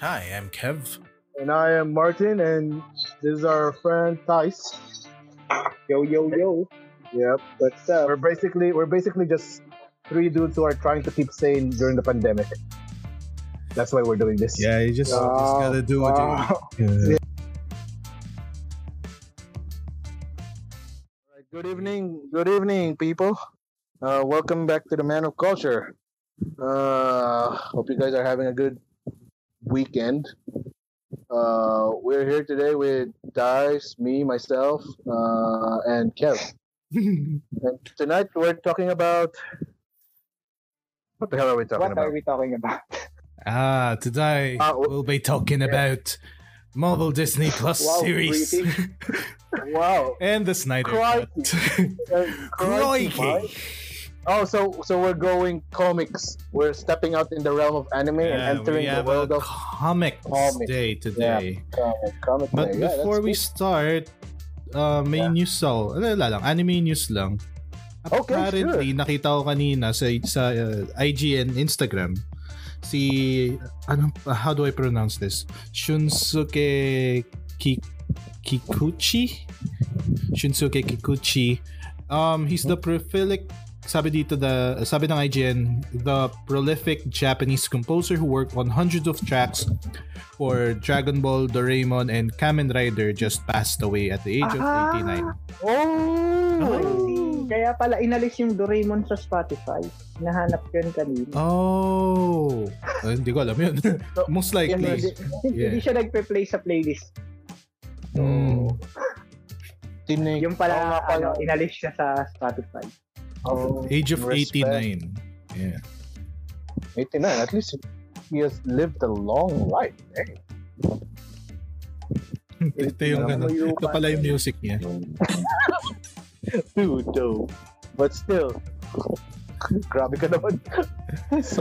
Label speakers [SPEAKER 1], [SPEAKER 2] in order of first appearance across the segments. [SPEAKER 1] Hi, I'm Kev.
[SPEAKER 2] And I am Martin, and this is our friend Thais.
[SPEAKER 3] Yo, yo, yo.
[SPEAKER 2] Yep.
[SPEAKER 3] What's up?
[SPEAKER 2] We're basically we're basically just three dudes who are trying to keep sane during the pandemic. That's why we're doing this.
[SPEAKER 1] Yeah, you just,
[SPEAKER 3] Wow,
[SPEAKER 1] just gotta do what
[SPEAKER 2] Wow.
[SPEAKER 1] you. Yeah.
[SPEAKER 2] Alright, Good evening, good evening, people. Uh, welcome back to the Man of Culture. Uh, hope you guys are having a good weekend. Uh, we're here today with Dice, me, myself, uh, and Kev. and tonight we're talking about what the hell are we talking
[SPEAKER 3] What
[SPEAKER 2] about?
[SPEAKER 3] are we talking about?
[SPEAKER 1] Ah, today
[SPEAKER 2] Uh, w-
[SPEAKER 1] we'll be talking about Marvel Disney Plus
[SPEAKER 3] Wow,
[SPEAKER 1] series
[SPEAKER 3] breathing.
[SPEAKER 2] Wow.
[SPEAKER 1] and the Snyder Cut.
[SPEAKER 2] Uh, crikey,
[SPEAKER 1] Crikey!
[SPEAKER 2] Mike. Oh, so so we're going comics. We're stepping out in the realm of anime
[SPEAKER 1] Yeah, we
[SPEAKER 2] and entering the
[SPEAKER 1] have
[SPEAKER 2] world
[SPEAKER 1] a
[SPEAKER 2] of
[SPEAKER 1] comics
[SPEAKER 2] comics.
[SPEAKER 1] day today.
[SPEAKER 2] comic. comic
[SPEAKER 1] But
[SPEAKER 2] yeah, that's
[SPEAKER 1] before we
[SPEAKER 2] cool.
[SPEAKER 1] start, uh, may
[SPEAKER 2] Yeah.
[SPEAKER 1] news ako. Wala wala lang, anime news lang.
[SPEAKER 2] Okay,
[SPEAKER 1] Apparently, nakita ko kanina sa, sa uh, IG and Instagram, si, ano, how do I pronounce this? Shunsuke Ki- Kikuchi? Shunsuke Kikuchi. Um, he's the prolific sabi dito the sabi ng IGN the prolific Japanese composer who worked on hundreds of tracks for Dragon Ball, Doraemon and Kamen Rider just passed away at the age of
[SPEAKER 3] Ah.
[SPEAKER 1] 89.
[SPEAKER 3] Ay,
[SPEAKER 2] Oh,
[SPEAKER 3] hindi. Kaya pala inalis yung Doraemon sa Spotify. Nahanap ko yun kanina.
[SPEAKER 1] Oh, Ah, hindi ko alam yun. Most
[SPEAKER 2] Yan,
[SPEAKER 1] likely.
[SPEAKER 2] hindi-
[SPEAKER 3] Hindi
[SPEAKER 1] Ah, Yeah.
[SPEAKER 3] siya nagpe-play sa playlist.
[SPEAKER 1] Mm.
[SPEAKER 2] tinig.
[SPEAKER 3] Yung
[SPEAKER 2] Oo nga
[SPEAKER 3] pala,
[SPEAKER 2] pala.
[SPEAKER 3] ano, inalis siya sa Spotify.
[SPEAKER 2] Oh,
[SPEAKER 1] Age of
[SPEAKER 2] respect.
[SPEAKER 1] 89. Yeah.
[SPEAKER 2] 89. At least he has lived a long life. Eh?
[SPEAKER 1] Ito yung ano. Ito pala yung music niya.
[SPEAKER 2] Dude, though. But still. Grabe ka naman.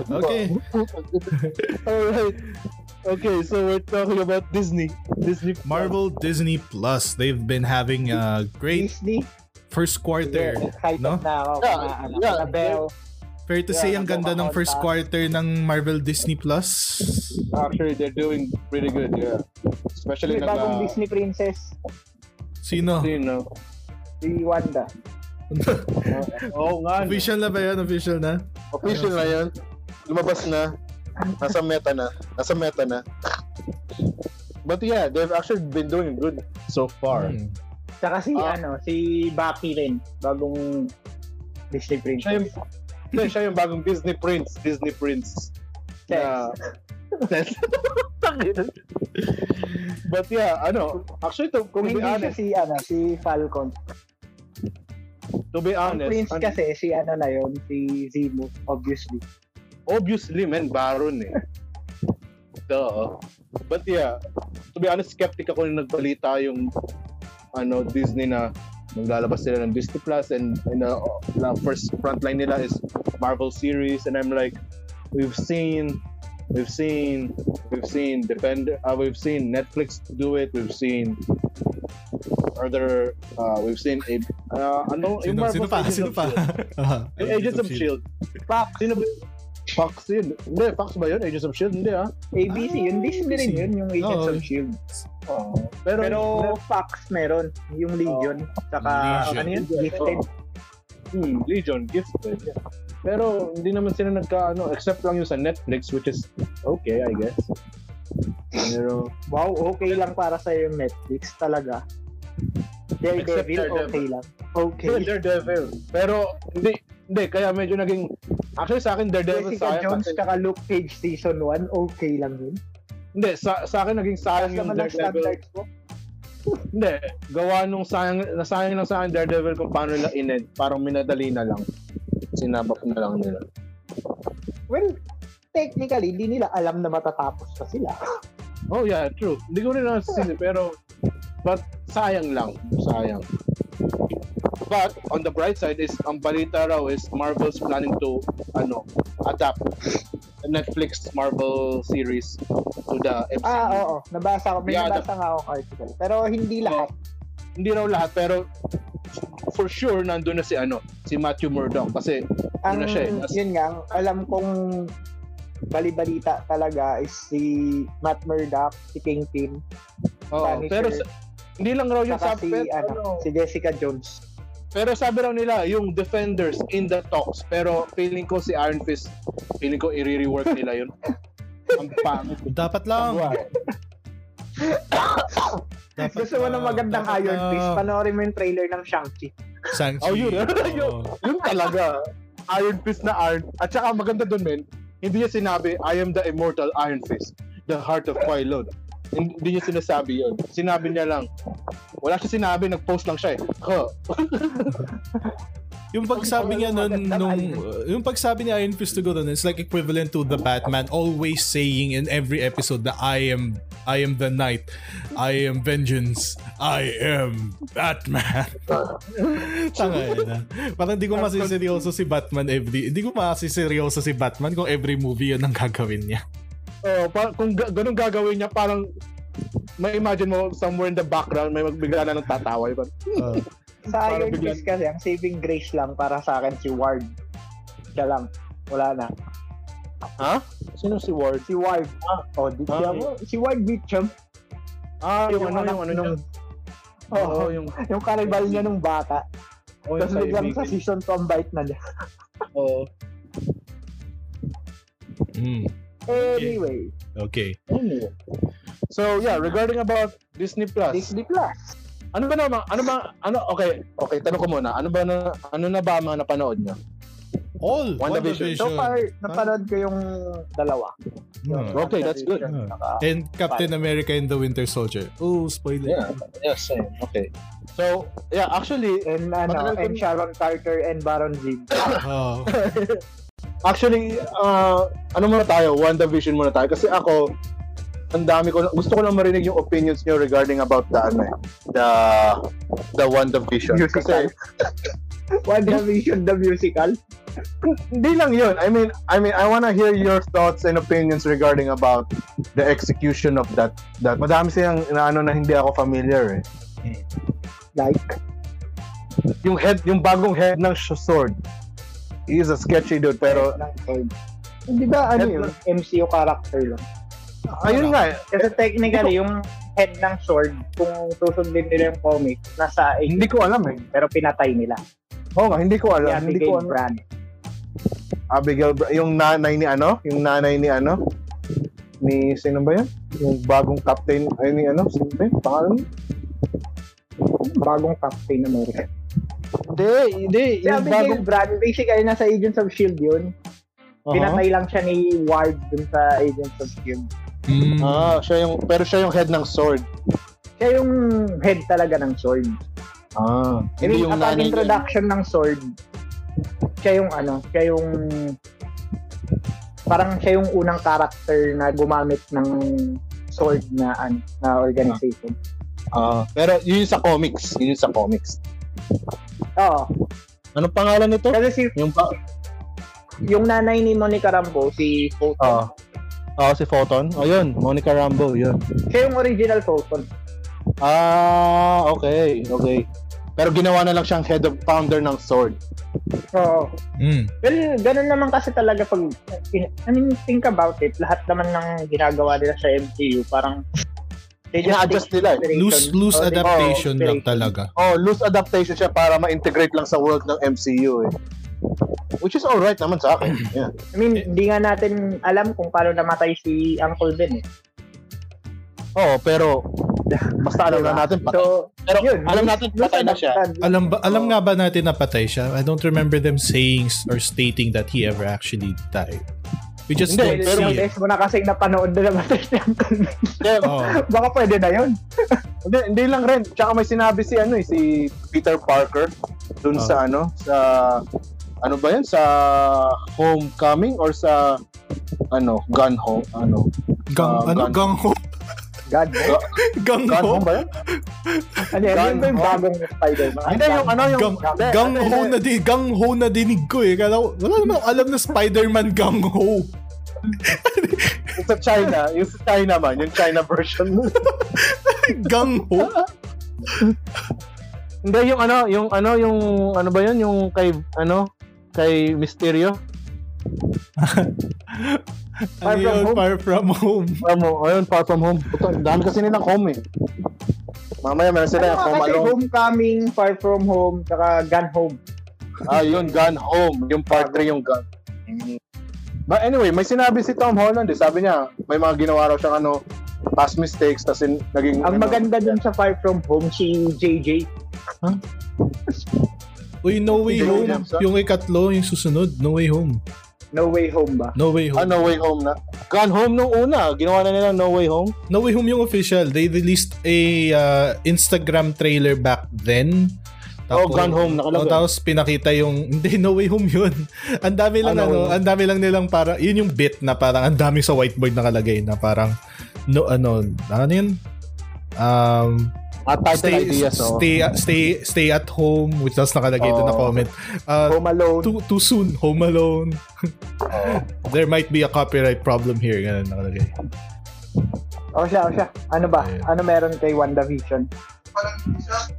[SPEAKER 1] Okay.
[SPEAKER 2] Alright. Okay, so we're talking about Disney. Disney. Plus.
[SPEAKER 1] Marvel Disney Plus. They've been having a great
[SPEAKER 3] Disney.
[SPEAKER 1] first quarter.
[SPEAKER 3] Yeah, Hype
[SPEAKER 1] no?
[SPEAKER 3] up na ako.
[SPEAKER 2] Yeah,
[SPEAKER 3] Yeah, ano,
[SPEAKER 2] yeah.
[SPEAKER 3] Annabelle.
[SPEAKER 1] Fair to say, ang ganda ng first quarter ng Marvel Disney Plus.
[SPEAKER 2] Actually, they're doing pretty good, yeah. Especially
[SPEAKER 3] May bagong
[SPEAKER 2] nag- uh,
[SPEAKER 3] Disney princess.
[SPEAKER 1] Sino?
[SPEAKER 2] you know.
[SPEAKER 3] Si Wanda.
[SPEAKER 2] Oo nga. no.
[SPEAKER 1] Official na ba yan? Official na?
[SPEAKER 2] Official na yun. Lumabas na. Nasa meta na. Nasa meta na. But yeah, they've actually been doing good so far.
[SPEAKER 1] Hmm.
[SPEAKER 3] Tsaka si,
[SPEAKER 2] Ah.
[SPEAKER 3] ano, si Bucky rin. Bagong Disney
[SPEAKER 2] Siya
[SPEAKER 3] princess.
[SPEAKER 2] yung, yeah, siya yung bagong Disney Prince. Disney Prince. Na, but yeah, ano, actually to, to
[SPEAKER 3] Kung
[SPEAKER 2] be
[SPEAKER 3] hindi siya
[SPEAKER 2] honest,
[SPEAKER 3] si, ano, si Falcon.
[SPEAKER 2] to be
[SPEAKER 3] Ang
[SPEAKER 2] honest,
[SPEAKER 3] prince
[SPEAKER 2] ano,
[SPEAKER 3] kasi, si ano na yun, si Zemo, obviously.
[SPEAKER 2] obviously, man, Baron eh. Duh. But yeah, to be honest, skeptic ako nung nagbalita yung ano, Disney na maglalabas sila ng Disney Plus and, and uh, la- first frontline nila is Marvel series and I'm like, we've seen we've seen we've seen defender uh, we've seen netflix do it we've seen other uh, we've seen a, uh, ano yung
[SPEAKER 1] Sino,
[SPEAKER 2] Marvel
[SPEAKER 1] sino pa?
[SPEAKER 2] Agents
[SPEAKER 1] Sino
[SPEAKER 2] of
[SPEAKER 1] pa?
[SPEAKER 2] Shield.
[SPEAKER 1] Ah,
[SPEAKER 2] Yung Eh, Agents of Shield. Fox. Sino ba? E Fox yun. Hindi, Fox ba yun? Agents of Shield? Hindi ah.
[SPEAKER 3] ABC,
[SPEAKER 1] Ah,
[SPEAKER 3] yun Disney rin
[SPEAKER 1] ABC.
[SPEAKER 3] yun, yung Agents
[SPEAKER 1] Oo.
[SPEAKER 3] of S.H.I.E.L.D.
[SPEAKER 2] Pero,
[SPEAKER 3] E Pero Fox meron, yung Legion, tsaka
[SPEAKER 1] Legion.
[SPEAKER 3] ano yun, Gifted.
[SPEAKER 2] hmm, Legion, Gifted. yeah. Pero hindi naman sila nagka ano, except lang yung sa Netflix which is okay, I guess. Pero
[SPEAKER 3] Wow, okay lang para sa yung Netflix talaga. Daredevil,
[SPEAKER 2] Daredevil.
[SPEAKER 3] okay lang.
[SPEAKER 2] okay.
[SPEAKER 3] Okay.
[SPEAKER 2] Daredevil. Pero hindi hindi kaya medyo naging actually sa akin Daredevil
[SPEAKER 3] Jessica
[SPEAKER 2] sayang
[SPEAKER 3] Jones
[SPEAKER 2] kasi-
[SPEAKER 3] tsaka Luke Cage Season 1, okay lang yun.
[SPEAKER 2] hindi sa, sa akin naging
[SPEAKER 3] Tapos
[SPEAKER 2] sayang yung
[SPEAKER 3] naman ang
[SPEAKER 2] Daredevil.
[SPEAKER 3] standards mo.
[SPEAKER 2] Hindi, gawa nung sayang, nasayang lang sa akin Daredevil kung paano nila in Parang minadali na lang. Sinabap na lang nila.
[SPEAKER 3] Well, technically, hindi nila alam na matatapos pa sila.
[SPEAKER 2] Oh yeah, true. Hindi ko rin nasisisi, pero but sayang lang, sayang. But on the bright side is ang balita raw is Marvel's planning to ano, adapt the Netflix Marvel series to the MCU.
[SPEAKER 3] Ah, oo. Nabasa ko. May
[SPEAKER 2] Yeah,
[SPEAKER 3] nabasa nga akong article. Pero hindi lahat.
[SPEAKER 2] Hindi raw lahat pero for sure nandun na si ano, si Matthew Murdock kasi
[SPEAKER 3] ang,
[SPEAKER 2] na siya eh. Nas-
[SPEAKER 3] yun nga, ang alam kong balibalita talaga is si Matt Murdock, si Kingpin,
[SPEAKER 2] Oo,
[SPEAKER 3] Punisher.
[SPEAKER 2] pero sa- hindi lang raw yung
[SPEAKER 3] saka
[SPEAKER 2] sabi.
[SPEAKER 3] si,
[SPEAKER 2] Pero,
[SPEAKER 3] ano, si Jessica Jones.
[SPEAKER 2] pero sabi raw nila, yung Defenders in the talks. Pero feeling ko si Iron Fist, feeling ko i-rework nila yun. Ang pangit.
[SPEAKER 1] Dapat lang. Dapat
[SPEAKER 3] Gusto mo ng
[SPEAKER 1] lang,
[SPEAKER 3] magandang
[SPEAKER 1] dapat
[SPEAKER 3] Iron
[SPEAKER 1] lang.
[SPEAKER 3] Fist, panoorin mo yung trailer ng Shang-Chi.
[SPEAKER 1] Shang-Chi.
[SPEAKER 2] Oh, yun. Yun.
[SPEAKER 1] Oo.
[SPEAKER 2] Yun talaga. Iron Fist na Iron. At saka maganda dun, men. Hindi niya sinabi, I am the immortal Iron Fist. The heart of Quailon. Hindi niya sinasabi yun. Sinabi niya lang. Wala siya sinabi, nag-post lang siya eh. Huh.
[SPEAKER 1] Yung pagsabi niya nun,
[SPEAKER 3] Magandang
[SPEAKER 1] nung,
[SPEAKER 3] Iron
[SPEAKER 1] yung pagsabi ni Iron Fist to go dun, it's like equivalent to the Batman always saying in every episode that I am, I am the knight, I am vengeance, I am Batman. Tanga yun ah. Parang di ko masiseryoso si Batman every, di ko masiseryoso si Batman kung every movie yun ang gagawin niya.
[SPEAKER 2] Oh, parang kung ga- ganun gagawin niya, parang may imagine mo somewhere in the background may magbigla na ng tatawa yun.
[SPEAKER 1] Oo.
[SPEAKER 3] Sa
[SPEAKER 2] Parang
[SPEAKER 3] Iron
[SPEAKER 2] bigla-
[SPEAKER 3] Fist kasi, ang saving grace lang para sa akin si Ward. Siya lang. Wala na.
[SPEAKER 2] Ha? Sino si Ward?
[SPEAKER 3] Si Ward. Oh, di
[SPEAKER 2] Ah.
[SPEAKER 3] siya mo. Si Ward Mitchum.
[SPEAKER 2] Ah, yung, ano,
[SPEAKER 3] anak
[SPEAKER 2] yung ano
[SPEAKER 3] nung-
[SPEAKER 2] niya.
[SPEAKER 3] Oo,
[SPEAKER 2] yung,
[SPEAKER 3] yung karibal niya nung bata.
[SPEAKER 2] oh, yung
[SPEAKER 3] Tapos biglang sa
[SPEAKER 2] kaibigan.
[SPEAKER 3] season 2 ang bait na niya.
[SPEAKER 2] Oo.
[SPEAKER 1] Mm,
[SPEAKER 3] Anyway,
[SPEAKER 1] okay.
[SPEAKER 2] Anyway. So, yeah, regarding about Disney Plus.
[SPEAKER 3] Disney Plus.
[SPEAKER 2] Ano ba naman? Ano ba? Ano? Okay. Okay, tanong ko muna. Ano ba na ano na ba ang mga napanood niyo?
[SPEAKER 1] All WandaVision.
[SPEAKER 2] WandaVision.
[SPEAKER 3] So far, napanood ko yung dalawa.
[SPEAKER 1] Mm.
[SPEAKER 2] Hmm. Okay, that's good.
[SPEAKER 3] Saka-
[SPEAKER 1] And Captain America and the Winter Soldier. Oh, spoiler.
[SPEAKER 2] Yes, same. Okay. So, yeah, actually,
[SPEAKER 3] And ano,
[SPEAKER 2] Matagal ko
[SPEAKER 3] and
[SPEAKER 2] na-
[SPEAKER 3] Sharon Carter and Baron Zemo.
[SPEAKER 1] Oh.
[SPEAKER 2] actually, uh, ano muna tayo? WandaVision muna tayo. Kasi ako, ang dami ko, na- gusto ko lang marinig yung opinions niyo regarding about the, ano eh, the, the WandaVision. Kasi,
[SPEAKER 3] Musical. WandaVision the musical.
[SPEAKER 2] hindi lang yun. I mean, I mean, I wanna hear your thoughts and opinions regarding about the execution of that. that. Madami silang na, ano na hindi ako familiar eh.
[SPEAKER 3] Like,
[SPEAKER 2] yung head, yung bagong head ng Sh- sword. He is a sketchy dude, pero
[SPEAKER 3] ng third. Di ba ano
[SPEAKER 2] Head
[SPEAKER 3] yun? MCU character lang.
[SPEAKER 2] ayun nga, eh.
[SPEAKER 3] Kasi technically, yung head ng sword, kung susundin nila yung comic, nasa
[SPEAKER 2] hindi ko alam eh.
[SPEAKER 3] Pero pinatay nila.
[SPEAKER 2] Oo nga, hindi ko alam.
[SPEAKER 3] Kaya
[SPEAKER 2] hindi
[SPEAKER 3] Abigail
[SPEAKER 2] ko alam.
[SPEAKER 3] Brand.
[SPEAKER 2] Abigail, Bra- yung nanay ni ano, yung nanay ni ano, ni sino ba yan? Yung bagong captain, ayun ni ano, sino ba yun? Pangalan?
[SPEAKER 3] Bagong Captain America.
[SPEAKER 2] Hindi, hindi.
[SPEAKER 3] Si Abigail Brand, basically, nasa Agents of S.H.I.E.L.D. E yun.
[SPEAKER 2] Uh-huh.
[SPEAKER 3] Pinatay lang siya ni Ward dun sa Agents of S.H.I.E.L.D.
[SPEAKER 1] Mm.
[SPEAKER 2] Ah, siya yung, pero siya yung head ng sword.
[SPEAKER 3] Siya yung head talaga ng sword.
[SPEAKER 2] Ah,
[SPEAKER 3] I mean, upon introduction ng sword, siya yung ano, siya yung parang siya yung unang character na gumamit ng sword na ano, na organization.
[SPEAKER 2] Ah, pero yun yung sa comics. Yun yung sa comics. Ah.
[SPEAKER 3] Oo. Ano
[SPEAKER 2] Anong pangalan nito?
[SPEAKER 3] Kasi si
[SPEAKER 2] Yung pa...
[SPEAKER 3] yung nanay ni Monica Rambeau, si Photon.
[SPEAKER 2] Ah. Ah, si Photon. Oh, yun. Monica Rambeau, yun.
[SPEAKER 3] Siya yung original Photon.
[SPEAKER 2] Ah, okay, okay. Pero ginawa na lang siyang head of founder ng sword.
[SPEAKER 3] Oo.
[SPEAKER 1] Mm.
[SPEAKER 3] Well, ganun naman kasi talaga pag, I mean, think about it, lahat naman ng ginagawa nila sa MCU, parang, they just
[SPEAKER 2] Ina-adjust
[SPEAKER 3] take
[SPEAKER 2] nila eh.
[SPEAKER 3] inspiration
[SPEAKER 1] Loose loose
[SPEAKER 3] or they-
[SPEAKER 1] adaptation
[SPEAKER 3] oh,
[SPEAKER 1] lang
[SPEAKER 3] inspiration.
[SPEAKER 1] talaga.
[SPEAKER 2] Oh, loose adaptation siya para ma-integrate lang sa world ng MCU eh. Which is alright naman sa akin. Yeah.
[SPEAKER 3] I mean,
[SPEAKER 2] Eh.
[SPEAKER 3] hindi nga natin alam kung paano namatay si Uncle Ben eh.
[SPEAKER 2] Oo, Oh, pero basta alam
[SPEAKER 3] Diba?
[SPEAKER 2] na natin. Patay.
[SPEAKER 3] So,
[SPEAKER 2] pero
[SPEAKER 3] yun.
[SPEAKER 2] alam natin patay na siya.
[SPEAKER 1] Alam ba
[SPEAKER 2] Oh.
[SPEAKER 1] alam
[SPEAKER 3] Oo.
[SPEAKER 1] nga ba natin na patay siya? I don't remember them saying s- or stating that he ever actually died. We just
[SPEAKER 2] Hindi,
[SPEAKER 1] don't
[SPEAKER 2] pero-
[SPEAKER 1] see it.
[SPEAKER 3] Test mo na kasing napanood na namatay ni Uncle Ben.
[SPEAKER 2] Yeah,
[SPEAKER 1] Oh.
[SPEAKER 3] Baka pwede na yun.
[SPEAKER 2] Hindi, hindi lang rin. Tsaka may sinabi si ano eh, si Peter Parker dun
[SPEAKER 1] Ah.
[SPEAKER 2] sa ano, sa ano ba 'yan sa Homecoming or sa ano, Gone Home, ano.
[SPEAKER 1] Gang
[SPEAKER 2] Ah,
[SPEAKER 1] ano
[SPEAKER 2] gan-
[SPEAKER 1] gang ho?
[SPEAKER 3] God,
[SPEAKER 1] Gang
[SPEAKER 2] Gone
[SPEAKER 1] ho?
[SPEAKER 2] Home ba 'yan?
[SPEAKER 3] ano yan? Yun ba yung
[SPEAKER 2] Gone.
[SPEAKER 3] bagong Spider-Man?
[SPEAKER 2] Hindi, yung ano, yung...
[SPEAKER 1] Gang,
[SPEAKER 2] hindi, ano
[SPEAKER 1] gang
[SPEAKER 2] hindi,
[SPEAKER 1] ho
[SPEAKER 2] hindi.
[SPEAKER 1] na di, gang ho na dinig ko eh. Kala, ko- wala naman ako alam na Spider-Man gang ho.
[SPEAKER 2] Yung sa China, yung sa China man, yung China version.
[SPEAKER 1] Gang ho?
[SPEAKER 2] hindi, yung ano, yung ano, yung ano ba yun? Yung kay, ano, kay Mysterio?
[SPEAKER 1] Far
[SPEAKER 4] Far
[SPEAKER 1] Far
[SPEAKER 4] from home.
[SPEAKER 1] from home.
[SPEAKER 4] Far mo, ayun, far from home.
[SPEAKER 2] Puta, ang dami kasi nilang home eh. Mamaya meron sila
[SPEAKER 3] Ano
[SPEAKER 2] yung home
[SPEAKER 3] kasi
[SPEAKER 2] alone.
[SPEAKER 3] homecoming, far from home, saka gun home.
[SPEAKER 2] Ah, yun, Gone Home. Yung part 3 yung Gone. But anyway, may sinabi si Tom Holland eh. Sabi niya, may mga ginawa raw siyang ano, past mistakes, tapos in- naging...
[SPEAKER 3] Ang
[SPEAKER 2] ano,
[SPEAKER 3] maganda dun sa far from home, si JJ.
[SPEAKER 1] Uy, No Way
[SPEAKER 2] Hindi,
[SPEAKER 1] Home.
[SPEAKER 2] James, ah.
[SPEAKER 1] Yung ikatlo, yung susunod, No Way Home.
[SPEAKER 3] No Way Home ba?
[SPEAKER 1] No Way
[SPEAKER 2] Ah,
[SPEAKER 1] Home.
[SPEAKER 2] No Way Home na. Gone Home nung una. Ginawa na nila No Way Home.
[SPEAKER 1] No Way Home yung official. They released a uh, Instagram trailer back then.
[SPEAKER 2] oh, Gone Home
[SPEAKER 1] Oh,
[SPEAKER 2] nakalagay.
[SPEAKER 1] tapos pinakita yung hindi no way home yun. ang dami lang
[SPEAKER 2] Ah, No Way
[SPEAKER 1] ano,
[SPEAKER 2] Home.
[SPEAKER 1] ang dami lang nilang para yun yung bit na parang ang dami sa whiteboard nakalagay na parang no ano, ano yun? Um,
[SPEAKER 2] At title
[SPEAKER 1] stay,
[SPEAKER 2] ideas, oh.
[SPEAKER 1] stay, stay, stay at home which tapos nakalagay doon na
[SPEAKER 2] Oh.
[SPEAKER 1] comment. Uh,
[SPEAKER 3] Home Alone.
[SPEAKER 1] too, too soon, home alone.
[SPEAKER 2] Oh.
[SPEAKER 1] There might be a copyright problem here. Ganun nakalagay.
[SPEAKER 3] O siya, o siya. Ano ba?
[SPEAKER 1] Ayan.
[SPEAKER 3] Ano meron kay WandaVision?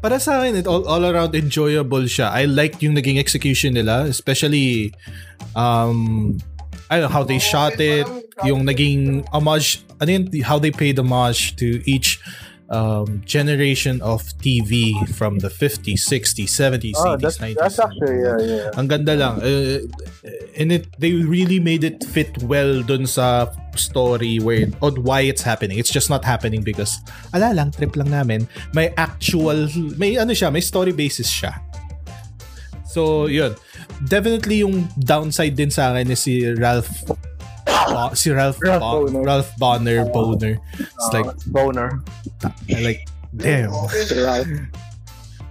[SPEAKER 1] para sa akin, it all, all around enjoyable siya. I liked yung naging execution nila, especially um I don't know how they shot it, yung naging homage, ano yun, how they paid homage to each um, generation of TV from the 50s, 60s, 70s,
[SPEAKER 2] Oh,
[SPEAKER 1] 80s,
[SPEAKER 2] that's,
[SPEAKER 1] 90s.
[SPEAKER 2] that's actually, uh, yeah, yeah.
[SPEAKER 1] Ang ganda lang. Eh, and it, they really made it fit well dun sa story where on why it's happening. It's just not happening because ala lang, trip lang namin. May actual, may ano siya, may story basis siya. So, yun. Definitely yung downside din sa akin is si Ralph Bo- si Ralph
[SPEAKER 4] Ralph
[SPEAKER 1] Bo-
[SPEAKER 4] Boner. Uh,
[SPEAKER 1] Ralph Bonner Boner. It's like
[SPEAKER 4] Boner.
[SPEAKER 1] I like damn.
[SPEAKER 2] Right.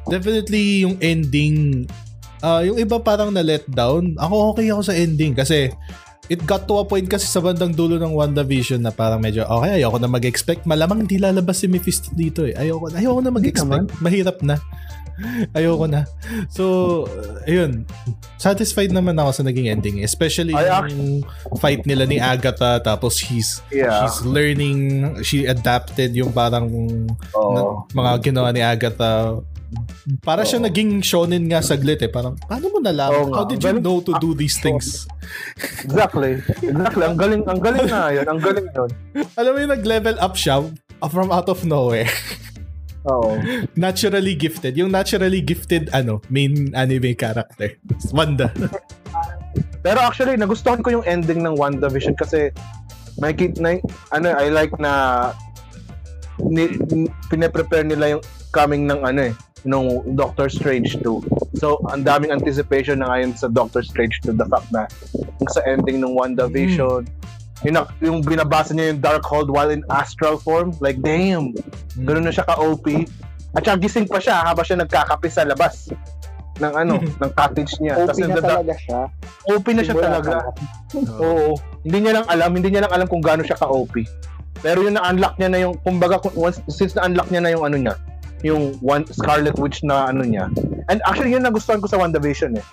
[SPEAKER 1] definitely yung ending ah yung iba parang na let down ako okay ako sa ending kasi it got to a point kasi sa bandang dulo ng WandaVision na parang medyo okay ayoko na mag-expect malamang hindi lalabas si Mephisto dito eh ayoko, ayoko na mag-expect mahirap na ayoko na so uh, ayun satisfied naman ako sa naging ending especially
[SPEAKER 2] I
[SPEAKER 1] yung fight nila ni Agatha tapos he's
[SPEAKER 2] Yeah.
[SPEAKER 1] she's learning she adapted yung parang
[SPEAKER 2] Oh.
[SPEAKER 1] na- mga ginawa ni Agatha. Para siya
[SPEAKER 2] Oo.
[SPEAKER 1] naging shonen nga saglit eh. Parang, paano mo
[SPEAKER 2] Oo
[SPEAKER 1] nalaman?
[SPEAKER 2] nga.
[SPEAKER 1] How did you
[SPEAKER 2] Ganun-
[SPEAKER 1] know to do these things?
[SPEAKER 2] Exactly. Exactly. Ang galing, ang galing na yun. Ang galing yun.
[SPEAKER 1] Alam mo yung nag-level up siya uh, from out of nowhere.
[SPEAKER 2] Oo.
[SPEAKER 1] naturally gifted. Yung naturally gifted, ano, main anime character. Wanda.
[SPEAKER 2] Pero actually, nagustuhan ko yung ending ng WandaVision kasi may kit na, ano, I like na ni, ni- pinaprepare nila yung coming ng ano eh, nung Doctor Strange 2. So, ang daming anticipation na ngayon sa Doctor Strange 2, the fact na yung sa ending ng WandaVision, yung, nak- yung binabasa niya yung Darkhold while in astral form, like, damn, ganun na siya ka-OP. At saka gising pa siya habang siya nagkakape sa labas ng ano, ng cottage niya.
[SPEAKER 3] OP
[SPEAKER 2] Tapos in
[SPEAKER 3] na
[SPEAKER 2] the dark-
[SPEAKER 3] talaga siya.
[SPEAKER 2] OP na siya
[SPEAKER 3] Simula
[SPEAKER 2] talaga.
[SPEAKER 3] pa.
[SPEAKER 2] Oo. Hindi niya lang alam, hindi niya lang alam kung gaano siya ka-OP. Pero yung na-unlock niya na yung, kumbaga, kung- once, since na-unlock niya na yung ano niya, yung one Scarlet Witch na ano niya. And actually, yun nagustuhan ko sa WandaVision eh.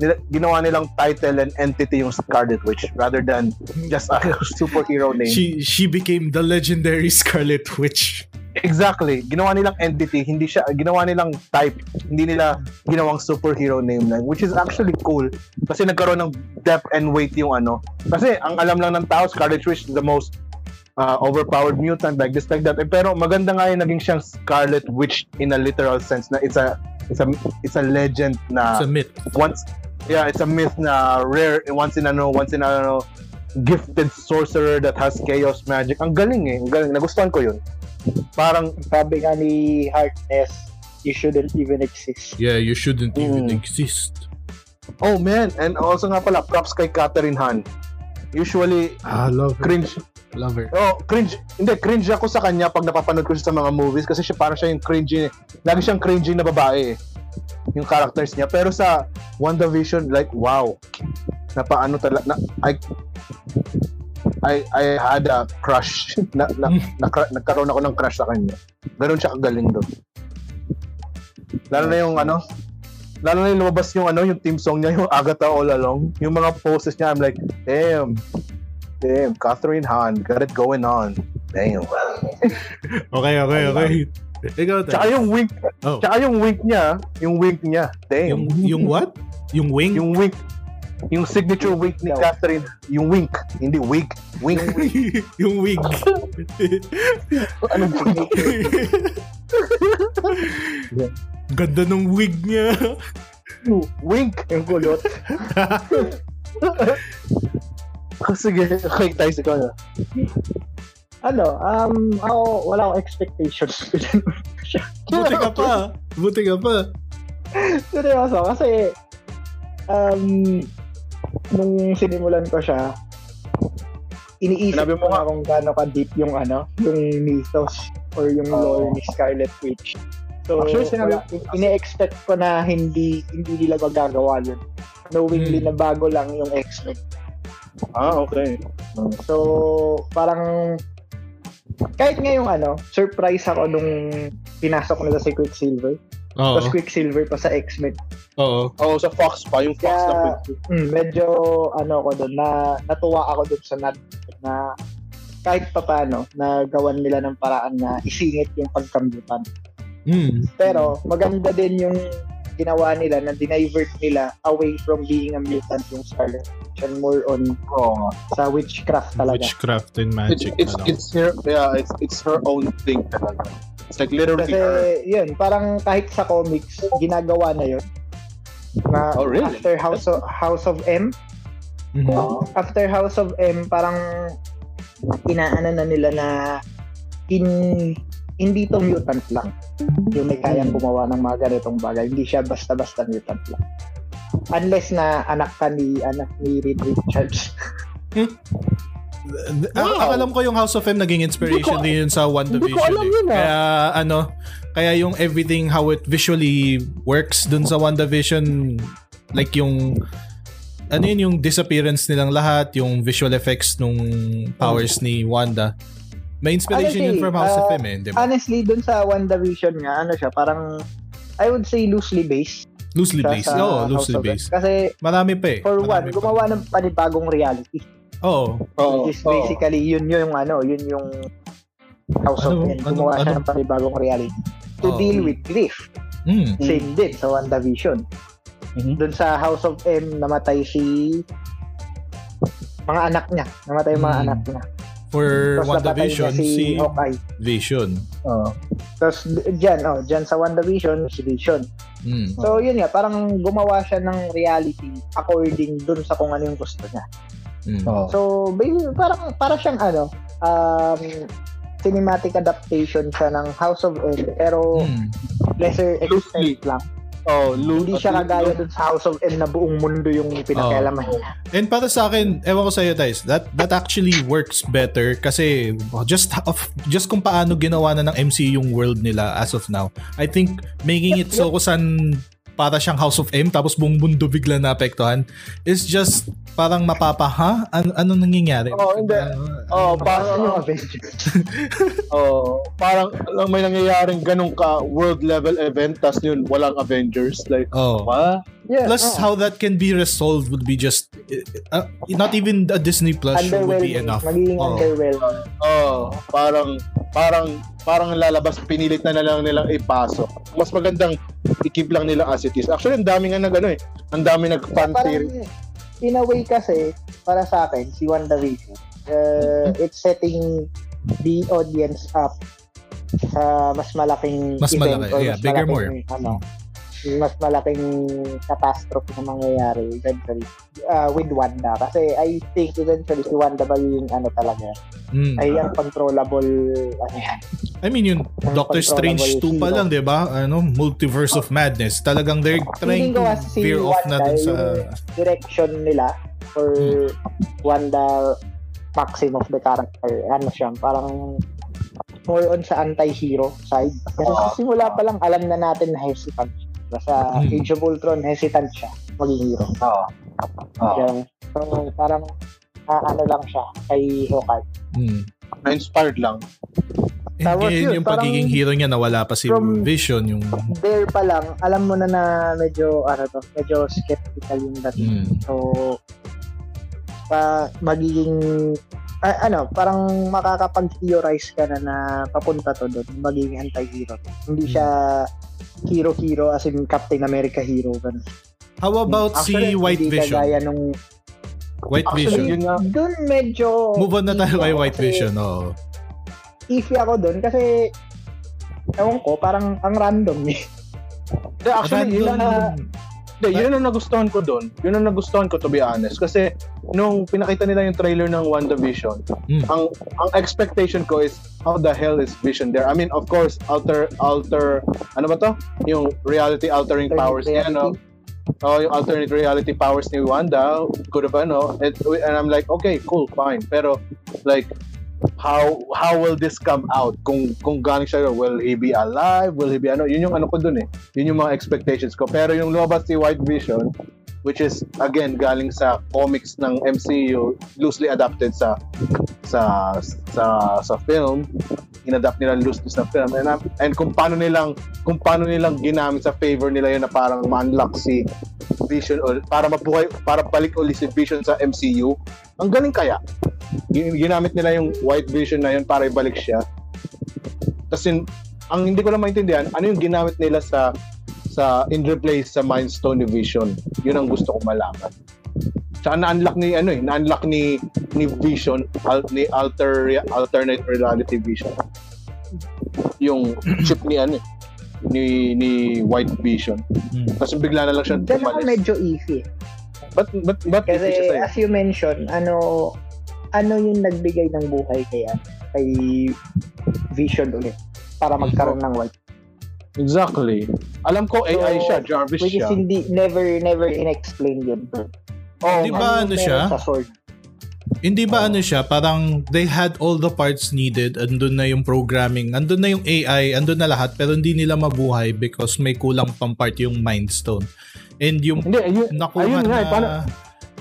[SPEAKER 2] Nila, ginawa nilang title and entity yung Scarlet Witch rather than just a superhero name.
[SPEAKER 1] She, she became the legendary Scarlet Witch.
[SPEAKER 2] Exactly. Ginawa nilang entity, hindi siya ginawa nilang type, hindi nila ginawang superhero name lang, which is actually cool kasi nagkaroon ng depth and weight yung ano. Kasi ang alam lang ng tao, Scarlet Witch is the most uh, overpowered mutant like this like that. Eh, pero maganda nga yung naging siyang Scarlet Witch in a literal sense na it's a it's a it's a legend na
[SPEAKER 1] It's a myth.
[SPEAKER 2] once yeah it's a myth na rare once in ano once in ano gifted sorcerer that has chaos magic ang galing eh ang galing nagustuhan ko yun parang
[SPEAKER 3] Sabi nga ni Harkness, you shouldn't even exist.
[SPEAKER 1] Yeah, you shouldn't even
[SPEAKER 2] Mm.
[SPEAKER 1] exist.
[SPEAKER 2] oh man and also nga pala props kay Catherine Han usually
[SPEAKER 1] Ah, love her.
[SPEAKER 2] cringe
[SPEAKER 1] Love her.
[SPEAKER 2] oh cringe hindi cringe ako sa kanya pag napapanood ko siya sa mga movies kasi siya parang siya yung cringy lagi siyang cringy na babae eh, yung characters niya pero sa WandaVision like wow napaano talaga na, I I I had a crush na, na, na, nagkaroon ako ng crush sa kanya ganun siya kagaling doon lalo na yung ano lalo na yung lumabas yung ano yung team song niya yung Agatha All Along yung mga poses niya I'm like damn damn Catherine Hahn got it going on damn
[SPEAKER 1] Okay, okay, okay. Ikaw, Tay.
[SPEAKER 2] tsaka yung wink
[SPEAKER 1] Oh.
[SPEAKER 2] tsaka yung ah. wink niya yung wink niya damn
[SPEAKER 1] Yung, yung what? Yung wing?
[SPEAKER 2] yung wink Yung signature wink ni Catherine, yung wink, hindi wig, wink.
[SPEAKER 1] yung wig.
[SPEAKER 2] Anong wink?
[SPEAKER 1] Ganda ng wig niya.
[SPEAKER 2] wink! Yung kulot.
[SPEAKER 4] Oh,
[SPEAKER 2] Sige, okay, tayo sa kanya.
[SPEAKER 3] Ano, um, ako, wala akong expectations.
[SPEAKER 1] Buti ka pa. Buti ka pa.
[SPEAKER 3] Seryoso, kasi, um, nung sinimulan ko siya, iniisip
[SPEAKER 2] Sinabi mo
[SPEAKER 3] ko
[SPEAKER 2] nga.
[SPEAKER 3] nga kung gaano ka deep yung ano, yung mythos or yung lore
[SPEAKER 2] Oo.
[SPEAKER 3] ni Scarlet Witch. So,
[SPEAKER 2] Actually, sinabi-
[SPEAKER 3] wala- ine-expect ko na hindi hindi nila magagawa yun. Knowingly
[SPEAKER 1] Hmm.
[SPEAKER 3] na bago lang yung X-Men.
[SPEAKER 2] Ah, okay.
[SPEAKER 3] So, parang kahit ngayong ano, surprise ako nung pinasok nila si Quicksilver.
[SPEAKER 1] Oo.
[SPEAKER 3] Tapos Quicksilver pa sa X-Men.
[SPEAKER 1] Oo.
[SPEAKER 2] Oo, Oh, sa Fox pa, yung Fox
[SPEAKER 3] Kaya-
[SPEAKER 2] na
[SPEAKER 3] Mm, medyo ano ko doon na natuwa ako doon sa nat na kahit papaano nagawan nila ng paraan na isingit yung pagkambipan.
[SPEAKER 1] Mm.
[SPEAKER 3] Pero maganda din yung ginawa nila na dinivert nila away from being a mutant yung Scarlet Witch and more on
[SPEAKER 2] Oo.
[SPEAKER 3] sa witchcraft talaga.
[SPEAKER 1] Witchcraft and
[SPEAKER 2] It's,
[SPEAKER 1] magic na
[SPEAKER 2] it's,
[SPEAKER 1] lang.
[SPEAKER 2] it's her, yeah, it's, it's her own thing talaga. It's like literally
[SPEAKER 3] Kasi
[SPEAKER 2] her.
[SPEAKER 3] yun, parang kahit sa comics ginagawa na yun. Na
[SPEAKER 2] Oh, really?
[SPEAKER 3] after House of, House of M,
[SPEAKER 1] Mhm.
[SPEAKER 3] after House of M, parang inaano na nila na in, hindi to mutant lang. Yung may kayang gumawa ng mga ganitong bagay. Hindi siya basta-basta mutant lang. Unless na anak ka ni, anak ni Reed Richards.
[SPEAKER 1] Th- Ang ang alam ko yung House of M naging inspiration din yun sa One
[SPEAKER 3] hindi ko alam
[SPEAKER 1] Division.
[SPEAKER 3] yun, ah.
[SPEAKER 1] Kaya ano, kaya yung everything how it visually works dun sa One Division like yung ano yun yung disappearance nilang lahat, yung visual effects nung powers ni Wanda. May inspiration
[SPEAKER 3] Ano,
[SPEAKER 1] yun
[SPEAKER 3] eh,
[SPEAKER 1] from House of M
[SPEAKER 3] ah,
[SPEAKER 1] eh, di ba?
[SPEAKER 3] Honestly, dun sa WandaVision nga, ano siya, parang I would say loosely based.
[SPEAKER 1] Loosely
[SPEAKER 3] siya
[SPEAKER 1] based.
[SPEAKER 3] sa
[SPEAKER 1] Oo,
[SPEAKER 3] House
[SPEAKER 1] loosely
[SPEAKER 3] of M.
[SPEAKER 1] based.
[SPEAKER 3] Kasi
[SPEAKER 1] Marami pa eh.
[SPEAKER 3] for one,
[SPEAKER 1] Marami pa.
[SPEAKER 3] gumawa ng panibagong reality.
[SPEAKER 1] Oo.
[SPEAKER 2] Oo,
[SPEAKER 3] Which is
[SPEAKER 2] oo.
[SPEAKER 3] basically yun yung ano, yun yung House
[SPEAKER 1] Ano,
[SPEAKER 3] of M.
[SPEAKER 1] ano,
[SPEAKER 3] Gumawa siya
[SPEAKER 1] ano?
[SPEAKER 3] ng panibagong reality. To
[SPEAKER 1] Oh.
[SPEAKER 3] deal with grief.
[SPEAKER 1] Mm. Mm-hmm.
[SPEAKER 2] Mm.
[SPEAKER 3] Same din sa WandaVision.
[SPEAKER 2] Mhm.
[SPEAKER 3] Doon sa House of M, namatay si mga anak niya. Namatay yung mga
[SPEAKER 1] Mm.
[SPEAKER 3] anak niya.
[SPEAKER 1] For
[SPEAKER 3] Tapos nabatay niya
[SPEAKER 1] WandaVision,
[SPEAKER 3] si Oh.
[SPEAKER 1] si
[SPEAKER 3] Hawkeye.
[SPEAKER 1] Vision.
[SPEAKER 2] Oo.
[SPEAKER 3] Tapos d- dyan, oh, dyan sa WandaVision, si Vision.
[SPEAKER 1] Mm.
[SPEAKER 3] So yun nga, parang gumawa siya ng reality according dun sa kung ano yung gusto niya.
[SPEAKER 1] Mm.
[SPEAKER 2] Oo.
[SPEAKER 3] So, ba- parang para siyang ano, um, cinematic adaptation siya ng House of M, pero
[SPEAKER 1] Mm.
[SPEAKER 3] lesser extent lang.
[SPEAKER 2] Oh, Lu-
[SPEAKER 3] Hindi siya kagaya dun sa House of M na buong mundo yung pinakialaman niya.
[SPEAKER 1] And para sa akin, ewan ko sa iyo guys, that that actually works better kasi just of, just kung paano ginawa na ng MCU yung world nila as of now. I think making it so kusan para siyang House of M tapos buong mundo bigla naapektuhan is just parang mapapaha an ano nangyayari?
[SPEAKER 2] Oo,
[SPEAKER 3] Oh,
[SPEAKER 2] hindi. Oo,
[SPEAKER 1] Oh.
[SPEAKER 3] Ano yung
[SPEAKER 2] Oh, parang,
[SPEAKER 3] Avengers?
[SPEAKER 2] oh, parang lang may nangyayaring ganun ka world level event tas yun walang Avengers like
[SPEAKER 1] Oh.
[SPEAKER 2] what?
[SPEAKER 3] Yeah,
[SPEAKER 1] Plus
[SPEAKER 3] oo.
[SPEAKER 1] how that can be resolved would be just uh, not even a Disney Plus show would be
[SPEAKER 3] underwhelming.
[SPEAKER 1] enough. Oh.
[SPEAKER 3] Magiging
[SPEAKER 1] Oo.
[SPEAKER 3] underwhelming.
[SPEAKER 2] Oh, parang parang parang lalabas pinilit na na lang nilang ipasok. Mas magandang i-keep lang nila as it is. Actually, ang dami nga nag ano eh. Ang dami nag fan
[SPEAKER 3] Parang,
[SPEAKER 2] theory.
[SPEAKER 3] in a way kasi, para sa akin, si WandaVision, uh,
[SPEAKER 1] Mm-hmm.
[SPEAKER 3] it's setting the audience up sa mas malaking
[SPEAKER 1] Mas
[SPEAKER 3] event
[SPEAKER 1] malaki,
[SPEAKER 3] or
[SPEAKER 1] yeah,
[SPEAKER 3] mas
[SPEAKER 1] bigger,
[SPEAKER 3] malaking, ano, mas malaking catastrophe na mangyayari eventually uh, with Wanda. Kasi I think eventually si Wanda ba yung ano talaga,
[SPEAKER 1] Mm.
[SPEAKER 3] ay ang controllable, ano yan,
[SPEAKER 1] I mean yun,
[SPEAKER 3] Ang
[SPEAKER 1] Doctor Strange 2
[SPEAKER 3] controllable
[SPEAKER 1] pa
[SPEAKER 3] hero.
[SPEAKER 1] lang, di ba? Ano, Multiverse of Madness. Talagang they're trying
[SPEAKER 3] Feeling ko
[SPEAKER 1] to
[SPEAKER 3] kasi si
[SPEAKER 1] veer off na
[SPEAKER 3] Wanda,
[SPEAKER 1] dun sa...
[SPEAKER 3] yung- direction nila for Wanda Maxim of the character. Ano siya, parang more on sa anti-hero side. Kasi sa simula pa lang, alam na natin na hesitant siya. Diba, Sa
[SPEAKER 1] Mm.
[SPEAKER 3] Age of Ultron, hesitant siya maging hero.
[SPEAKER 2] Oo. Oo.
[SPEAKER 3] Yeah. So, parang ah, ano lang siya kay Hawkeye.
[SPEAKER 1] Mm.
[SPEAKER 2] Na-inspired lang.
[SPEAKER 1] And
[SPEAKER 3] Tapos
[SPEAKER 1] ngayon,
[SPEAKER 3] yun,
[SPEAKER 1] Eh, yung pagiging
[SPEAKER 3] parang-
[SPEAKER 1] hero niya, nawala pa si
[SPEAKER 3] From-
[SPEAKER 1] Vision, yung...
[SPEAKER 3] There pa lang, alam mo na na medyo, ano to, medyo skeptical yung
[SPEAKER 1] Mm.
[SPEAKER 3] dating. So, pa, magiging, ah, ano, parang makakapag-theorize ka na na papunta to doon, magiging
[SPEAKER 1] Hmm.
[SPEAKER 3] anti-hero. Hindi siya hero-hero as in Captain America hero. Ganun.
[SPEAKER 1] How about
[SPEAKER 3] Hmm, Actually,
[SPEAKER 1] si White
[SPEAKER 3] hindi
[SPEAKER 1] Vision?
[SPEAKER 3] Kagaya nung,
[SPEAKER 1] White
[SPEAKER 3] actually,
[SPEAKER 1] Vision.
[SPEAKER 4] Yun nga.
[SPEAKER 3] dun medyo...
[SPEAKER 1] Move on na tayo
[SPEAKER 3] iffy
[SPEAKER 1] kay
[SPEAKER 3] ako
[SPEAKER 1] White
[SPEAKER 3] kasi
[SPEAKER 1] Vision. Oo.
[SPEAKER 3] Iffy ako dun kasi, ewan ko, parang ang random eh.
[SPEAKER 4] Hindi, actually, yun ang,
[SPEAKER 1] Random-
[SPEAKER 4] hindi, yun ang nagustuhan ko doon. Yun ang nagustuhan ko, to be honest. Kasi, nung pinakita nila yung trailer ng WandaVision,
[SPEAKER 2] Hmm.
[SPEAKER 1] Mm.
[SPEAKER 4] ang ang expectation ko is, how the hell is Vision there? I mean, of course, alter, alter, ano ba to? Yung reality-altering powers niya, no? Oh, yung alternate reality powers ni Wanda, could have ano, and, and I'm like, okay, cool, fine. Pero like how how will this come out? Kung kung galing siya, will he be alive? Will he be ano? Yun yung ano ko dun eh. Yun yung mga expectations ko. Pero yung lumabas si White Vision, which is again galing sa comics ng MCU, loosely adapted sa sa sa sa film, inadapt nila loosely sa film. And I'm- and kung paano nilang kung paano nilang ginamit sa favor nila yun na parang ma-unlock si Vision ul- para mabuhay para balik ulit si Vision sa MCU. Ang galing kaya. Gin- Ginamit nila yung White Vision na yun para ibalik siya. Tapos yun, ang hindi ko lang maintindihan, ano yung ginamit nila sa sa in replace sa Mind Stone ni Vision. Yun ang gusto ko malaman. Tsaka na-unlock ni ano eh, na-unlock ni ni Vision al, ni alter alternate reality Vision. Yung chip ni ano eh, ni ni White Vision.
[SPEAKER 1] Mm.
[SPEAKER 3] hmm.
[SPEAKER 4] Tapos bigla na lang siya
[SPEAKER 3] Diyan ako
[SPEAKER 4] umalis.
[SPEAKER 3] medyo eh. iffy.
[SPEAKER 4] Ba't, ba't, ba't
[SPEAKER 3] Kasi
[SPEAKER 4] issue siya sa'yo?
[SPEAKER 3] as you mentioned, ano ano yung nagbigay ng buhay kay ano, kay Vision ulit para magkaroon ng white.
[SPEAKER 4] Exactly. Alam ko AI siya, Jarvis
[SPEAKER 3] Which is
[SPEAKER 4] siya.
[SPEAKER 3] hindi never never inexplain yun.
[SPEAKER 4] Oh,
[SPEAKER 1] Di ba ano
[SPEAKER 3] yung
[SPEAKER 1] siya?
[SPEAKER 3] meron Sa sword.
[SPEAKER 1] Hindi ba
[SPEAKER 4] Oo.
[SPEAKER 1] ano siya, parang they had all the parts needed, andun na yung programming, andun na yung AI, andun na lahat, pero hindi nila mabuhay because may kulang pang part yung Mind Stone. And yung
[SPEAKER 4] hindi, ayun,
[SPEAKER 1] nakuha
[SPEAKER 4] ayun
[SPEAKER 1] na...
[SPEAKER 4] nga, eh, paano,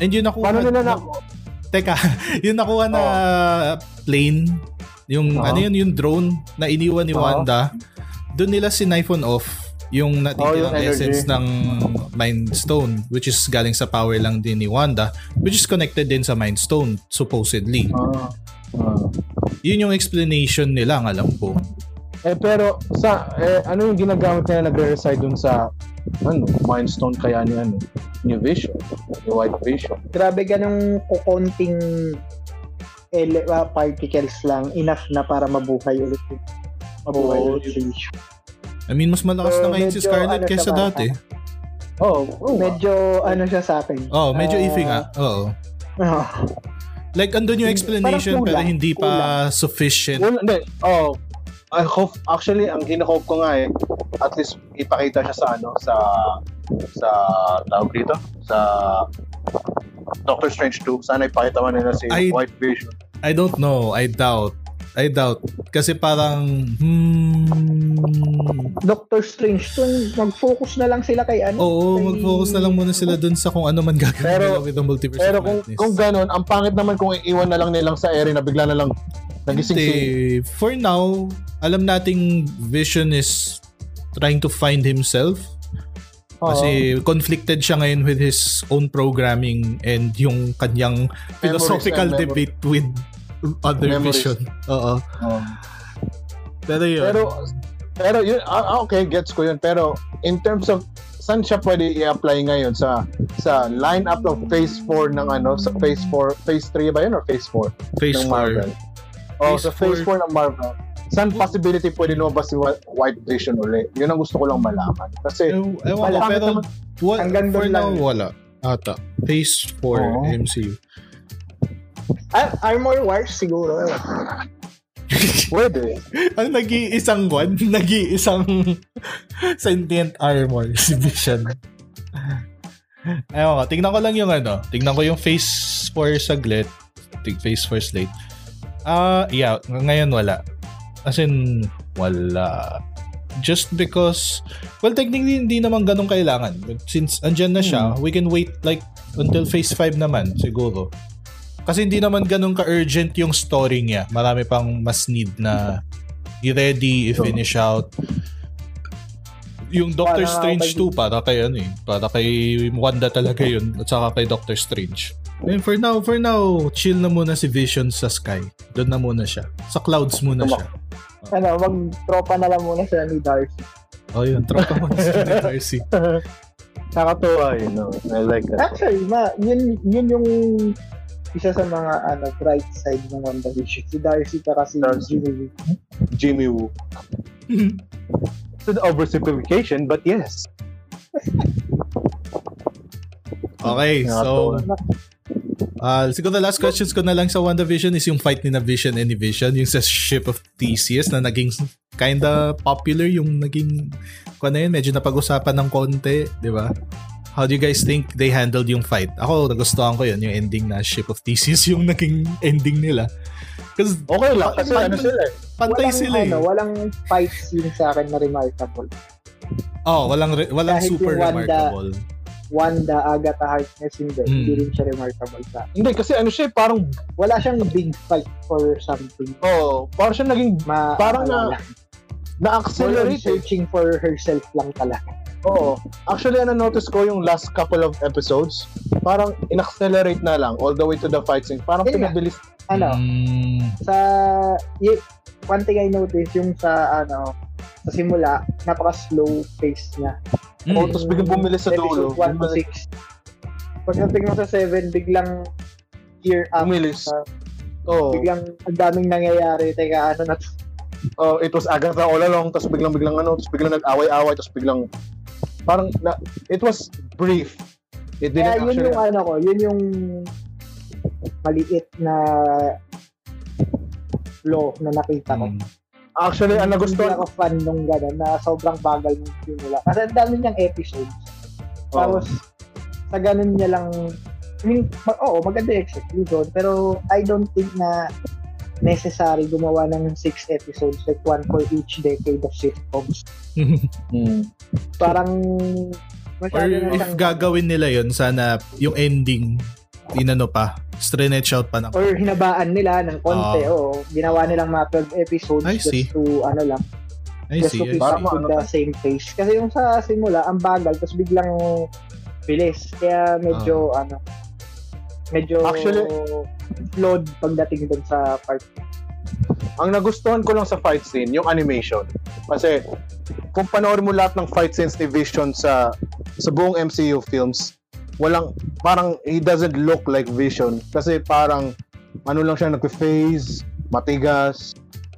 [SPEAKER 1] and yung nakuha
[SPEAKER 4] paano nila na,
[SPEAKER 1] Teka, yung nakuha na plane, yung
[SPEAKER 4] Oo.
[SPEAKER 1] ano yun, yung drone na iniwan ni
[SPEAKER 4] Oo.
[SPEAKER 1] Wanda, doon nila si off yung
[SPEAKER 4] Oo,
[SPEAKER 1] natitira
[SPEAKER 4] Oh, yung
[SPEAKER 1] ng
[SPEAKER 4] energy.
[SPEAKER 1] essence ng Mind Stone which is galing sa power lang din ni Wanda which is connected din sa Mind Stone supposedly.
[SPEAKER 4] Ah, ah.
[SPEAKER 1] Yun yung explanation nila ang alam ko.
[SPEAKER 4] eh pero sa eh, ano yung ginagamit nila nagre-reside dun sa ano, Mind Stone kaya ni ano, ni Vision, ni White Vision.
[SPEAKER 3] Grabe ganung kukonting ele- ah, particles lang enough na para mabuhay ulit. yun. Mabuhay
[SPEAKER 4] Oo.
[SPEAKER 3] ulit si Vision.
[SPEAKER 1] I mean, mas malakas
[SPEAKER 3] Pero
[SPEAKER 1] na ngayon si
[SPEAKER 3] medyo
[SPEAKER 1] Scarlett
[SPEAKER 3] ano
[SPEAKER 1] kaysa
[SPEAKER 3] siya ba?
[SPEAKER 1] dati.
[SPEAKER 4] Oh, oh,
[SPEAKER 3] Medyo ano siya sa akin.
[SPEAKER 1] Oh, medyo
[SPEAKER 3] Ah,
[SPEAKER 1] iffy nga. Oo.
[SPEAKER 3] ah.
[SPEAKER 1] Like, andun yung
[SPEAKER 3] Hindi,
[SPEAKER 1] explanation
[SPEAKER 3] parang
[SPEAKER 1] pero
[SPEAKER 3] kulang,
[SPEAKER 1] hindi pa sufficient.
[SPEAKER 4] Well, hindi. Oh, I hope actually ang hinahope ko nga eh at least ipakita siya sa ano sa sa tawag dito sa Doctor Strange 2 sana ipakita man nila si
[SPEAKER 1] I-
[SPEAKER 4] White Vision
[SPEAKER 1] I don't know. I doubt. I doubt. Kasi parang, hmm,
[SPEAKER 3] Doctor Strange to mag-focus na lang sila kay ano.
[SPEAKER 1] oo,
[SPEAKER 3] kay-
[SPEAKER 1] mag-focus na lang muna sila dun sa kung ano man gagawin
[SPEAKER 4] Pero-
[SPEAKER 1] nila with the multiverse
[SPEAKER 4] pero
[SPEAKER 1] of
[SPEAKER 4] kung
[SPEAKER 1] madness.
[SPEAKER 4] kung ganun ang pangit naman kung iiwan na lang nilang sa ere na bigla na lang nagising
[SPEAKER 1] Hindi.
[SPEAKER 4] si
[SPEAKER 1] For now, alam nating Vision is trying to find himself. Kasi conflicted siya ngayon with his own programming and yung kanyang philosophical
[SPEAKER 4] and memories.
[SPEAKER 1] debate with other
[SPEAKER 4] Memories.
[SPEAKER 1] vision. Oo.
[SPEAKER 4] Oo.
[SPEAKER 1] Pero yun.
[SPEAKER 4] pero pero yun ah, ah, okay gets ko yun pero in terms of saan siya pwede i-apply ngayon sa sa lineup of phase 4 ng ano sa phase 4 phase 3 ba yun or phase 4
[SPEAKER 1] phase 4.
[SPEAKER 4] ng Marvel. Oh,
[SPEAKER 1] Phase
[SPEAKER 4] sa Phase 4 ng Marvel. Saan possibility pwede lumabas si Wa- White Vision ulit? Yun ang gusto ko lang malaman. Kasi,
[SPEAKER 1] Ew- Eh, Ewan ko,
[SPEAKER 4] Wala.
[SPEAKER 1] pero wa-
[SPEAKER 3] Hanggang
[SPEAKER 1] for
[SPEAKER 3] doon
[SPEAKER 1] now,
[SPEAKER 3] lang.
[SPEAKER 1] wala. Ata. Phase 4
[SPEAKER 4] Oo.
[SPEAKER 1] MCU.
[SPEAKER 3] Ah, Armor Wars siguro. eh.
[SPEAKER 4] pwede.
[SPEAKER 1] Ang nag-iisang buwan, nag-iisang sentient armor si Vision. Ewan ko, tingnan ko lang yung ano, tingnan ko yung phase 4 saglit, Tig phase 4 slate. Ah, yeah, ng- ngayon wala. As in, wala. Just because, well, technically, hindi naman ganun kailangan. But since andyan na siya, we can wait like until phase 5 naman, siguro. Kasi hindi naman ganun ka-urgent yung story niya. Marami pang mas need na i-ready, i-finish out. Yung Doctor
[SPEAKER 3] Para
[SPEAKER 1] Strange 2, para
[SPEAKER 3] pag-
[SPEAKER 1] kay ano eh. Para kay Wanda talaga yun. At saka kay Doctor Strange. And for now, for now, chill na muna si Vision sa sky. Doon na muna siya. Sa clouds muna
[SPEAKER 4] Tama.
[SPEAKER 1] siya.
[SPEAKER 3] ano, mag-tropa na lang muna sila ni Darcy.
[SPEAKER 1] Oh, yun. Tropa mo na si Darcy.
[SPEAKER 2] Nakakatuwa yun. No? I like that.
[SPEAKER 3] Actually, ma, yun, yun yung isa sa mga ano, bright side ng WandaVision. Si Darcy pa kasi yung
[SPEAKER 2] Darcy.
[SPEAKER 3] Jimmy Woo.
[SPEAKER 2] Jimmy Woo. It's an
[SPEAKER 4] oh.
[SPEAKER 2] oversimplification, but yes.
[SPEAKER 1] Okay, so
[SPEAKER 2] Nakakatuwa.
[SPEAKER 1] uh, siguro the last questions ko na lang sa WandaVision is yung fight ni na Vision and ni Vision, yung sa Ship of Theseus na naging kinda popular, yung naging, kung ano yun, medyo napag-usapan ng konti, di ba? How do you guys think they handled yung fight? Ako, nagustuhan ko yun, yung ending na Ship of Theseus, yung naging ending nila. Kasi
[SPEAKER 2] Okay lang. Kasi ano sila eh.
[SPEAKER 1] pantay
[SPEAKER 3] walang,
[SPEAKER 1] sila eh.
[SPEAKER 3] Ano, walang fight scene sa akin na remarkable.
[SPEAKER 1] Oh, walang re- walang
[SPEAKER 3] Kahit
[SPEAKER 1] super
[SPEAKER 3] yung Wanda-
[SPEAKER 1] remarkable.
[SPEAKER 3] Wanda, Agatha, Harkness, hindi.
[SPEAKER 1] Mm.
[SPEAKER 3] Hindi rin siya remarkable sa
[SPEAKER 2] Hindi, kasi ano siya eh, parang,
[SPEAKER 3] Wala siyang big fight or something.
[SPEAKER 2] oh, parang siya naging
[SPEAKER 3] Ma
[SPEAKER 2] Parang
[SPEAKER 3] wala. More
[SPEAKER 2] na-
[SPEAKER 3] on
[SPEAKER 2] na-accelerate eh.
[SPEAKER 3] searching for herself lang talaga.
[SPEAKER 2] Oo. Actually, ano notice ko yung last couple of episodes, parang in-accelerate na lang all the way to the fight scene. Parang
[SPEAKER 3] Yun nga.
[SPEAKER 2] pinabilis.
[SPEAKER 3] Ano,
[SPEAKER 1] Mm,
[SPEAKER 3] sa y- one thing I noticed yung sa ano sa simula napaka slow pace niya.
[SPEAKER 1] mm.
[SPEAKER 2] Oh, tapos biglang bumilis sa dulo.
[SPEAKER 3] Episode 1 to 6. Pagdating mo sa 7 biglang gear up.
[SPEAKER 2] Bumilis.
[SPEAKER 3] Ah,
[SPEAKER 2] Oo.
[SPEAKER 3] Biglang ang daming nangyayari. Teka, ano na to?
[SPEAKER 2] Oh, it was Agatha all along, tapos biglang-biglang ano, tapos biglang nag-away-away, tapos biglang parang na, it was brief. It
[SPEAKER 3] Kaya
[SPEAKER 2] didn't
[SPEAKER 3] yun
[SPEAKER 2] actually,
[SPEAKER 3] yung ano ko, yun yung maliit na flow na nakita ko.
[SPEAKER 1] Mm.
[SPEAKER 2] actually, ang nagustuhan
[SPEAKER 3] Hindi ako fan nung gano'n na sobrang bagal ng simula. Kasi ang dami niyang episodes.
[SPEAKER 2] Oo.
[SPEAKER 3] Tapos, sa ganun niya lang, I mean, ma- oo, maganda yung execution, pero I don't think na necessary gumawa ng six episodes, like one for each decade of sitcoms.
[SPEAKER 1] Mm.
[SPEAKER 3] Parang,
[SPEAKER 1] Or
[SPEAKER 3] masyado na
[SPEAKER 1] if
[SPEAKER 3] siyang-
[SPEAKER 1] gagawin nila yun, sana yung ending, inano pa, stretch out pa ng...
[SPEAKER 3] or hinabaan nila ng konti, oo. Ginawa nilang mga 12 episodes
[SPEAKER 1] Ah. I see.
[SPEAKER 3] just to, ano lang,
[SPEAKER 1] I
[SPEAKER 3] just
[SPEAKER 1] see,
[SPEAKER 3] to
[SPEAKER 1] I
[SPEAKER 3] keep
[SPEAKER 1] see.
[SPEAKER 3] up
[SPEAKER 2] Parang
[SPEAKER 3] with
[SPEAKER 2] ano
[SPEAKER 3] the
[SPEAKER 2] pa.
[SPEAKER 3] same pace. Kasi yung sa simula, ang bagal, tapos biglang bilis. Kaya medyo,
[SPEAKER 1] Ah.
[SPEAKER 3] ano, medyo
[SPEAKER 2] Actually-
[SPEAKER 3] flawed pagdating dun sa part.
[SPEAKER 2] ang nagustuhan ko lang sa fight scene, yung animation. Kasi, kung panoorin mo lahat ng fight scenes ni Vision sa, sa buong MCU films, walang, parang, he doesn't look like Vision. Kasi parang, ano lang siya, nagpe-phase, matigas,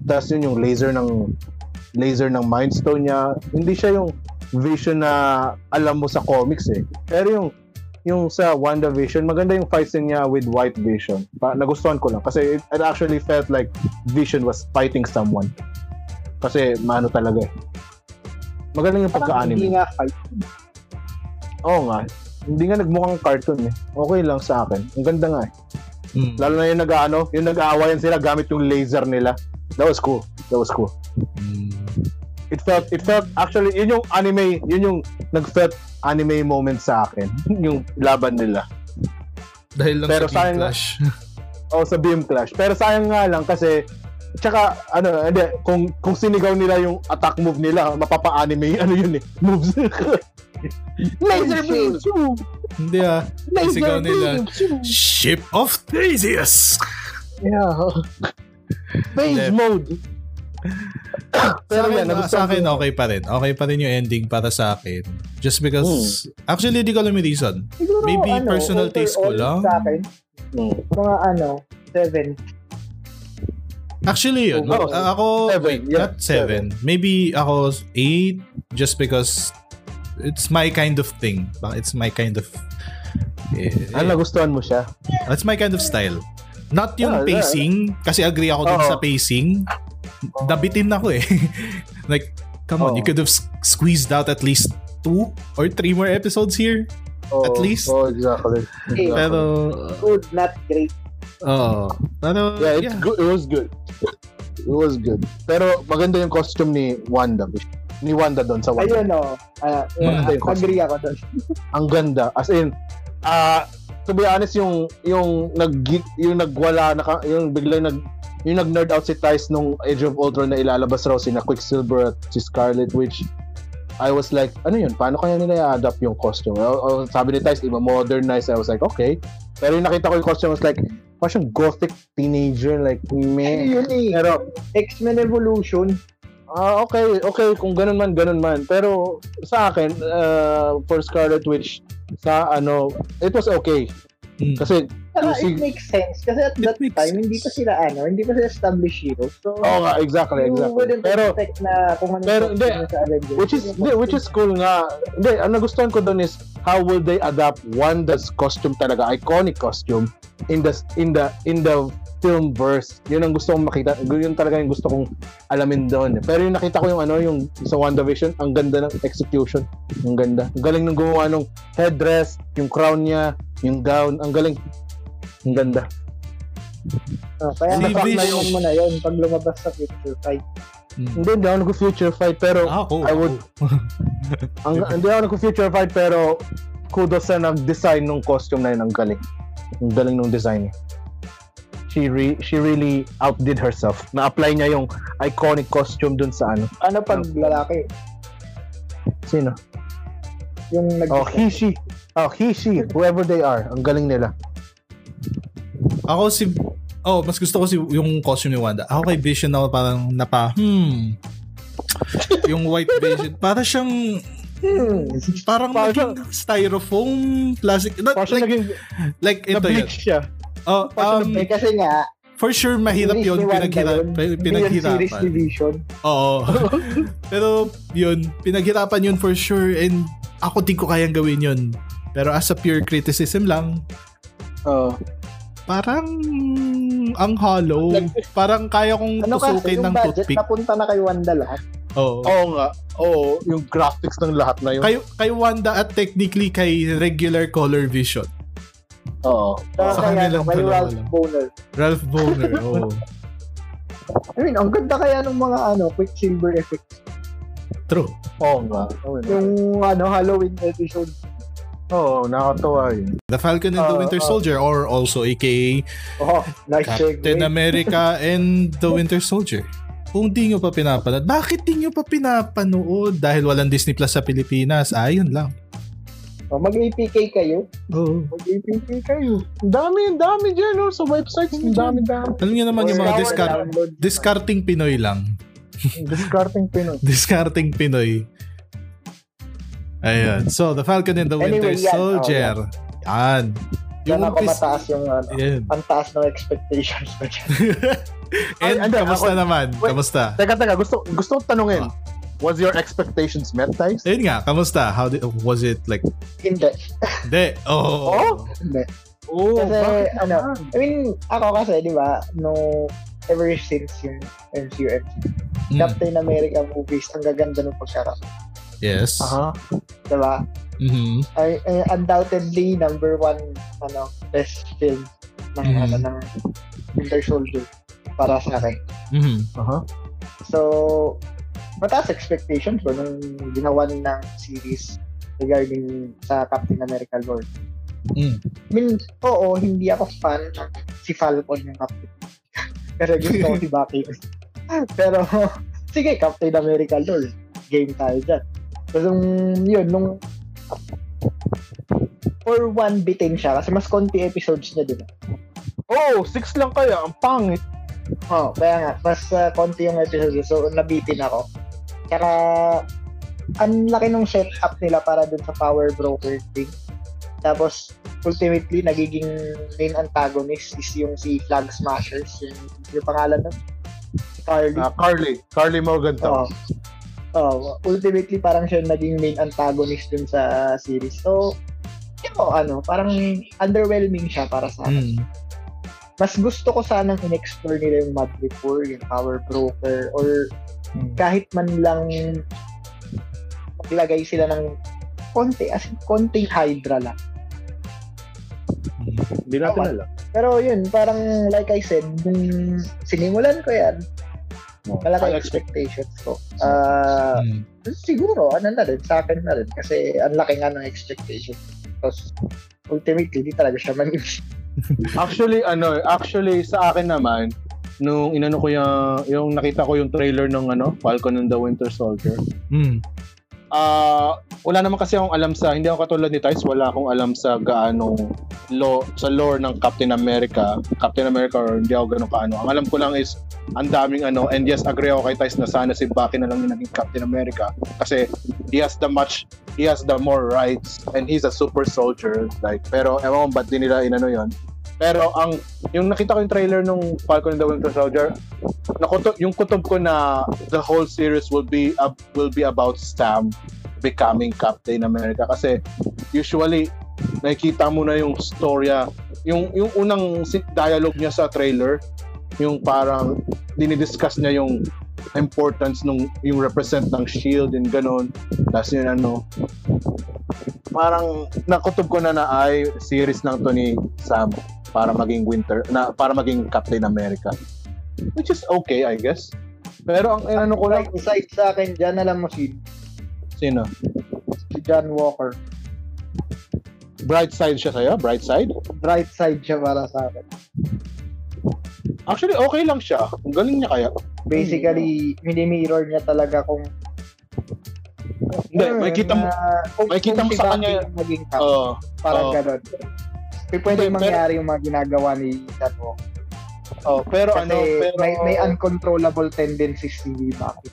[SPEAKER 2] tapos yun yung laser ng, laser ng Mind Stone niya. Hindi siya yung Vision na alam mo sa comics eh. Pero yung, yung sa WandaVision, maganda yung fight scene niya with White Vision. Pa, nagustuhan ko lang. Kasi it, it actually felt like Vision was fighting someone. Kasi maano talaga eh. Magaling yung
[SPEAKER 3] Parang hindi
[SPEAKER 2] pagka-anime.
[SPEAKER 3] nga fight.
[SPEAKER 2] Oo nga. Hindi nga nagmukhang cartoon eh. Okay lang sa akin. Ang ganda nga eh.
[SPEAKER 1] Mm.
[SPEAKER 2] Lalo na yung nag-ano, yung nag-aawayan sila gamit yung laser nila. That was cool. That was cool.
[SPEAKER 1] Mm.
[SPEAKER 2] It felt, it felt, actually, yun yung anime, yun yung nag-felt anime moment sa akin. yung laban nila.
[SPEAKER 1] Dahil lang
[SPEAKER 2] Pero
[SPEAKER 1] sa King
[SPEAKER 2] sayang-
[SPEAKER 1] Clash.
[SPEAKER 2] O Oh, sa Beam Clash. Pero sayang nga lang kasi tsaka ano, hindi, kung kung sinigaw nila yung attack move nila, mapapa-anime ano yun eh, moves. Laser beam. shoo!
[SPEAKER 1] Hindi ah. Yung sigaw
[SPEAKER 2] Laser
[SPEAKER 1] nila,
[SPEAKER 2] beam. shoo!
[SPEAKER 1] Ship of Theseus!
[SPEAKER 2] Yeah. Phase
[SPEAKER 1] Hindi.
[SPEAKER 2] mode.
[SPEAKER 1] Pero sa akin,
[SPEAKER 2] yan, nagustuhan
[SPEAKER 1] sa akin
[SPEAKER 2] ko-
[SPEAKER 1] okay pa rin. Okay pa rin yung ending para sa akin. Just because,
[SPEAKER 2] Hmm.
[SPEAKER 1] actually, di ko alam yung reason.
[SPEAKER 3] Siguro,
[SPEAKER 1] Maybe
[SPEAKER 3] ano,
[SPEAKER 1] personal taste ko lang.
[SPEAKER 3] overall Sa akin,
[SPEAKER 2] Mm.
[SPEAKER 3] mga ano, 7.
[SPEAKER 1] Actually, yun.
[SPEAKER 2] Oo,
[SPEAKER 1] A- ako,
[SPEAKER 2] Oh, seven,
[SPEAKER 1] wait,
[SPEAKER 2] yeah,
[SPEAKER 1] not seven. Maybe ako eight just because it's my kind of thing. Ba- It's my kind of... Eh,
[SPEAKER 2] Ah, nagustuhan mo siya.
[SPEAKER 1] That's my kind of style. Not yung
[SPEAKER 2] Yeah, yeah.
[SPEAKER 1] pacing, kasi agree ako dun
[SPEAKER 2] Oo.
[SPEAKER 1] sa pacing. Dabitin ako eh. like, come on,
[SPEAKER 2] Oo.
[SPEAKER 1] you could have s- squeezed out at least two or three more episodes here.
[SPEAKER 2] Oo,
[SPEAKER 1] At least.
[SPEAKER 2] Oh, exactly.
[SPEAKER 3] Eh,
[SPEAKER 2] Exactly.
[SPEAKER 1] Pero,
[SPEAKER 3] Good, not great.
[SPEAKER 1] oo. Pero,
[SPEAKER 2] yeah, it's
[SPEAKER 1] yeah.
[SPEAKER 2] good. It was good. It was good. Pero maganda yung costume ni Wanda. Ni Wanda doon sa Wanda.
[SPEAKER 3] Ayun, o. Uh,
[SPEAKER 1] Maganda
[SPEAKER 2] yung
[SPEAKER 3] agree ako doon.
[SPEAKER 2] ang ganda as in ah to be honest yung yung nag yung nagwala na ka- yung biglang nag yung nag nerd out si Tice nung Age of Ultron na ilalabas raw si na Quicksilver at si Scarlet Witch I was like ano yun paano kaya nila i-adapt yung costume O- o, sabi ni Tice iba modernize I was like okay pero yung nakita ko yung costume I was like parang siyang gothic teenager like meh
[SPEAKER 3] Yun eh.
[SPEAKER 2] Hmm. pero
[SPEAKER 3] X-Men Evolution.
[SPEAKER 2] Ah, okay, okay, kung ganun man, ganun man. Pero sa akin, uh, for Scarlet Witch, sa ano, it was okay.
[SPEAKER 1] Mm.
[SPEAKER 2] Kasi,
[SPEAKER 3] Pero
[SPEAKER 2] Kasi-
[SPEAKER 3] it makes sense. Kasi at
[SPEAKER 1] It
[SPEAKER 3] that
[SPEAKER 1] makes
[SPEAKER 3] time, hindi pa
[SPEAKER 1] sense.
[SPEAKER 3] sila ano, hindi pa sila established heroes. So,
[SPEAKER 2] oo nga, exactly,
[SPEAKER 3] you
[SPEAKER 2] exactly.
[SPEAKER 3] wouldn't
[SPEAKER 2] Pero,
[SPEAKER 3] expect na kung ano
[SPEAKER 2] pero
[SPEAKER 3] yung
[SPEAKER 2] hindi.
[SPEAKER 3] sa Avengers.
[SPEAKER 2] which is, hindi, which is cool nga. Hindi, ang nagustuhan ko doon is, how will they adapt Wanda's costume talaga, iconic costume, in the, in the, in the film verse. Yun ang gusto kong makita. Yun talaga yung gusto kong alamin doon. Pero yung nakita ko yung ano, yung sa WandaVision, ang ganda ng execution. Ang ganda. Ang galing ng gumawa ng headdress, yung crown niya, yung gown. Ang galing. Ang ganda.
[SPEAKER 3] Oh, kaya
[SPEAKER 1] Si
[SPEAKER 3] napak na
[SPEAKER 1] Vision.
[SPEAKER 3] yun mo na yun pag lumabas sa future fight.
[SPEAKER 1] Mm.
[SPEAKER 2] Hindi, hindi ako nag-future fight, pero
[SPEAKER 1] Ah, Ako,
[SPEAKER 2] I would- ang, hindi ako nag-future fight, pero kudos sa nag-design ng costume na yun. Ang galing. Ang galing ng design niya. She, re- she really outdid herself. Na-apply niya yung iconic costume dun sa ano.
[SPEAKER 3] Ano pag lalaki?
[SPEAKER 2] Sino?
[SPEAKER 3] Yung nag-
[SPEAKER 2] Oh, he, she. Oh, he, she. Whoever they are. Ang galing nila.
[SPEAKER 1] Ako si Oh, mas gusto ko si yung costume ni Wanda. Ako kay Vision ako parang napa hmm. yung white Vision, para siyang
[SPEAKER 3] Hmm.
[SPEAKER 1] parang
[SPEAKER 2] Parang
[SPEAKER 1] naging styrofoam plastic not,
[SPEAKER 2] Parang siya
[SPEAKER 1] like,
[SPEAKER 2] naging
[SPEAKER 1] like ito yun.
[SPEAKER 2] na-bleach siya.
[SPEAKER 1] Oh,
[SPEAKER 2] parang
[SPEAKER 1] um,
[SPEAKER 3] Eh, kasi nga,
[SPEAKER 1] for sure mahirap
[SPEAKER 3] series
[SPEAKER 1] yun
[SPEAKER 3] ni Wanda
[SPEAKER 1] pinaghirap,
[SPEAKER 3] yun. Hindi yun series ni
[SPEAKER 1] pinaghirapan.
[SPEAKER 3] Vision.
[SPEAKER 1] Oo. Pero yun, pinaghirapan yun for sure and ako di ko kayang gawin yun. Pero as a pure criticism lang,
[SPEAKER 2] Oh.
[SPEAKER 1] parang ang hollow. Parang kaya kong
[SPEAKER 3] Ano kasi
[SPEAKER 1] tusukin
[SPEAKER 3] yung
[SPEAKER 1] ng
[SPEAKER 3] budget,
[SPEAKER 1] toothpick.
[SPEAKER 3] napunta na kay Wanda lahat.
[SPEAKER 1] Oo.
[SPEAKER 2] Oo nga. Oo, yung graphics ng lahat na yun.
[SPEAKER 1] Kay, kay Wanda at technically kay regular color vision.
[SPEAKER 2] Oo.
[SPEAKER 3] Saka
[SPEAKER 1] Sa
[SPEAKER 3] kaya
[SPEAKER 1] kanilang
[SPEAKER 3] kay
[SPEAKER 1] dalawa
[SPEAKER 3] Ralph
[SPEAKER 1] lang.
[SPEAKER 3] Boner.
[SPEAKER 1] Ralph Boner. Oo.
[SPEAKER 3] I mean, ang ganda kaya ng mga ano, Quicksilver effects.
[SPEAKER 1] True.
[SPEAKER 2] Oo nga. Oo, nga.
[SPEAKER 3] Yung ano, Halloween episode.
[SPEAKER 2] Oo, nakakatawa yun.
[SPEAKER 1] The Falcon and the
[SPEAKER 3] Oo,
[SPEAKER 1] Winter
[SPEAKER 3] oo.
[SPEAKER 1] Soldier or also aka
[SPEAKER 3] Ah, Oh, nice segue.
[SPEAKER 1] Captain America and the Winter Soldier. Kung di nyo pa pinapanood, bakit di nyo pa pinapanood? Dahil walang Disney Plus sa Pilipinas. Ayun lang.
[SPEAKER 3] Oh, Mag-APK kayo.
[SPEAKER 1] Oo.
[SPEAKER 3] Mag-APK kayo.
[SPEAKER 2] Ang dami, ang dami dyan, no? Sa websites, ang dami, dami.
[SPEAKER 1] Alam nyo naman yung mga
[SPEAKER 3] Or
[SPEAKER 1] discard,
[SPEAKER 3] download.
[SPEAKER 1] discarding Pinoy lang.
[SPEAKER 2] Discarding Pinoy.
[SPEAKER 1] Discarding Pinoy. Ayun. So, The Falcon and the Winter
[SPEAKER 3] Anyway, yan. Oo,
[SPEAKER 1] Soldier. Yan.
[SPEAKER 3] Yan ako
[SPEAKER 1] umpis-
[SPEAKER 3] mataas yung ano.
[SPEAKER 1] Yan.
[SPEAKER 3] Ang taas ng expectations ko dyan.
[SPEAKER 1] And
[SPEAKER 2] Ay, ando,
[SPEAKER 3] ano,
[SPEAKER 1] kamusta
[SPEAKER 2] ako-
[SPEAKER 1] naman?
[SPEAKER 2] wait.
[SPEAKER 1] Kamusta?
[SPEAKER 2] Teka, teka, gusto, gusto kong tanungin. Was your expectations met, Times?
[SPEAKER 1] Ayun nga, kamusta? How did, was it like,
[SPEAKER 3] Hindi.
[SPEAKER 1] hindi,
[SPEAKER 2] Oh?
[SPEAKER 1] oh.
[SPEAKER 3] Hindi.
[SPEAKER 2] Oo,
[SPEAKER 3] Kasi,
[SPEAKER 2] Oh, bakit
[SPEAKER 3] ano,
[SPEAKER 2] naman?
[SPEAKER 3] I mean, ako kasi, di ba, no, ever since yung MCU,
[SPEAKER 1] Mm,
[SPEAKER 2] Hmm.
[SPEAKER 3] Captain America movies, ang gaganda ng pagkakaroon.
[SPEAKER 1] yes.
[SPEAKER 2] Aha.
[SPEAKER 3] Di ba?
[SPEAKER 1] Mhm.
[SPEAKER 3] ay, ay, undoubtedly number one ano best film ng
[SPEAKER 2] Hmm.
[SPEAKER 1] Mhm.
[SPEAKER 3] ano ng Winter Soldier para sa akin.
[SPEAKER 1] Mhm.
[SPEAKER 2] Aha.
[SPEAKER 3] So mataas expectations ko nung ginawa ng series regarding sa Captain America Lord.
[SPEAKER 1] Mm.
[SPEAKER 3] I mean, oo, hindi ako fan ng si Falcon yung Captain. Pero gusto ko si Bucky. Pero, sige, Captain America Lord. Game tayo dyan. So, nung, yun, nung for one bitin siya kasi mas konti episodes niya, di ba?
[SPEAKER 2] Oh, six lang kaya. Ang pangit.
[SPEAKER 3] Oo, Oh, kaya nga, mas uh, konti yung episodes niya. So, nabitin ako. Kaya, ang laki nung setup nila para dun sa power broker thing. Tapos, ultimately, nagiging main antagonist is yung si Flag Smashers, yung, yung pangalan nun. Carly.
[SPEAKER 2] Ah, Carly. Carly Morgan
[SPEAKER 3] Oo.
[SPEAKER 2] to.
[SPEAKER 3] Oo, ultimately parang siya yung naging main antagonist dun sa series. So, yun mo, ano, parang underwhelming siya para sa
[SPEAKER 1] Mm.
[SPEAKER 3] akin. Mas gusto ko sanang in-explore nila yung Mad Before, yung Power Broker, or
[SPEAKER 2] Hmm.
[SPEAKER 3] kahit man lang maglagay sila ng konti, as in konting Hydra lang.
[SPEAKER 2] Hindi natin alam.
[SPEAKER 3] Pero yun, parang like I said, nung sinimulan ko yan,
[SPEAKER 2] Hmm.
[SPEAKER 3] malaki expectations ko. Ah,
[SPEAKER 1] Mm.
[SPEAKER 3] siguro, ano na rin, sa akin na rin. Kasi ang laki nga ng expectation. Tapos, ultimately, di talaga siya man
[SPEAKER 2] Actually, ano, actually, sa akin naman, nung inano ko yung, yung nakita ko yung trailer ng ano, Falcon and the Winter Soldier,
[SPEAKER 1] Mm.
[SPEAKER 2] Ah, wala naman kasi akong alam sa hindi ako katulad ni Tice, wala akong alam sa gaano law sa lore ng Captain America, Captain America or hindi ako ganun kaano. Ang alam ko lang is ang daming ano and yes agree ako kay Tice na sana si Baki na lang yung naging Captain America kasi he has the much he has the more rights and he's a super soldier like pero ewan ko ba't din nila inano yon pero ang yung nakita ko yung trailer nung Falcon and the Winter Soldier nakuto, yung kutob ko na the whole series will be ab- will be about Sam becoming Captain America kasi usually nakikita mo na yung storya yung yung unang si- dialogue niya sa trailer yung parang dinidiscuss niya yung importance nung yung represent ng shield E and ganun tapos yun ano parang nakutob ko na na ay series ng to ni Sam para maging winter na para maging Captain America which is okay I guess pero ang ang ano ko lang
[SPEAKER 3] Like, aside sa akin, dyan alam mo si,
[SPEAKER 2] sino
[SPEAKER 3] si John Walker.
[SPEAKER 2] bright side siya sa'yo bright side
[SPEAKER 3] Bright side siya para sa akin.
[SPEAKER 2] actually okay lang siya ang galing niya kaya
[SPEAKER 3] Basically, minimirror niya talaga kung
[SPEAKER 2] Hindi, makikita mo-
[SPEAKER 3] kung,
[SPEAKER 2] makikita
[SPEAKER 3] kung
[SPEAKER 2] mo
[SPEAKER 3] si
[SPEAKER 2] sa
[SPEAKER 3] Bucky
[SPEAKER 2] kanya-
[SPEAKER 3] yung maging cap,
[SPEAKER 2] oo
[SPEAKER 3] parang
[SPEAKER 2] oo.
[SPEAKER 3] ganun. Kaya pwede
[SPEAKER 2] Hindi, pero-
[SPEAKER 3] mangyari yung mga ginagawa ni John Walker.
[SPEAKER 2] oh, pero
[SPEAKER 3] Kasi
[SPEAKER 2] ano pero
[SPEAKER 3] may, may uncontrollable tendencies si Bucky.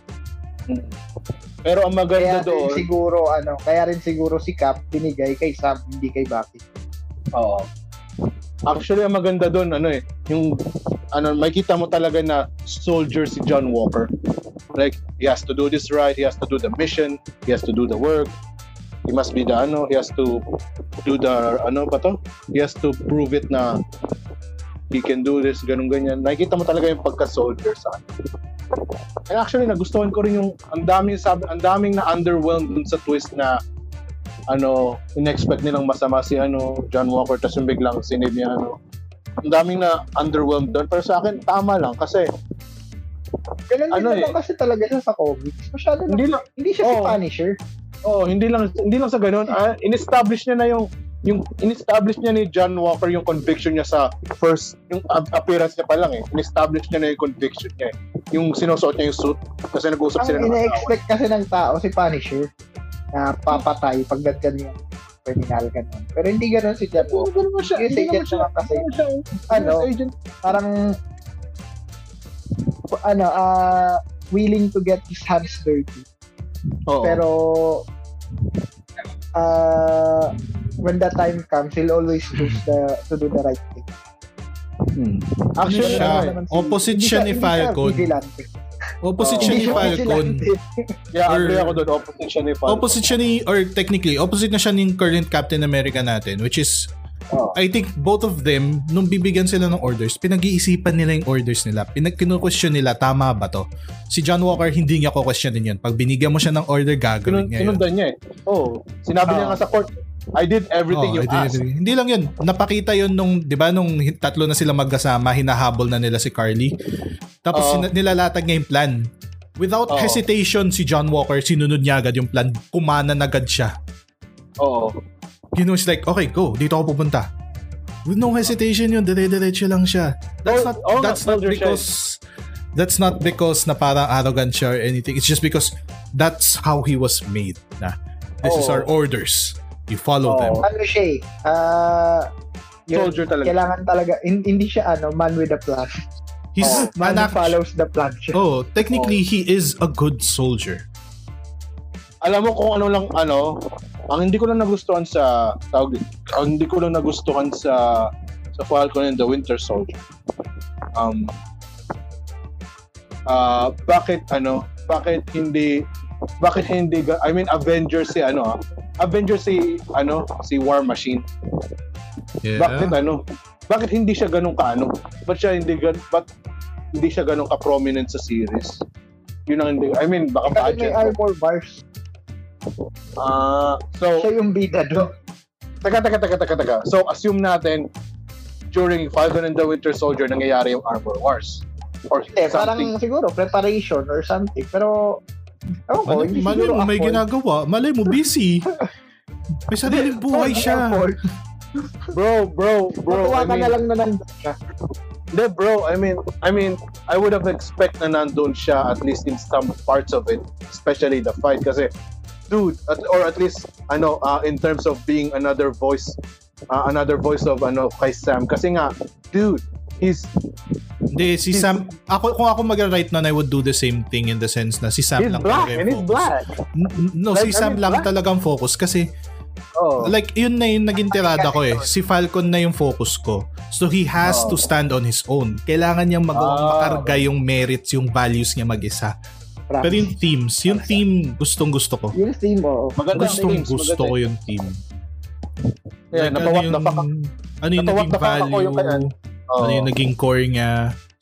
[SPEAKER 2] Mm. pero ang
[SPEAKER 3] Kaya
[SPEAKER 2] maganda
[SPEAKER 3] rin
[SPEAKER 2] doon
[SPEAKER 3] siguro, ano, kaya rin siguro si Cap binigay kay Sam, hindi kay Bucky.
[SPEAKER 2] Oo. Actually, ang maganda doon, ano eh, yung, ano, makikita mo talaga na soldier si John Walker. Like, he has to do this right, he has to do the mission, he has to do the work, he must be the, ano, he has to do the, ano ba to? He has to prove it na he can do this, ganun ganyan. Nakikita mo talaga yung pagka-soldier sa akin. And actually, nagustuhan ko rin yung, ang daming, sabi, ang daming na underwhelmed dun sa twist na ano, inexpect nilang masama si ano, John Walker tapos yung biglang sinib niya ano. Ang daming na underwhelmed doon pero sa akin tama lang kasi
[SPEAKER 3] Ganun
[SPEAKER 2] Ano
[SPEAKER 3] din
[SPEAKER 2] eh.
[SPEAKER 3] naman kasi talaga siya sa comics. Masyado lang,
[SPEAKER 2] hindi lang
[SPEAKER 3] hindi siya si
[SPEAKER 2] Oo.
[SPEAKER 3] Punisher.
[SPEAKER 2] oh, hindi lang hindi lang sa ganun, ah, in-establish niya na yung yung in-establish niya ni John Walker yung conviction niya sa first yung a- appearance niya pa lang eh. In-establish niya na yung conviction niya eh. Yung sinusuot niya yung suit kasi nag-usap sila
[SPEAKER 3] Ang
[SPEAKER 2] ng
[SPEAKER 3] ina-expect kasi ng tao si Punisher na papatay pagdagan niya criminal ganun. Pero hindi ganun si John
[SPEAKER 2] Oo,
[SPEAKER 3] Walker.
[SPEAKER 2] ganun Ano naman siya.
[SPEAKER 3] Yes,
[SPEAKER 2] Hindi naman
[SPEAKER 3] agent
[SPEAKER 2] siya.
[SPEAKER 3] naman kasi.
[SPEAKER 2] Hindi naman siya.
[SPEAKER 3] Ano?
[SPEAKER 2] Yes, agent.
[SPEAKER 3] Parang ano, ah willing to get his hands dirty.
[SPEAKER 2] Oo.
[SPEAKER 3] Pero ah when the time comes, he'll always choose the, to do the right thing.
[SPEAKER 2] Hmm.
[SPEAKER 1] Actually,
[SPEAKER 3] Hindi
[SPEAKER 1] siya,
[SPEAKER 3] naman
[SPEAKER 2] ano eh.
[SPEAKER 3] naman si-
[SPEAKER 1] opposite
[SPEAKER 3] hindi
[SPEAKER 1] siya ni
[SPEAKER 3] hindi siya
[SPEAKER 1] Falcon.
[SPEAKER 3] vigilante.
[SPEAKER 1] Opposite
[SPEAKER 2] Oo.
[SPEAKER 1] siya ni
[SPEAKER 3] Hindi siya
[SPEAKER 1] Falcon.
[SPEAKER 3] vigilante.
[SPEAKER 2] Yeah,
[SPEAKER 1] Or-
[SPEAKER 2] agree ako doon. Opposite siya ni Falcon.
[SPEAKER 1] Opposite siya ni, or technically, opposite na siya ng current Captain America natin, which is,
[SPEAKER 2] Oo.
[SPEAKER 1] I think both of them, nung bibigyan sila ng orders, pinag-iisipan nila yung orders nila. Pinag-kino-question nila, tama ba to? Si John Walker, hindi niya ko-questionin yun. Pag binigyan mo siya ng order, gagawin
[SPEAKER 2] Sinun-
[SPEAKER 1] niya yun.
[SPEAKER 2] sinundan niya eh. Oh, sinabi niya
[SPEAKER 3] Ah.
[SPEAKER 2] nga sa court, I did everything
[SPEAKER 1] Oo,
[SPEAKER 2] you
[SPEAKER 1] hindi-
[SPEAKER 2] asked.
[SPEAKER 1] hindi- Hindi lang yun. Napakita yun nung, di ba, nung hi- tatlo na sila magkasama, hinahabol na nila si Carly. Tapos
[SPEAKER 2] Oo.
[SPEAKER 1] sina- nilalatag niya yung plan. Without
[SPEAKER 2] Oo.
[SPEAKER 1] hesitation, si John Walker, sinunod niya agad yung plan. Kumanan agad siya.
[SPEAKER 2] Oo.
[SPEAKER 1] You know, it's like, okay, go. Dito ako pupunta. With no hesitation yun, dire-diretso lang siya. That's
[SPEAKER 2] Oo,
[SPEAKER 1] not,
[SPEAKER 2] oo nga,
[SPEAKER 1] that's not
[SPEAKER 2] soldier siya eh.
[SPEAKER 1] because, that's not because na parang arrogant siya or anything. It's just because that's how he was made. Na, this is our
[SPEAKER 2] Oo.
[SPEAKER 1] orders. You follow
[SPEAKER 2] Oo.
[SPEAKER 1] them.
[SPEAKER 3] ano siya eh, ah, yun,
[SPEAKER 2] Soldier talaga.
[SPEAKER 3] kailangan talaga, hin- hindi siya ano, man with a plan.
[SPEAKER 1] He's
[SPEAKER 2] Oo.
[SPEAKER 3] Oh, Man who
[SPEAKER 1] anak-
[SPEAKER 3] follows the plan siya.
[SPEAKER 1] Oh, technically he is a good soldier.
[SPEAKER 2] Alam mo kung ano lang, ano, ang hindi ko lang nagustuhan sa, tawag, ang hindi ko lang nagustuhan sa, sa Falcon and the Winter Soldier. Um, ah, bakit, ano, bakit hindi, bakit hindi, ga- I mean, Avengers si, ano, ah, Avengers si, ano, si War Machine.
[SPEAKER 1] Yeah.
[SPEAKER 2] Bakit ano? Bakit hindi siya ganun ka ano? Ba't siya hindi gan ba't hindi siya ganun ka prominent sa series? Yun ang hindi. I mean, baka
[SPEAKER 3] Kasi may
[SPEAKER 2] budget.
[SPEAKER 3] armor bars.
[SPEAKER 2] Ah, so
[SPEAKER 3] Siya yung bida doon.
[SPEAKER 2] taka taka taka taka taka. So assume natin during Falcon and the Winter Soldier nangyayari yung Armor Wars or
[SPEAKER 3] Hindi, Eh, parang
[SPEAKER 2] something.
[SPEAKER 3] siguro preparation or something. Pero, ewan ko,
[SPEAKER 1] Malay,
[SPEAKER 3] Oh, hindi
[SPEAKER 1] malay
[SPEAKER 3] siguro
[SPEAKER 1] mo, may
[SPEAKER 3] ako. eh.
[SPEAKER 1] ginagawa. Malay mo, busy. May sariling buhay
[SPEAKER 3] Hindi
[SPEAKER 1] siya.
[SPEAKER 3] ako. eh.
[SPEAKER 2] Bro, bro, bro.
[SPEAKER 3] Natuwa
[SPEAKER 2] I
[SPEAKER 3] ka na
[SPEAKER 2] mean,
[SPEAKER 3] lang na nandun siya.
[SPEAKER 2] hindi, bro, I mean, I mean, I would have expect na nandun siya at least in some parts of it, especially the fight kasi dude, at, or at least ano uh, in terms of being another voice uh, another voice of ano kay Sam kasi nga dude, He's
[SPEAKER 1] Hindi, si
[SPEAKER 2] He's-
[SPEAKER 1] Sam, ako, kung ako mag-write nun, I would do the same thing in the sense na si Sam
[SPEAKER 3] he's
[SPEAKER 1] lang
[SPEAKER 3] black
[SPEAKER 1] talaga
[SPEAKER 3] and he's
[SPEAKER 1] yung focus.
[SPEAKER 3] black.
[SPEAKER 1] N- No,
[SPEAKER 3] Like,
[SPEAKER 1] si
[SPEAKER 3] I
[SPEAKER 1] Sam
[SPEAKER 3] mean,
[SPEAKER 1] lang
[SPEAKER 3] black.
[SPEAKER 1] talagang focus kasi
[SPEAKER 3] Oh.
[SPEAKER 1] like yun na yung naging tirada ko eh. Si Falcon na yung focus ko. So he has
[SPEAKER 3] Oh.
[SPEAKER 1] to stand on his own. Kailangan niyang magawa,
[SPEAKER 2] Ah.
[SPEAKER 1] makarga yung merits, yung values niya mag-isa.
[SPEAKER 3] Pero
[SPEAKER 1] Pero yung teams, yung team gustong gusto ko.
[SPEAKER 3] yung team, oo.
[SPEAKER 2] maganda
[SPEAKER 1] Gustong
[SPEAKER 2] teams,
[SPEAKER 1] gusto
[SPEAKER 2] maganda.
[SPEAKER 1] ko yung team.
[SPEAKER 2] Yeah,
[SPEAKER 1] Like,
[SPEAKER 2] napawat
[SPEAKER 1] ano
[SPEAKER 2] na fuck.
[SPEAKER 1] yung- Ano yung
[SPEAKER 2] napawat
[SPEAKER 1] naging
[SPEAKER 2] na fuck ako
[SPEAKER 1] value?
[SPEAKER 2] yung kaya. oh.
[SPEAKER 1] Ano yung naging core niya?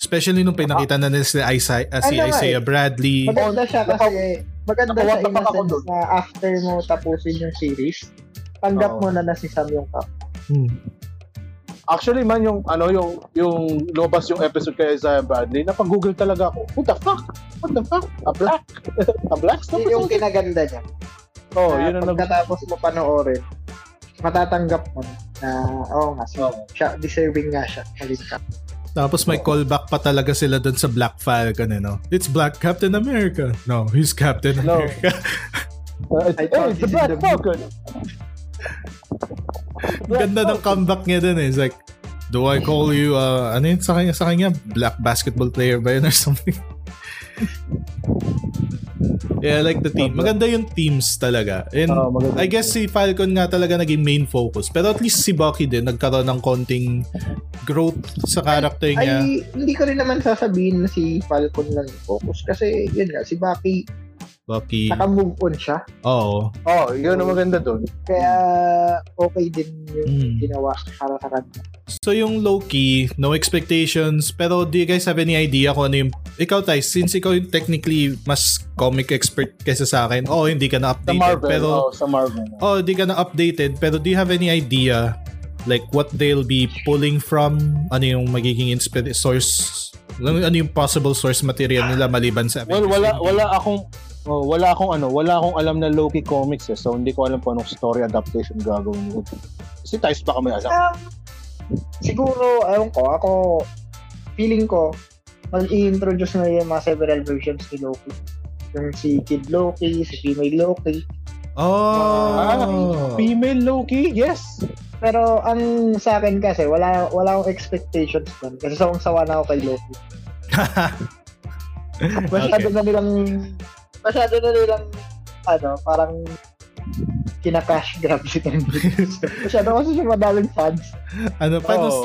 [SPEAKER 1] Especially nung pinakita na nila si Isaiah, uh, si
[SPEAKER 3] Ano nga eh.
[SPEAKER 1] Isaiah Bradley.
[SPEAKER 3] Maganda siya kasi maganda siya in
[SPEAKER 2] Nakawatak
[SPEAKER 3] a
[SPEAKER 2] ako
[SPEAKER 3] sense
[SPEAKER 2] dun.
[SPEAKER 3] na after mo tapusin yung series, tanggap
[SPEAKER 2] Oo.
[SPEAKER 3] mo na na si Sam yung cup.
[SPEAKER 1] Hmm.
[SPEAKER 2] Actually man yung ano yung yung lumabas yung episode kay Isaiah Bradley, napag-google talaga ako. What the fuck? What the fuck? A black? A black stuff?
[SPEAKER 3] Yun yung kinaganda niya.
[SPEAKER 2] Oh,
[SPEAKER 3] na
[SPEAKER 2] yun ang nag-
[SPEAKER 3] pagkatapos mo panoorin, matatanggap mo na oo nga, so,
[SPEAKER 2] Oo.
[SPEAKER 3] siya, deserving nga siya. Maging cup.
[SPEAKER 1] Tapos may callback pa talaga sila doon sa Black Falcon, eh, no? It's Black Captain America. No, he's Captain
[SPEAKER 2] No.
[SPEAKER 1] America.
[SPEAKER 2] Uh,
[SPEAKER 3] I
[SPEAKER 2] hey,
[SPEAKER 3] thought this
[SPEAKER 2] it's a
[SPEAKER 3] is
[SPEAKER 2] black
[SPEAKER 3] the-
[SPEAKER 2] falcon.
[SPEAKER 1] Ganda ng comeback niya doon, eh. It's like, do I call you, uh, ano yun sa kanya, sa kanya? Black basketball player ba yun or something? yeah, I like the team. Maganda yung teams talaga. And
[SPEAKER 2] Oh, maganda.
[SPEAKER 1] I guess si Falcon nga talaga naging main focus. Pero at least si Bucky din, nagkaroon ng konting growth sa character niya.
[SPEAKER 3] Ay, hindi ko rin naman sasabihin na si Falcon lang yung focus kasi yun nga, si Bucky,
[SPEAKER 1] Bucky.
[SPEAKER 3] naka-move on siya.
[SPEAKER 1] Oo.
[SPEAKER 2] Oh, yun ang maganda doon.
[SPEAKER 3] Kaya okay din yung
[SPEAKER 1] Mm.
[SPEAKER 3] ginawa para sa kanya.
[SPEAKER 1] So yung low-key, no expectations, pero do you guys have any idea kung ano yung... Ikaw, Tay, since ikaw yung technically mas comic expert kaysa sa akin, oh, hindi ka
[SPEAKER 2] Sa
[SPEAKER 1] na-updated,
[SPEAKER 2] Marvel,
[SPEAKER 1] pero...
[SPEAKER 2] oh, sa Marvel.
[SPEAKER 1] Oh, hindi ka na-updated, pero do you have any idea like what they'll be pulling from? Ano yung magiging inspir- source? Ano ano yung possible source material nila maliban sa Avengers
[SPEAKER 2] Well, wala
[SPEAKER 1] Endgame?
[SPEAKER 2] wala akong oh, wala akong ano, wala akong alam na Loki comics eh. So hindi ko alam kung anong story adaptation gagawin nito. Si Tice baka may alam.
[SPEAKER 3] Um, siguro, ayun ko, ako, feeling ko, mag-i-introduce na yung mga several versions ni Loki. Yung si Kid Loki, si Female Loki.
[SPEAKER 1] Oh!
[SPEAKER 2] Ah, Female Loki? Yes.
[SPEAKER 3] Pero ang sa akin kasi, wala, wala akong expectations doon. Kasi sawang-sawa na ako kay Loki. Masyado
[SPEAKER 1] Okay.
[SPEAKER 3] na nilang, masyado na nilang, ano, parang kina-cash grab si Tom Cruise. Masyado kasi siya madaling fans.
[SPEAKER 1] ano pa? no?
[SPEAKER 2] Oo,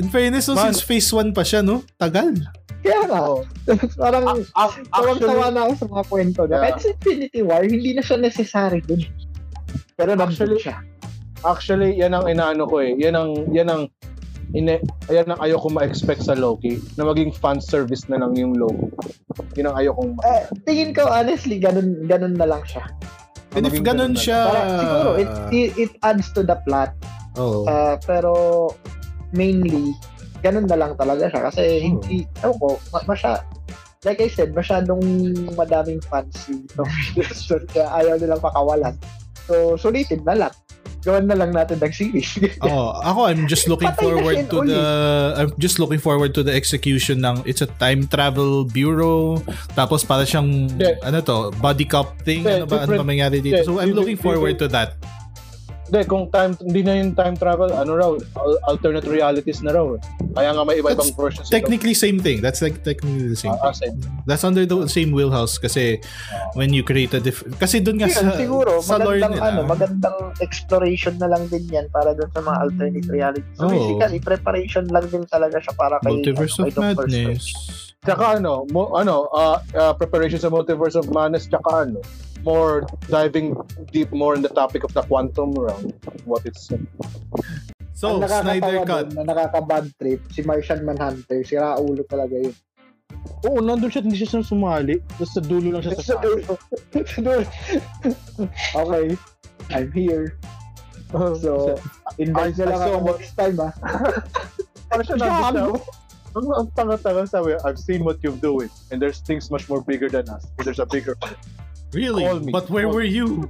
[SPEAKER 1] In fairness, no,
[SPEAKER 2] Oh. Man. Ah,
[SPEAKER 1] since phase 1 pa siya, no? Tagal.
[SPEAKER 3] Kaya nga,
[SPEAKER 2] oo.
[SPEAKER 3] parang,
[SPEAKER 2] A- a-
[SPEAKER 3] Tawang-tawa
[SPEAKER 2] Actually,
[SPEAKER 3] na ako sa mga kwento niya.
[SPEAKER 2] Yeah.
[SPEAKER 3] Kahit sa Infinity War, hindi na siya necessary dun. Pero nandun
[SPEAKER 2] Actually,
[SPEAKER 3] siya.
[SPEAKER 2] actually yan ang inaano ko eh. Yan ang yan ang ine, yan ang ayoko ma-expect sa Loki na maging fan service na lang yung Loki. Yan ang ayoko ma-
[SPEAKER 3] Eh, tingin ko, honestly, ganun, ganun na lang siya.
[SPEAKER 1] And if
[SPEAKER 2] maging
[SPEAKER 1] ganun
[SPEAKER 2] na lang.
[SPEAKER 1] siya... uh,
[SPEAKER 3] Parang, siguro, it, it, it adds to the plot.
[SPEAKER 1] Oh.
[SPEAKER 3] Ah, pero, mainly, ganun na lang talaga siya. Kasi,
[SPEAKER 1] Hmm.
[SPEAKER 3] hindi, ewan ko, ma- masya, like I said, masyadong madaming fans si Tom Hiddleston, kaya ayaw nilang pakawalan. So, sulitin na lang. Gawin na lang natin ng series.
[SPEAKER 1] Oh, ako I'm just looking
[SPEAKER 3] Patay na
[SPEAKER 1] forward
[SPEAKER 3] siya
[SPEAKER 1] to
[SPEAKER 3] ulit.
[SPEAKER 1] the I'm just looking forward to the execution ng it's a time travel bureau tapos para siyang
[SPEAKER 2] Yeah.
[SPEAKER 1] ano to body cop thing ano
[SPEAKER 2] Yeah,
[SPEAKER 1] ba ano ba
[SPEAKER 2] different-
[SPEAKER 1] mangyari dito
[SPEAKER 2] yeah,
[SPEAKER 1] so I'm looking
[SPEAKER 2] different-
[SPEAKER 1] forward to that
[SPEAKER 2] Hindi, kung time, hindi na yung time travel, ano raw, al- alternate realities na raw. eh. Kaya nga may
[SPEAKER 1] That's
[SPEAKER 2] iba-ibang versions. ito.
[SPEAKER 1] technically same thing that's like technically the same
[SPEAKER 2] Ah,
[SPEAKER 1] thing.
[SPEAKER 2] same.
[SPEAKER 1] that's under the same wheelhouse kasi when you create a diff kasi dun nga
[SPEAKER 3] Yun,
[SPEAKER 1] sa
[SPEAKER 3] siguro,
[SPEAKER 1] sa lore
[SPEAKER 3] magandang,
[SPEAKER 1] nila
[SPEAKER 3] ano, magandang exploration na lang din yan para dun sa mga alternate reality. So
[SPEAKER 1] Hmm. Oo.
[SPEAKER 3] basically, preparation lang din talaga siya para kay...
[SPEAKER 1] multiverse
[SPEAKER 3] ano,
[SPEAKER 1] of
[SPEAKER 3] kay Doctor
[SPEAKER 1] madness
[SPEAKER 3] Strange.
[SPEAKER 2] Tsaka ano, mo, ano, uh, uh, preparation sa multiverse of madness, tsaka ano, more diving deep more in the topic of the quantum realm. What it's
[SPEAKER 1] so
[SPEAKER 3] Ang nakakatawa
[SPEAKER 1] Snyder cut
[SPEAKER 3] dun, na nakaka-bad trip, si Martian Manhunter, si Raulo talaga yun.
[SPEAKER 2] Oo, nandun siya, hindi siya sumali. Tapos Ano sa dulo lang siya
[SPEAKER 3] Sa dulo. Sa dulo. okay, I'm here. So, invite
[SPEAKER 2] I-
[SPEAKER 3] na lang
[SPEAKER 2] I saw
[SPEAKER 3] ako
[SPEAKER 2] what-
[SPEAKER 3] next time, ah.
[SPEAKER 2] parang siya nandun siya. Ang, ang tanga-tanga sabi, I've seen what you're doing and there's things much more bigger than us. There's a bigger fight.
[SPEAKER 1] really
[SPEAKER 2] Call me.
[SPEAKER 1] but where
[SPEAKER 2] Call
[SPEAKER 1] were you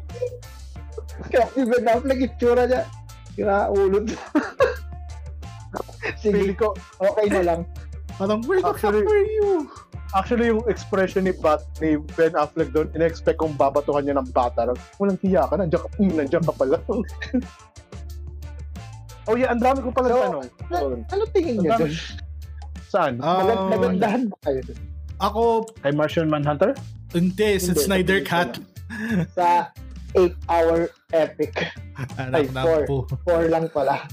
[SPEAKER 3] Kaya si Ben Affleck, itsura niya. Si Raulo. Sige,
[SPEAKER 2] Feeling ko,
[SPEAKER 3] okay na lang.
[SPEAKER 1] parang where the fuck
[SPEAKER 2] Actually-
[SPEAKER 1] were you
[SPEAKER 2] actually yung expression ni Bat ni Ben Affleck doon, in-expect kong babatuhan niya ng bata. Lang, Walang hiya ka, nandiyan ka, mm, nandiyan ka pala. oh yeah, ang dami ko pala
[SPEAKER 3] So,
[SPEAKER 2] tanong.
[SPEAKER 3] Ano tingin
[SPEAKER 2] Ang
[SPEAKER 3] niyo
[SPEAKER 2] dami,
[SPEAKER 3] dun?
[SPEAKER 2] Saan?
[SPEAKER 1] Ah,
[SPEAKER 3] Nagandahan ba kayo? dun?
[SPEAKER 1] ako,
[SPEAKER 4] Kay Martian Manhunter?
[SPEAKER 1] hindi, sa
[SPEAKER 3] Hindi, sa
[SPEAKER 1] Snyder
[SPEAKER 3] pelikula.
[SPEAKER 1] Cut.
[SPEAKER 3] Sa 8-hour epic.
[SPEAKER 1] Anak
[SPEAKER 3] Ay,
[SPEAKER 1] na
[SPEAKER 3] four.
[SPEAKER 1] po.
[SPEAKER 3] 4 lang pala.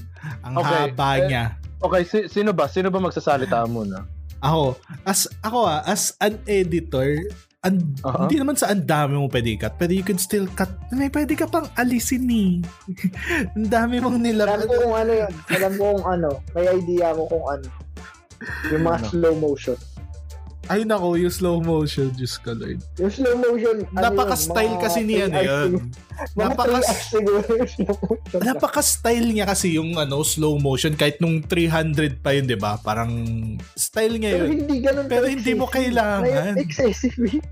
[SPEAKER 1] Ang
[SPEAKER 2] Okay,
[SPEAKER 1] haba
[SPEAKER 2] eh,
[SPEAKER 1] niya.
[SPEAKER 2] Okay, si- sino ba? Sino ba magsasalita muna?
[SPEAKER 1] Ako, as ako ah, as an editor, an,
[SPEAKER 3] Uh-huh.
[SPEAKER 2] Aha.
[SPEAKER 1] hindi naman sa ang dami mo pwede i-cut, pero you can still cut. May pwede ka pang alisin ni. Eh. ang dami mong
[SPEAKER 3] Alam ko
[SPEAKER 1] nilabas.
[SPEAKER 3] kung ano yun. Alam ko kung ano. May idea ko kung ano. Yung mga
[SPEAKER 2] Ano?
[SPEAKER 3] slow motion.
[SPEAKER 1] Ay nako, yung slow motion, Diyos ko Lord.
[SPEAKER 3] Yung slow motion, ano
[SPEAKER 1] Napaka-style
[SPEAKER 3] yun,
[SPEAKER 1] kasi niya
[SPEAKER 3] mga
[SPEAKER 1] ano yun.
[SPEAKER 3] three hours
[SPEAKER 1] Napaka-
[SPEAKER 3] siguro- Mga 3 hours siguro yung slow motion.
[SPEAKER 1] Napaka-style niya kasi yung ano, slow motion kahit nung 300 pa yun, 'di ba? Parang style niya
[SPEAKER 3] Pero
[SPEAKER 1] yun.
[SPEAKER 3] hindi ganun
[SPEAKER 1] Pero
[SPEAKER 3] ka-
[SPEAKER 1] hindi mo kailangan.
[SPEAKER 3] May excessive eh.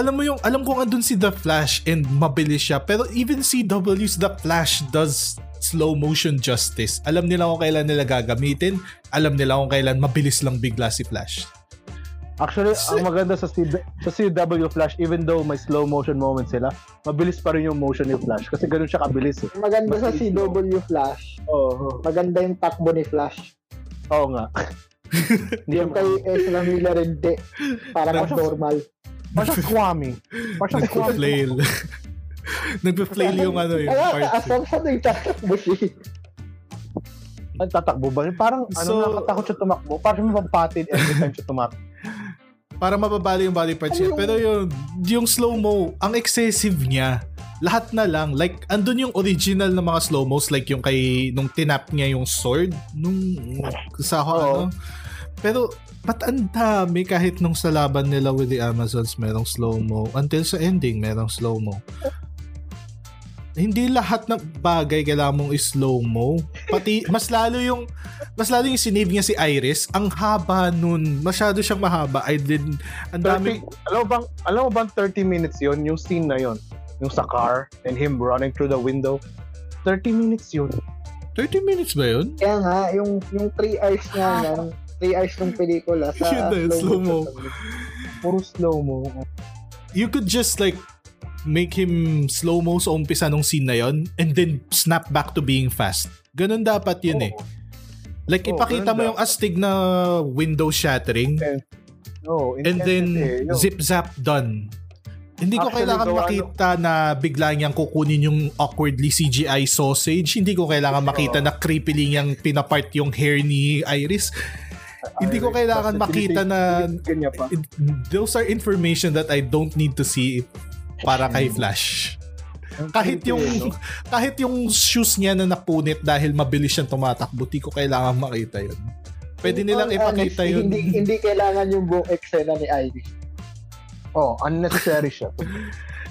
[SPEAKER 1] alam mo yung alam ko andun si The Flash and mabilis siya pero even CW's The Flash does slow motion justice alam nila kung kailan nila gagamitin alam nila kung kailan mabilis lang bigla si Flash
[SPEAKER 4] Actually,
[SPEAKER 1] Si-
[SPEAKER 4] ang maganda sa, C- sa CW Flash, even though may slow motion moments sila, mabilis pa rin yung motion ni Flash. Kasi ganun siya kabilis eh.
[SPEAKER 3] Maganda sa
[SPEAKER 4] Matiis
[SPEAKER 3] CW Flash.
[SPEAKER 4] Oo.
[SPEAKER 3] Maganda yung takbo ni Flash.
[SPEAKER 4] Oo nga. Hindi
[SPEAKER 3] Yung kay Ezra Miller hindi. Parang
[SPEAKER 4] Nag-
[SPEAKER 3] normal.
[SPEAKER 4] Parang squammy. Parang squammy.
[SPEAKER 1] nagpa-flail nagpa-flail yung ano yung
[SPEAKER 3] Kaya
[SPEAKER 1] part
[SPEAKER 3] asam sa yung tatakbo siya.
[SPEAKER 4] Ang tatakbo ba? Parang ano,
[SPEAKER 1] So-
[SPEAKER 4] nakatakot siya tumakbo. Parang mapampatid every time siya tumakbo.
[SPEAKER 1] para mababali yung body parts niya.
[SPEAKER 3] Ayun.
[SPEAKER 1] Pero yung, yung slow-mo, ang excessive niya. Lahat na lang. Like, andun yung original na mga slow-mos. Like yung kay, nung tinap niya yung sword. Nung, sa
[SPEAKER 4] Oo.
[SPEAKER 1] ano. Pero, ba't ang dami kahit nung sa laban nila with the Amazons, merong slow-mo. Until sa ending, merong slow-mo. Hindi lahat ng bagay kailangan mong slow-mo. Pati, mas lalo yung mas lalo yung sinave niya si Iris, ang haba nun. Masyado siyang mahaba. I didn't... Ang dami...
[SPEAKER 4] 30, alam mo bang, alam mo bang 30 minutes yon yung scene na yon Yung sa car and him running through the window. 30 minutes yun.
[SPEAKER 1] 30 minutes ba yun?
[SPEAKER 3] Kaya nga, yung, yung 3 hours nga yan, 3 hours ng pelikula sa
[SPEAKER 1] Yun na yun, slow-mo.
[SPEAKER 4] Puro slow mo.
[SPEAKER 1] You could just like make him slow-mo sa umpisa nung scene na yun and then snap back to being fast. Ganun dapat yun eh. Like
[SPEAKER 4] Oo,
[SPEAKER 1] ipakita
[SPEAKER 4] ganun
[SPEAKER 1] mo yung astig na window shattering
[SPEAKER 4] No,
[SPEAKER 1] and
[SPEAKER 4] intense
[SPEAKER 1] then
[SPEAKER 4] eh. Yun.
[SPEAKER 1] zip-zap done. Hindi ko
[SPEAKER 4] Actually,
[SPEAKER 1] kailangan
[SPEAKER 4] gawa nung-
[SPEAKER 1] makita na bigla niyang kukunin yung awkwardly CGI sausage. Hindi ko kailangan makita na creepily niyang pinapart yung hair ni Iris. Hindi ko kailangan
[SPEAKER 4] Basta
[SPEAKER 1] makita na-
[SPEAKER 4] Ganyan pa.
[SPEAKER 1] It- those are information that I don't need to see para kay
[SPEAKER 4] Hmm.
[SPEAKER 1] Flash. Kahit yung
[SPEAKER 4] eh,
[SPEAKER 1] kahit yung shoes niya na napunit dahil mabilis siyang tumatakbo, di ko kailangan makita yun. Pwede nilang
[SPEAKER 3] Honestly,
[SPEAKER 4] ano,
[SPEAKER 1] ipakita
[SPEAKER 4] eh,
[SPEAKER 1] yun.
[SPEAKER 3] Hindi, hindi kailangan yung buong eksena ni Iris.
[SPEAKER 4] Oh, unnecessary siya.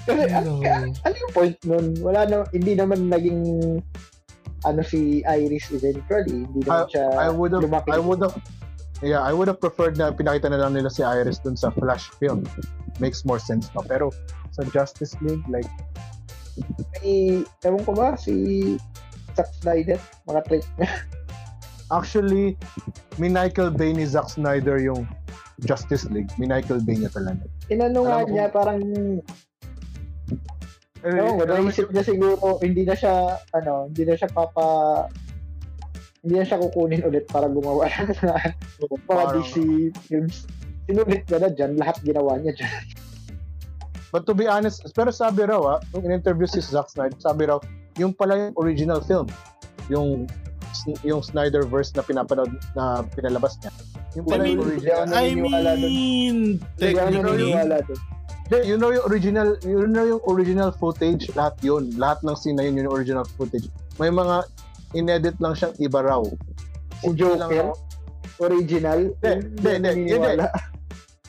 [SPEAKER 3] Kasi ano,
[SPEAKER 1] Ano?
[SPEAKER 3] ano yung point nun? Wala na, hindi naman naging ano si Iris eventually. Hindi naman siya
[SPEAKER 4] I would have
[SPEAKER 3] lumaki.
[SPEAKER 4] I would have Yeah, I would have preferred na pinakita na lang nila si Iris dun sa Flash film. Makes more sense pa. Pero sa Justice League, like,
[SPEAKER 3] May, ewan ko ba, si Zack Snyder, mga trip niya.
[SPEAKER 4] actually, minicle Bay ni Zack Snyder yung Justice League. Minicle Bay niya talaga.
[SPEAKER 3] Inano nga
[SPEAKER 4] Alam ko-
[SPEAKER 3] niya, parang,
[SPEAKER 4] Eh,
[SPEAKER 3] ewan ko,
[SPEAKER 4] alam mo
[SPEAKER 3] naisip niya siguro, hindi na siya, ano, hindi na siya papa, hindi na siya kukunin ulit para gumawa ng mga
[SPEAKER 4] yung
[SPEAKER 3] mga
[SPEAKER 4] parang-
[SPEAKER 3] DC films. Sinulit na na dyan, lahat ginawa niya dyan.
[SPEAKER 4] But to be honest, pero sabi raw, ah, nung in-interview si Zack Snyder, sabi raw, yung pala yung original film, yung yung Snyderverse na pinapanood na pinalabas niya. Yung
[SPEAKER 1] I
[SPEAKER 4] pala
[SPEAKER 1] mean,
[SPEAKER 4] yung original.
[SPEAKER 3] Ano
[SPEAKER 1] I
[SPEAKER 3] niniwala dun?
[SPEAKER 1] mean,
[SPEAKER 3] Hindi ako
[SPEAKER 1] technically,
[SPEAKER 4] Ano
[SPEAKER 3] naniniwala dun.
[SPEAKER 4] Hindi, you know yung original, you know yung original footage, lahat yun. Lahat ng scene na yun, yun yung original footage. May mga inedit lang siyang iba raw.
[SPEAKER 3] Si Joker, original.
[SPEAKER 4] Hindi, hindi,
[SPEAKER 3] yun,
[SPEAKER 4] hindi,
[SPEAKER 3] hindi
[SPEAKER 4] hindi.
[SPEAKER 3] naniniwala.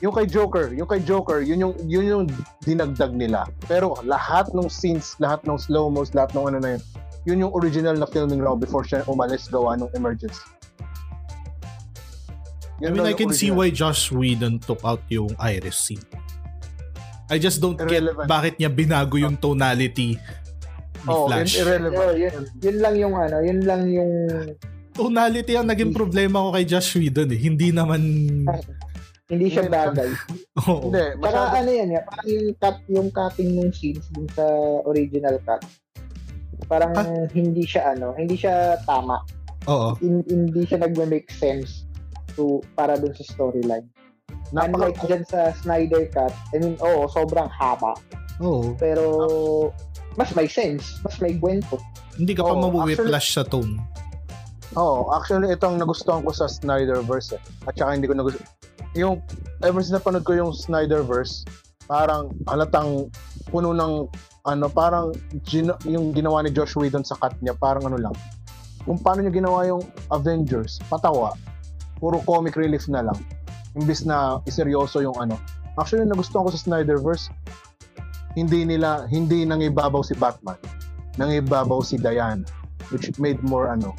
[SPEAKER 4] Yung kay Joker, yung kay Joker, yun yung, yun yung dinagdag nila. Pero lahat ng scenes, lahat ng slow-mos, lahat ng ano na yun, yun yung original na filming raw before siya umalis gawa ng emergency.
[SPEAKER 1] I
[SPEAKER 4] Yun
[SPEAKER 1] mean, I
[SPEAKER 4] raw yung
[SPEAKER 1] can see
[SPEAKER 4] original.
[SPEAKER 1] why Josh Whedon took out yung Iris scene. I just don't
[SPEAKER 4] Irrelevant.
[SPEAKER 1] get bakit niya binago yung tonality ni
[SPEAKER 4] Oh,
[SPEAKER 1] Flash.
[SPEAKER 4] yun irrelevant.
[SPEAKER 3] Oh, yun, yun lang yung ano, yun lang yung
[SPEAKER 1] tonality ang
[SPEAKER 4] Mm.
[SPEAKER 1] naging problema ko kay Josh Whedon eh. Hindi naman...
[SPEAKER 3] hindi siya
[SPEAKER 4] Hindi,
[SPEAKER 3] bagay.
[SPEAKER 1] Oo.
[SPEAKER 4] Hindi,
[SPEAKER 3] Tsaka
[SPEAKER 4] masyado.
[SPEAKER 3] ano yan, yan, parang yung cut, yung cutting ng scenes dun sa original cut. Parang
[SPEAKER 4] Ah.
[SPEAKER 3] hindi siya ano, hindi siya tama.
[SPEAKER 1] Oo.
[SPEAKER 3] Hin- hindi siya nagme-make sense. to para dun sa storyline. Unlike
[SPEAKER 4] Napaka-
[SPEAKER 3] dyan sa Snyder Cut, I mean, oo, sobrang haba.
[SPEAKER 1] Oo.
[SPEAKER 3] Pero, mas may sense. Mas may kwento.
[SPEAKER 1] Hindi ka pa
[SPEAKER 4] Oo,
[SPEAKER 1] mawi-whiplash sa tone.
[SPEAKER 4] Oo, actually ito ang nagustuhan ko sa Snyderverse. Eh. At saka hindi ko nagustuhan. Yung ever since napanood ko yung Snyderverse, parang halatang puno ng ano, parang gin- yung ginawa ni Josh Whedon sa cut niya, parang ano lang. Kung paano niya ginawa yung Avengers, patawa. Puro comic relief na lang. Imbis na iseryoso yung ano. Actually, nagustuhan ko sa Snyderverse, hindi nila, hindi nangibabaw si Batman. Nangibabaw si Diana. Which made more ano,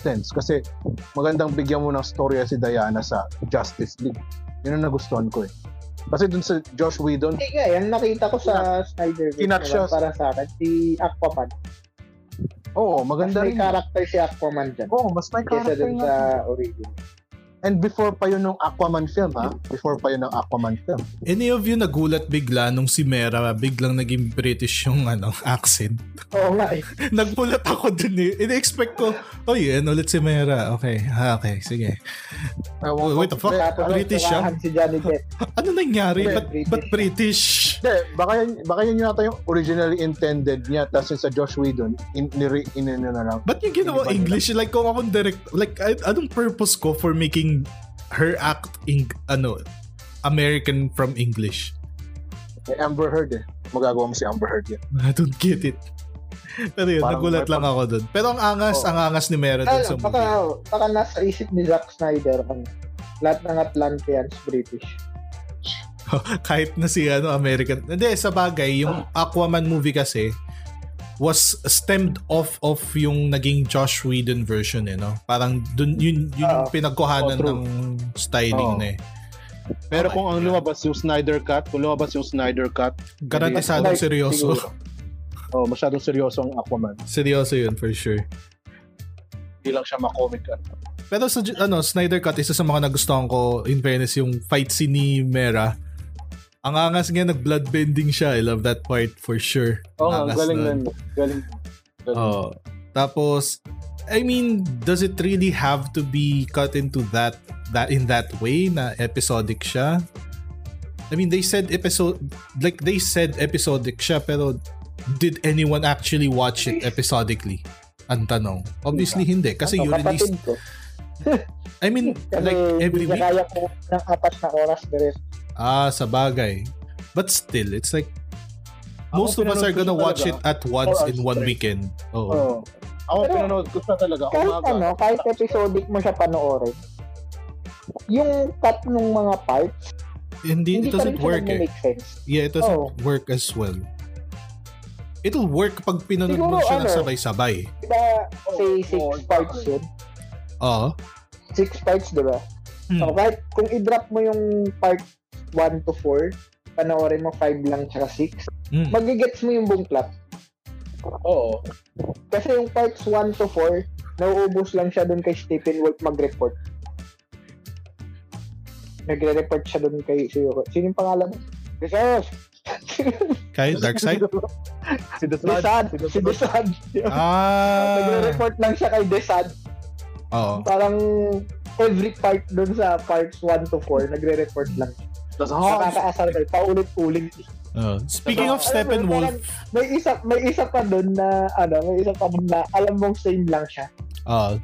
[SPEAKER 4] sense kasi magandang bigyan mo ng storya si Diana sa Justice League. Yun ang nagustuhan ko eh. Kasi dun sa Josh Whedon,
[SPEAKER 3] Hindi nga, yung nakita ko sa Snyder
[SPEAKER 4] kinat siya.
[SPEAKER 3] Cut, para sa akin, si Aquaman.
[SPEAKER 4] oo,
[SPEAKER 3] Mas
[SPEAKER 4] maganda
[SPEAKER 3] may
[SPEAKER 4] rin.
[SPEAKER 3] character si Aquaman dyan.
[SPEAKER 4] Oo, Oh, mas may
[SPEAKER 3] Kesa
[SPEAKER 4] character
[SPEAKER 3] dun
[SPEAKER 4] nga.
[SPEAKER 3] sa original.
[SPEAKER 4] And before pa yun ng Aquaman film ha? Before pa yun ng Aquaman film.
[SPEAKER 1] Any of you nagulat bigla nung si Mera biglang naging British yung ano, accent?
[SPEAKER 3] Oo nga eh.
[SPEAKER 1] Nagpulat ako dun eh. Ini-expect ko, oh yun, ulit si Mera. Okay, ha, okay, sige.
[SPEAKER 4] Ewan ko.
[SPEAKER 1] Wait, the fuck?
[SPEAKER 4] Eh,
[SPEAKER 3] Tapos
[SPEAKER 4] ano-
[SPEAKER 1] British ah. siya?
[SPEAKER 3] nagturahan si Johnny Depp.
[SPEAKER 1] Ano nangyari?
[SPEAKER 3] Well,
[SPEAKER 1] Ba't ba't British?
[SPEAKER 4] Hindi, baka yun, baka yun yata yung originally intended niya. Tapos yun sa Josh Whedon, in, nire, in, in, na lang.
[SPEAKER 1] Ba't yung ginawa
[SPEAKER 4] Hindi ba
[SPEAKER 1] English? Like, kung akong direct, like, a- anong purpose ko for making her act in, ano, American from English?
[SPEAKER 4] Eh, Amber Heard eh. Magagawa mo si Amber Heard yun.
[SPEAKER 1] I don't get it. Pero yun,
[SPEAKER 4] Parang-
[SPEAKER 1] nagulat lang ako dun. Pero ang angas,
[SPEAKER 4] Oo.
[SPEAKER 1] ang angas ni Mera dun sa
[SPEAKER 3] Alam, baka,
[SPEAKER 1] movie.
[SPEAKER 3] baka nasa isip ni Zack Snyder, ano, lahat ng Atlanteans British.
[SPEAKER 1] Kahit na si, ano, American. Hindi, sa bagay, yung Aquaman movie kasi, was stemmed off of yung naging Josh Whedon version eh, no? Parang dun, yun, yun yung
[SPEAKER 3] Oo.
[SPEAKER 1] pinagkuhanan
[SPEAKER 4] Oo, Ah, oh, true.
[SPEAKER 1] ng styling
[SPEAKER 4] Oo.
[SPEAKER 1] na eh. Oh
[SPEAKER 4] Pero
[SPEAKER 1] my
[SPEAKER 4] kung ang
[SPEAKER 1] God.
[SPEAKER 4] lumabas yung Snyder Cut, kung lumabas yung Snyder Cut,
[SPEAKER 1] Garantisadong
[SPEAKER 3] Like,
[SPEAKER 1] seryoso.
[SPEAKER 3] siguro.
[SPEAKER 4] oh, masyadong seryoso ang Aquaman.
[SPEAKER 1] Seryoso yun, for sure.
[SPEAKER 4] Hindi lang siya makomic. ano.
[SPEAKER 1] Pero sa ano, Snyder Cut, isa sa mga nagustuhan ko, in fairness, yung fight scene ni Mera. Ang angas nga, nag-bloodbending siya. I love that part for sure.
[SPEAKER 4] Oo, oh,
[SPEAKER 1] Angas
[SPEAKER 4] galing
[SPEAKER 1] nun.
[SPEAKER 4] nun. Galing. galing.
[SPEAKER 1] Oo. Tapos, I mean, does it really have to be cut into that that in that way na episodic siya? I mean, they said episode like they said episodic siya pero did anyone actually watch it episodically? Ang tanong. Obviously hindi kasi
[SPEAKER 3] Ano,
[SPEAKER 1] you released
[SPEAKER 3] kapatid ko.
[SPEAKER 1] I mean
[SPEAKER 3] Kasi
[SPEAKER 1] like every
[SPEAKER 3] hindi
[SPEAKER 1] week
[SPEAKER 3] niya kaya ko ng apat na oras na rin.
[SPEAKER 1] Ah, sa bagay. But still, it's like most
[SPEAKER 4] Ako
[SPEAKER 1] of us are gonna
[SPEAKER 4] pinanood ko
[SPEAKER 1] watch it
[SPEAKER 4] siya
[SPEAKER 1] at once
[SPEAKER 4] Four hours
[SPEAKER 1] in one
[SPEAKER 4] straight.
[SPEAKER 1] weekend. Oh.
[SPEAKER 4] Oo. Ako
[SPEAKER 3] Pero-
[SPEAKER 4] pinanood ko siya talaga.
[SPEAKER 3] Kahit
[SPEAKER 4] Umaga.
[SPEAKER 3] ano, kahit episodic mo siya panoorin, yung cut ng mga parts,
[SPEAKER 1] Hindi,
[SPEAKER 3] hindi
[SPEAKER 1] it
[SPEAKER 3] pa rin
[SPEAKER 1] doesn't
[SPEAKER 3] siya
[SPEAKER 1] work eh.
[SPEAKER 3] nag-make sense.
[SPEAKER 1] Yeah, it doesn't
[SPEAKER 3] Oo.
[SPEAKER 1] work as well. It'll work pag pinanood mo
[SPEAKER 3] Siguro,
[SPEAKER 1] siya ng
[SPEAKER 3] ano,
[SPEAKER 1] sabay-sabay.
[SPEAKER 3] Diba,
[SPEAKER 4] Oo,
[SPEAKER 3] say six
[SPEAKER 4] oo.
[SPEAKER 3] parts yun?
[SPEAKER 1] Oo.
[SPEAKER 3] Six parts, diba?
[SPEAKER 1] Hmm.
[SPEAKER 3] So, kahit kung i-drop mo yung part 1 to 4, panoorin mo 5 lang tsaka 6,
[SPEAKER 1] Mm.
[SPEAKER 3] magigets mo yung buong plot.
[SPEAKER 4] Oo.
[SPEAKER 3] Kasi yung parts 1 to 4, nauubos lang siya dun kay Stephen Wolf mag-report. Nagre-report siya dun kay Sino. Sino yung pangalan? Jesus!
[SPEAKER 1] Kaya Dark Side?
[SPEAKER 4] Si The Flood.
[SPEAKER 3] Desad! Si Desad!
[SPEAKER 1] ah. Oh.
[SPEAKER 3] Nagre-report lang siya kay Desad.
[SPEAKER 1] Oo.
[SPEAKER 3] Parang every part dun sa parts 1 to 4, nagre-report lang.
[SPEAKER 4] The Flood.
[SPEAKER 3] Nakakaasar kayo, paulit-ulit. Ano,
[SPEAKER 1] Oo. Oh. Speaking of Steppenwolf,
[SPEAKER 3] May isa, may isa pa dun na, ano, may isa pa dun na alam mong same lang siya.
[SPEAKER 1] ah.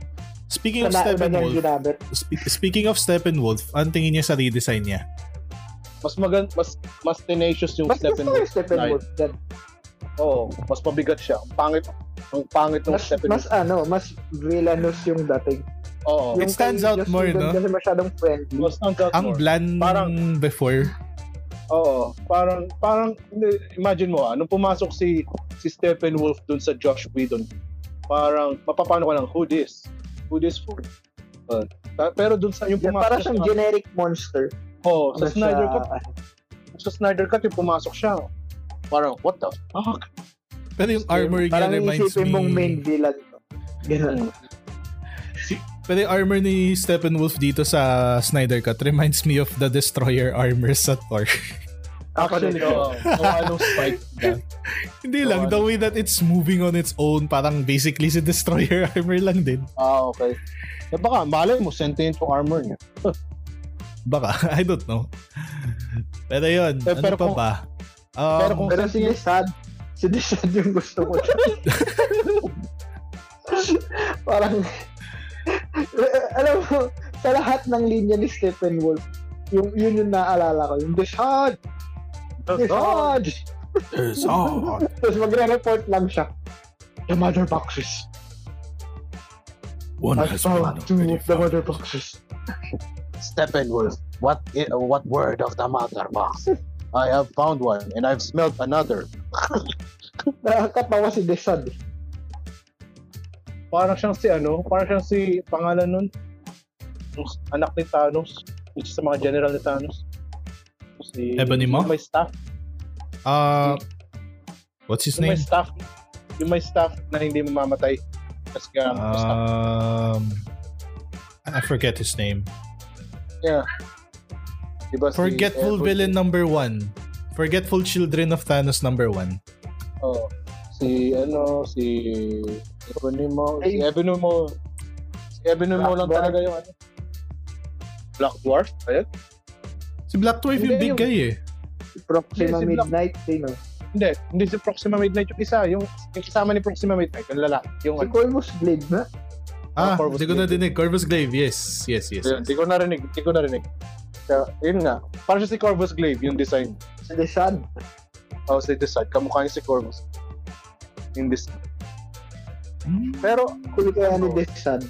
[SPEAKER 1] Speaking of
[SPEAKER 3] Sa nauna niyang
[SPEAKER 1] Steppenwolf,
[SPEAKER 3] ginamit.
[SPEAKER 1] spe- speaking of Steppenwolf, ang tingin niya sa redesign niya?
[SPEAKER 4] Mas maganda, mas, mas tenacious yung
[SPEAKER 3] Mas gusto ko
[SPEAKER 4] Steppenwolf.
[SPEAKER 3] yung Steppenwolf dyan.
[SPEAKER 4] Oo. Mas pabigat siya. Ang pangit. Ang pangit ng
[SPEAKER 3] mas, mas
[SPEAKER 4] Steppenwolf.
[SPEAKER 3] ano, mas villainous yung dating.
[SPEAKER 4] Oo.
[SPEAKER 1] It
[SPEAKER 3] Yung
[SPEAKER 1] stands
[SPEAKER 3] kay
[SPEAKER 1] out
[SPEAKER 3] Joss
[SPEAKER 1] more,
[SPEAKER 3] Whedon
[SPEAKER 1] no?
[SPEAKER 3] Kasi masyadong friendly.
[SPEAKER 4] Mas stands out
[SPEAKER 1] Ang
[SPEAKER 4] more.
[SPEAKER 1] bland
[SPEAKER 4] Parang-
[SPEAKER 1] before.
[SPEAKER 4] Oo. Parang, parang, hindi, imagine mo ah, nung pumasok si, si Steppenwolf dun sa Josh Whedon, parang, mapapano ka lang, who this? Who this for? Uh, ta- pero dun sa, yung
[SPEAKER 3] Yan,
[SPEAKER 4] pumasok
[SPEAKER 3] para
[SPEAKER 4] siya
[SPEAKER 3] siyang
[SPEAKER 4] sa-
[SPEAKER 3] generic monster.
[SPEAKER 4] Oo, sa
[SPEAKER 3] Ano
[SPEAKER 4] Snyder
[SPEAKER 3] siya,
[SPEAKER 4] Cut, sa Snyder Cut, yung pumasok siya, oh. parang, what the fuck?
[SPEAKER 1] Pero yung armor niya
[SPEAKER 3] Parang
[SPEAKER 1] reminds
[SPEAKER 3] iisipin mong main
[SPEAKER 1] me...
[SPEAKER 3] villain. to. Ganun.
[SPEAKER 1] Pero yung armor ni Steppenwolf dito sa Snyder Cut reminds me of the Destroyer armor sa Thor.
[SPEAKER 2] Actually,
[SPEAKER 4] oh,
[SPEAKER 2] oh. oo. Gawa nung spike na.
[SPEAKER 1] Hindi lang, the way that it's moving on its own, parang basically si Destroyer Armor lang din.
[SPEAKER 2] Ah, okay. Eh baka, malay mo, sentient yung armor niya.
[SPEAKER 1] Baka, I don't know. Pero yun,
[SPEAKER 2] Eh,
[SPEAKER 1] ano
[SPEAKER 2] pero
[SPEAKER 1] pa
[SPEAKER 2] kung-
[SPEAKER 1] ba? Um,
[SPEAKER 2] pero kung-
[SPEAKER 3] Pero si Desad, si Desad yung gusto ko. Parang, alam mo, sa lahat ng linya ni Stephen Wolf, yung, yun yung naalala ko, yung Desad!
[SPEAKER 2] Oh.
[SPEAKER 3] Desad! Tapos magre-report lang siya. The mother boxes.
[SPEAKER 1] One
[SPEAKER 2] Ah,
[SPEAKER 3] I
[SPEAKER 1] ano,
[SPEAKER 3] found two of the mother boxes.
[SPEAKER 2] Steppenwolf, what i- what word of the matter box? I have found one and I've smelled another.
[SPEAKER 3] Nakakatawa si Desad.
[SPEAKER 5] Parang siyang si ano, parang siyang si pangalan nun. Yung anak ni Thanos, which is sa mga general ni Thanos. Si,
[SPEAKER 1] Ebony Maw?
[SPEAKER 5] Yung may staff.
[SPEAKER 1] Uh, what's his
[SPEAKER 5] Yung
[SPEAKER 1] name?
[SPEAKER 5] may staff. Yung may staff na hindi mamamatay. Tapos
[SPEAKER 1] Ah,
[SPEAKER 5] kaya staff.
[SPEAKER 1] Um, I forget his name.
[SPEAKER 2] Diba si
[SPEAKER 1] Forgetful
[SPEAKER 2] Edward-
[SPEAKER 1] Villain number one. Forgetful Children of Thanos number one.
[SPEAKER 2] Oo.
[SPEAKER 5] Oh,
[SPEAKER 2] si ano, si Ebonimo.
[SPEAKER 3] Ay.
[SPEAKER 2] Si Ebonimo. Si Ebonimo
[SPEAKER 3] Black
[SPEAKER 2] lang
[SPEAKER 3] Dwarf.
[SPEAKER 2] talaga yung ano.
[SPEAKER 5] Black Dwarf. Ayun.
[SPEAKER 1] Si Black Dwarf yung
[SPEAKER 2] Hindi,
[SPEAKER 1] big
[SPEAKER 2] yung-
[SPEAKER 1] guy eh.
[SPEAKER 3] Proxima
[SPEAKER 5] Yes, yung black-
[SPEAKER 3] Midnight, sino?
[SPEAKER 5] Hindi. Hindi si Proxima Midnight yung isa. Yung, yung kasama ni Proxima Midnight. Yung lala. Yung
[SPEAKER 3] Si
[SPEAKER 5] ano.
[SPEAKER 3] Corvus Blade na?
[SPEAKER 1] Ah,
[SPEAKER 2] Corvus
[SPEAKER 1] hindi ko na
[SPEAKER 2] Glaive.
[SPEAKER 1] dinig. Corvus Glaive, yes. Yes, yes.
[SPEAKER 5] Hindi ko narinig. Hindi ko narinig.
[SPEAKER 2] Kaya, yun nga.
[SPEAKER 5] Parang siya si Corvus Glaive yung design.
[SPEAKER 3] Si Desad.
[SPEAKER 2] Oh, si Desad. Kamukha niya si Corvus.
[SPEAKER 5] In this.
[SPEAKER 1] Hmm.
[SPEAKER 2] Pero,
[SPEAKER 3] Kulit kaya ni Desad.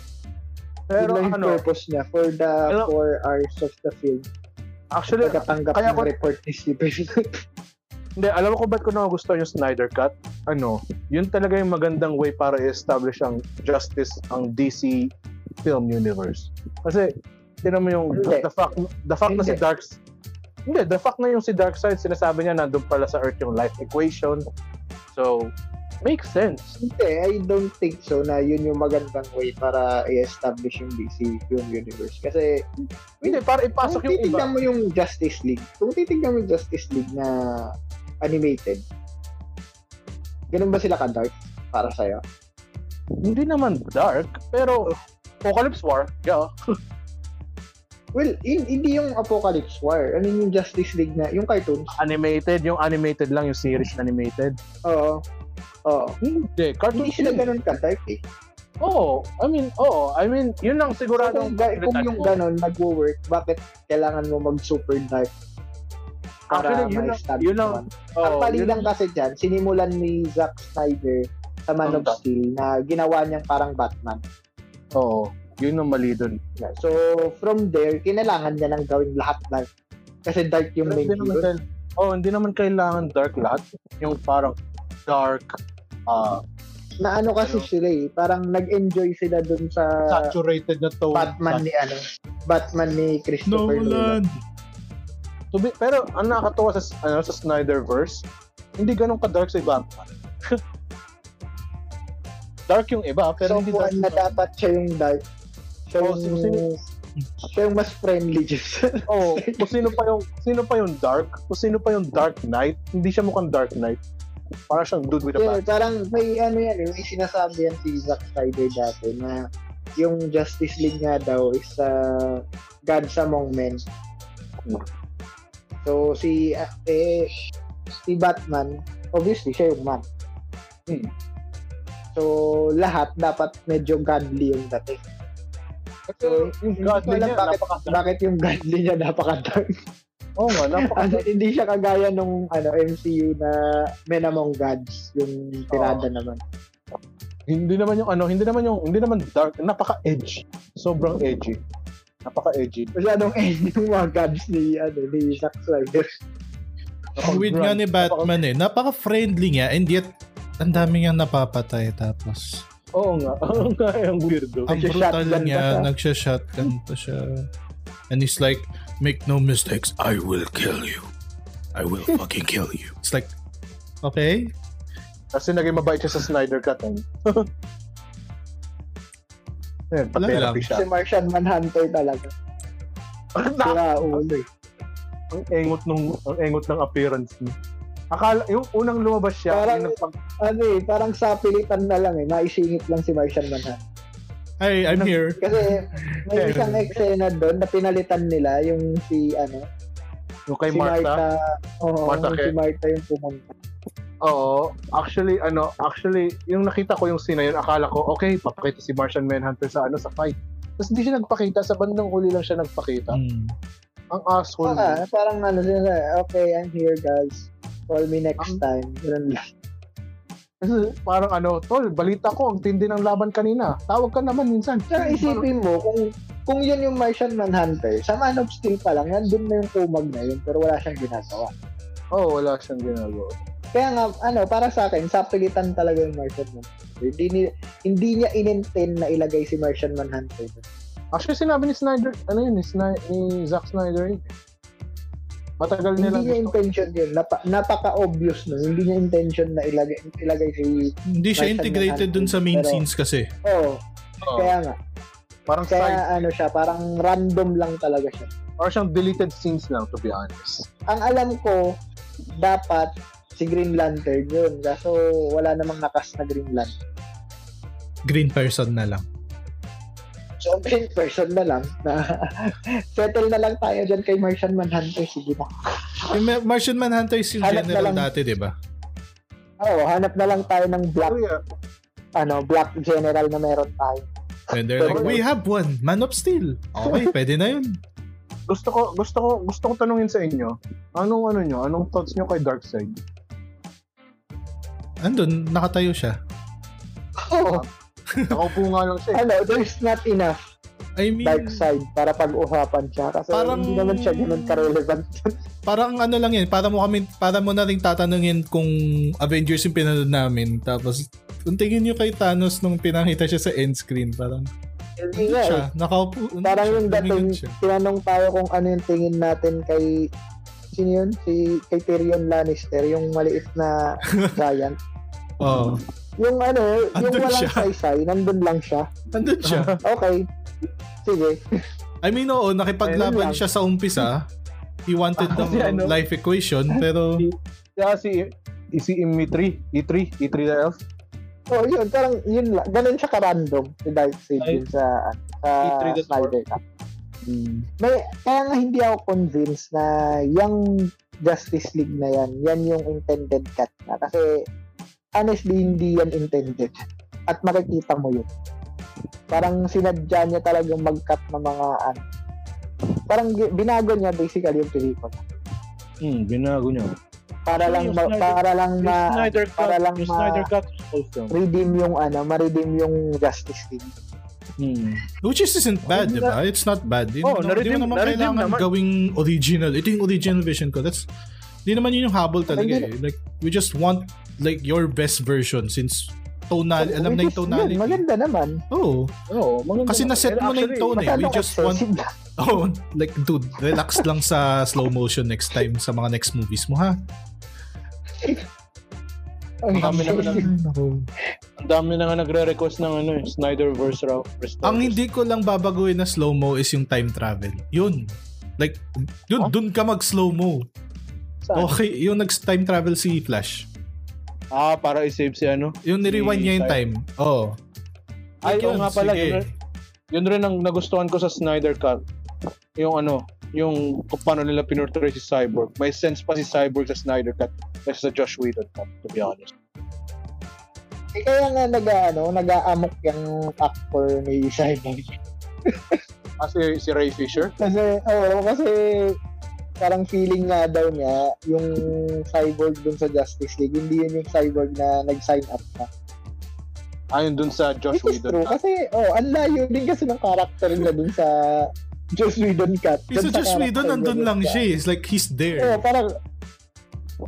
[SPEAKER 3] Yun
[SPEAKER 2] pero
[SPEAKER 3] lang yung
[SPEAKER 2] ano,
[SPEAKER 3] purpose niya for the
[SPEAKER 2] Pero-
[SPEAKER 3] four hours of the film.
[SPEAKER 2] actually,
[SPEAKER 3] Pagkatanggap
[SPEAKER 2] kaya
[SPEAKER 3] ng
[SPEAKER 2] ko-
[SPEAKER 3] report ni Stephen.
[SPEAKER 2] Hindi, alam ko ba't ko na gusto yung Snyder Cut? Ano, yun talaga yung magandang way para i-establish ang justice ang DC film universe. Kasi, tinan mo yung
[SPEAKER 3] Hindi.
[SPEAKER 2] the fact, the fact na si
[SPEAKER 3] Hindi.
[SPEAKER 2] Dark hindi, the fact na yung si Darkseid, sinasabi niya nandun pala sa Earth yung life equation. So, makes sense.
[SPEAKER 3] Hindi, I don't think so na yun yung magandang way para i-establish yung DC film universe. Kasi
[SPEAKER 2] Hindi, para
[SPEAKER 3] kung
[SPEAKER 2] ipasok yung iba.
[SPEAKER 3] titignan mo yung Justice League, kung titignan mo yung Justice League na animated, ganun ba sila ka-dark para sa'yo?
[SPEAKER 2] Hindi naman dark, pero Apocalypse War, yeah.
[SPEAKER 3] Well, in, hindi yung Apocalypse War. I mean, yung Justice League na, yung cartoons.
[SPEAKER 2] Animated, yung animated lang, yung series na animated.
[SPEAKER 3] Oo. Oo.
[SPEAKER 2] Hindi, cartoon
[SPEAKER 3] Hindi sila
[SPEAKER 2] yun.
[SPEAKER 3] ganun ka-dark eh.
[SPEAKER 2] Oo, I mean, oo. I mean, yun lang
[SPEAKER 3] Pero
[SPEAKER 2] siguradong
[SPEAKER 3] kung, ga- kung yung
[SPEAKER 2] Actually,
[SPEAKER 3] ganun nagwo-work, bakit kailangan mo mag-super dark para
[SPEAKER 2] yun lang,
[SPEAKER 3] ma-establish
[SPEAKER 2] yun lang,
[SPEAKER 3] naman?
[SPEAKER 2] oo,
[SPEAKER 3] Ang
[SPEAKER 2] yun
[SPEAKER 3] pali lang
[SPEAKER 2] lang,
[SPEAKER 3] kasi dyan, sinimulan ni Zack Snyder sa Man
[SPEAKER 2] Ang
[SPEAKER 3] of
[SPEAKER 2] dark.
[SPEAKER 3] Steel na ginawa niyang parang Batman.
[SPEAKER 2] oo, yun ang mali dun.
[SPEAKER 3] Yeah, So, from there, kinailangan niya nang gawin lahat dark. Kasi dark yung main
[SPEAKER 2] Hindi naman
[SPEAKER 3] hero.
[SPEAKER 2] kail- oh, hindi naman kailangan dark lahat. Yung parang dark, ah,
[SPEAKER 3] Na ano kasi
[SPEAKER 2] Ano?
[SPEAKER 3] sila eh, parang nag-enjoy sila dun sa
[SPEAKER 2] saturated na tone.
[SPEAKER 3] Batman ni ano, Batman ni Christopher Nolan.
[SPEAKER 1] Nolan.
[SPEAKER 2] To be- pero ang nakakatawa sa, ano, sa Snyderverse, hindi ganun ka-dark si Batman. dark yung iba, pero
[SPEAKER 3] So,
[SPEAKER 2] hindi
[SPEAKER 3] buwan
[SPEAKER 2] dark.
[SPEAKER 3] na dapat siya yung dark. Siya
[SPEAKER 2] Oh,
[SPEAKER 3] yung,
[SPEAKER 2] sino- sino-
[SPEAKER 3] siya yung mas friendly just.
[SPEAKER 2] Oh, kung sino pa yung sino pa yung dark, kung sino pa yung Dark Knight, hindi siya mukhang Dark Knight. Para siyang dude with a
[SPEAKER 3] Yeah,
[SPEAKER 2] bat.
[SPEAKER 3] parang may ano yan, eh, may sinasabi yan si Zack Snyder dati na yung Justice League nga daw is uh, Gods Among Men. So si ah, eh si Batman, obviously siya yung man.
[SPEAKER 2] Hmm.
[SPEAKER 3] So lahat dapat medyo godly yung dati.
[SPEAKER 2] So, yung godly
[SPEAKER 3] Hindi ko alam
[SPEAKER 2] niya,
[SPEAKER 3] bakit,
[SPEAKER 2] napaka-dark.
[SPEAKER 3] bakit yung godly niya napaka-dark.
[SPEAKER 2] Oo nga,
[SPEAKER 3] Ano,
[SPEAKER 2] napaka
[SPEAKER 3] hindi siya kagaya nung ano MCU na Men Among Gods yung tirada naman.
[SPEAKER 2] hindi naman yung ano, hindi naman yung hindi naman dark, napaka-edge. Sobrang edgy. Napaka-edgy.
[SPEAKER 3] Masyadong end yung mga gods ni, ano, ni Zack Snyder.
[SPEAKER 1] Ang weird nga ni Batman eh. Napaka-friendly niya and yet ang dami niyang napapatay tapos
[SPEAKER 2] Oo nga. Oo nga, yung weirdo.
[SPEAKER 1] ang brutal
[SPEAKER 3] Nagsha-shotgun
[SPEAKER 1] niya
[SPEAKER 3] pa siya.
[SPEAKER 1] nagsha-shotgun pa siya and he's like make no mistakes I will kill you I will fucking kill you it's like okay
[SPEAKER 2] Kasi naging mabait siya sa Snyder Cut. Eh. Ayan,
[SPEAKER 1] Wala
[SPEAKER 2] pa-therapy
[SPEAKER 1] lang.
[SPEAKER 2] siya.
[SPEAKER 3] Si Martian Manhunter talaga. Sira ulo eh.
[SPEAKER 2] ang engot nung ang engot ng appearance niya. Akala yung unang lumabas siya,
[SPEAKER 3] Parang-
[SPEAKER 2] yun ang pag-
[SPEAKER 3] Ano eh, parang sa pilitan na lang eh, naisingit lang si Martian Manhunter.
[SPEAKER 1] Hey,
[SPEAKER 3] Ano?
[SPEAKER 1] I'm here.
[SPEAKER 3] Kasi may
[SPEAKER 2] Yeah.
[SPEAKER 3] isang eksena doon na pinalitan nila yung si ano,
[SPEAKER 2] yung kay
[SPEAKER 3] si
[SPEAKER 2] Martha.
[SPEAKER 3] Martha. Oo,
[SPEAKER 2] Martha
[SPEAKER 3] yung si Martha yung pumunta.
[SPEAKER 2] Oo, actually ano, actually yung nakita ko yung scene na yun, akala ko okay, papakita si Martian Manhunter sa ano sa fight. Tapos hindi siya nagpakita, sa bandang huli lang siya nagpakita.
[SPEAKER 3] Hmm.
[SPEAKER 1] Mm.
[SPEAKER 2] Ang asshole.
[SPEAKER 3] Saka, parang ano, sinasabi, okay, I'm here guys. Call me next
[SPEAKER 2] Ang-
[SPEAKER 3] time. Ganun lang.
[SPEAKER 2] Kasi parang ano, tol, balita ko, ang tindi ng laban kanina. Tawag ka naman minsan.
[SPEAKER 3] Saka isipin mo, kung kung yun yung Martian Manhunter, sa Man of Steel pa lang, nandun na yung kumag na yun, pero wala siyang ginagawa.
[SPEAKER 2] Oo, oh, wala siyang ginagawa.
[SPEAKER 3] Kaya nga, ano, para sa akin, sapilitan talaga yung Martian Manhunter. Hindi, ni, hindi niya inintend na ilagay si Martian Manhunter. doon.
[SPEAKER 2] Actually, sinabi ni Snyder, ano yun, ni, Sny- ni Zack Snyder yun. Matagal
[SPEAKER 3] Hindi
[SPEAKER 2] nila
[SPEAKER 3] niya
[SPEAKER 2] gusto.
[SPEAKER 3] intention yun. Napa, napaka-obvious nun. Hindi niya intention na ilagay, ilagay si...
[SPEAKER 1] Hindi siya
[SPEAKER 3] Martian
[SPEAKER 1] integrated dun sa main
[SPEAKER 3] Manhunter, pero-
[SPEAKER 1] scenes kasi.
[SPEAKER 3] Oo,
[SPEAKER 2] Oo,
[SPEAKER 3] oh, kaya nga.
[SPEAKER 2] Oh. parang side,
[SPEAKER 3] Kaya ano siya, parang random lang talaga siya.
[SPEAKER 2] parang siyang deleted scenes lang, to be honest.
[SPEAKER 3] Ang alam ko, dapat si Green Lantern yun. Kaso wala namang nakas na Green Lantern.
[SPEAKER 1] Green person na lang.
[SPEAKER 3] So, ang main person na lang na settle na lang tayo dyan kay Martian Manhunter. Sige na.
[SPEAKER 1] Yung Ma- Martian Manhunter is yung
[SPEAKER 3] Hanap na
[SPEAKER 1] general
[SPEAKER 3] lang.
[SPEAKER 1] dati, di ba?
[SPEAKER 3] Oo, hanap na lang tayo ng black,
[SPEAKER 2] Pero yeah,
[SPEAKER 3] ano, black general na meron tayo.
[SPEAKER 1] And they're like, we have one, Man of Steel. Okay, pwede na yun.
[SPEAKER 2] gusto ko, gusto ko, gusto ko tanungin sa inyo, anong ano nyo, anong thoughts nyo kay Darkseid?
[SPEAKER 1] Andun, nakatayo siya.
[SPEAKER 3] Oo,
[SPEAKER 2] Nakaupo nga lang siya. eh.
[SPEAKER 3] ano, there's not enough
[SPEAKER 1] I mean,
[SPEAKER 3] dark side para pag-usapan siya. Kasi
[SPEAKER 1] Hmm. Parang-
[SPEAKER 3] hindi naman siya ganun ka-relevant.
[SPEAKER 1] parang ano lang yan, para mo kami para mo na rin tatanungin kung Avengers yung pinanood namin. Tapos kung tingin niyo kay Thanos nung pinakita siya sa end screen, parang andun
[SPEAKER 3] Hindi nga eh.
[SPEAKER 1] siya, nakaupo. andun
[SPEAKER 3] Parang
[SPEAKER 1] siya,
[SPEAKER 3] yung dating
[SPEAKER 1] lumingon siya.
[SPEAKER 3] tinanong tayo kung ano yung tingin natin kay sino yun? Si kay Tyrion Lannister, yung maliit na giant.
[SPEAKER 1] Oo.
[SPEAKER 3] Yung ano, yung
[SPEAKER 1] Andun
[SPEAKER 3] walang
[SPEAKER 1] siya.
[SPEAKER 3] saysay, nandun lang siya.
[SPEAKER 1] Andun siya.
[SPEAKER 3] Okay. Sige.
[SPEAKER 1] I mean, oo, nakipaglaban
[SPEAKER 3] Ayun lang.
[SPEAKER 1] siya sa umpisa. He wanted the
[SPEAKER 2] Tapos si ano?
[SPEAKER 1] life equation, pero
[SPEAKER 2] Kaya si, si E Imitri, E3, E3 the Elf.
[SPEAKER 3] Oh, yun, parang yun lang. Ganun siya ka-random si Darkseid
[SPEAKER 2] Ay.
[SPEAKER 3] yun sa sa
[SPEAKER 2] E3 the
[SPEAKER 3] Snyder Cut.
[SPEAKER 2] Hmm,
[SPEAKER 3] May, kaya nga hindi ako convinced na yung Justice League na yan, yan yung intended cut na. Kasi honestly, hindi yan intended. At makikita mo yun. Parang sinadya niya talaga mag-cut ng mga ano. Parang gi- binago niya basically yung pelikula.
[SPEAKER 2] Hmm, binago niya.
[SPEAKER 3] Para
[SPEAKER 2] Actually,
[SPEAKER 3] lang
[SPEAKER 2] yung
[SPEAKER 3] ma-
[SPEAKER 2] Snyder-
[SPEAKER 3] para lang
[SPEAKER 2] Yung
[SPEAKER 3] ma
[SPEAKER 2] Snyder Cut,
[SPEAKER 3] Ah, para lang
[SPEAKER 2] yung
[SPEAKER 3] ma-
[SPEAKER 2] Snyder Cut also.
[SPEAKER 3] redeem yung ano, ma-redeem yung Justice League.
[SPEAKER 2] Hmm.
[SPEAKER 1] which is isn't bad, di ba? It's not bad. Di,
[SPEAKER 2] Oo,
[SPEAKER 1] na- di
[SPEAKER 2] na-redeem-
[SPEAKER 1] mo naman
[SPEAKER 2] na-redeem
[SPEAKER 1] kailangan
[SPEAKER 2] naman.
[SPEAKER 1] gawing original. Ito yung original vision ko. That's di naman yun yung habol talaga eh.
[SPEAKER 3] hindi-
[SPEAKER 1] Like, we just want like your best version since tonal, alam na
[SPEAKER 3] Which
[SPEAKER 1] yung
[SPEAKER 3] is yun,
[SPEAKER 1] tonality. Oh.
[SPEAKER 3] Maganda naman.
[SPEAKER 1] Oo.
[SPEAKER 2] Oo, maganda.
[SPEAKER 1] Kasi
[SPEAKER 2] naman.
[SPEAKER 1] naset
[SPEAKER 2] And
[SPEAKER 1] mo na yung
[SPEAKER 2] actually,
[SPEAKER 1] tone eh. We
[SPEAKER 3] Masyadong
[SPEAKER 1] just want,
[SPEAKER 3] excessive.
[SPEAKER 1] oh, like dude, relax lang sa slow motion next time sa mga next movies mo ha.
[SPEAKER 3] Ang
[SPEAKER 2] Kami naman
[SPEAKER 3] excessive.
[SPEAKER 1] Ako.
[SPEAKER 2] Ang dami na nga nagre-request ng ano eh, Snyderverse raw. Restore.
[SPEAKER 1] Ang hindi ko lang babaguhin na slow-mo is yung time travel. Yun. Like, dun, dun ka mag slow-mo.
[SPEAKER 3] Saan?
[SPEAKER 1] Okay, yung nag-time travel si Flash.
[SPEAKER 2] Ah, para i-save si ano.
[SPEAKER 1] Yung nirewind
[SPEAKER 2] Si
[SPEAKER 1] niya yung time. Oo.
[SPEAKER 2] Ay, oo
[SPEAKER 1] Yun,
[SPEAKER 2] nga pala.
[SPEAKER 1] sige.
[SPEAKER 2] Yun, rin- yun rin ang nagustuhan ko sa Snyder Cut. Yung ano, yung kung paano nila pinurtray si Cyborg. May sense pa si Cyborg sa Snyder Cut kaysa sa Josh Whedon Cut, to be honest.
[SPEAKER 3] Eh, kaya nga nag ano, nag-aamok yung actor ni Cyborg.
[SPEAKER 2] Ah, si, si Ray Fisher?
[SPEAKER 3] Kasi, oo, kasi parang feeling nga daw niya yung cyborg dun sa Justice League, hindi yun yung cyborg na nag-sign up na.
[SPEAKER 2] Ayun dun sa Josh
[SPEAKER 3] Which is
[SPEAKER 2] Whedon
[SPEAKER 3] true,
[SPEAKER 2] Cut.
[SPEAKER 3] kasi, oh, ang layo din kasi ng character niya dun sa Joss Whedon cut.
[SPEAKER 1] Eh, so Joss Whedon, nandun lang siya. eh. It's like, he's
[SPEAKER 3] Oo,
[SPEAKER 1] there.
[SPEAKER 3] parang,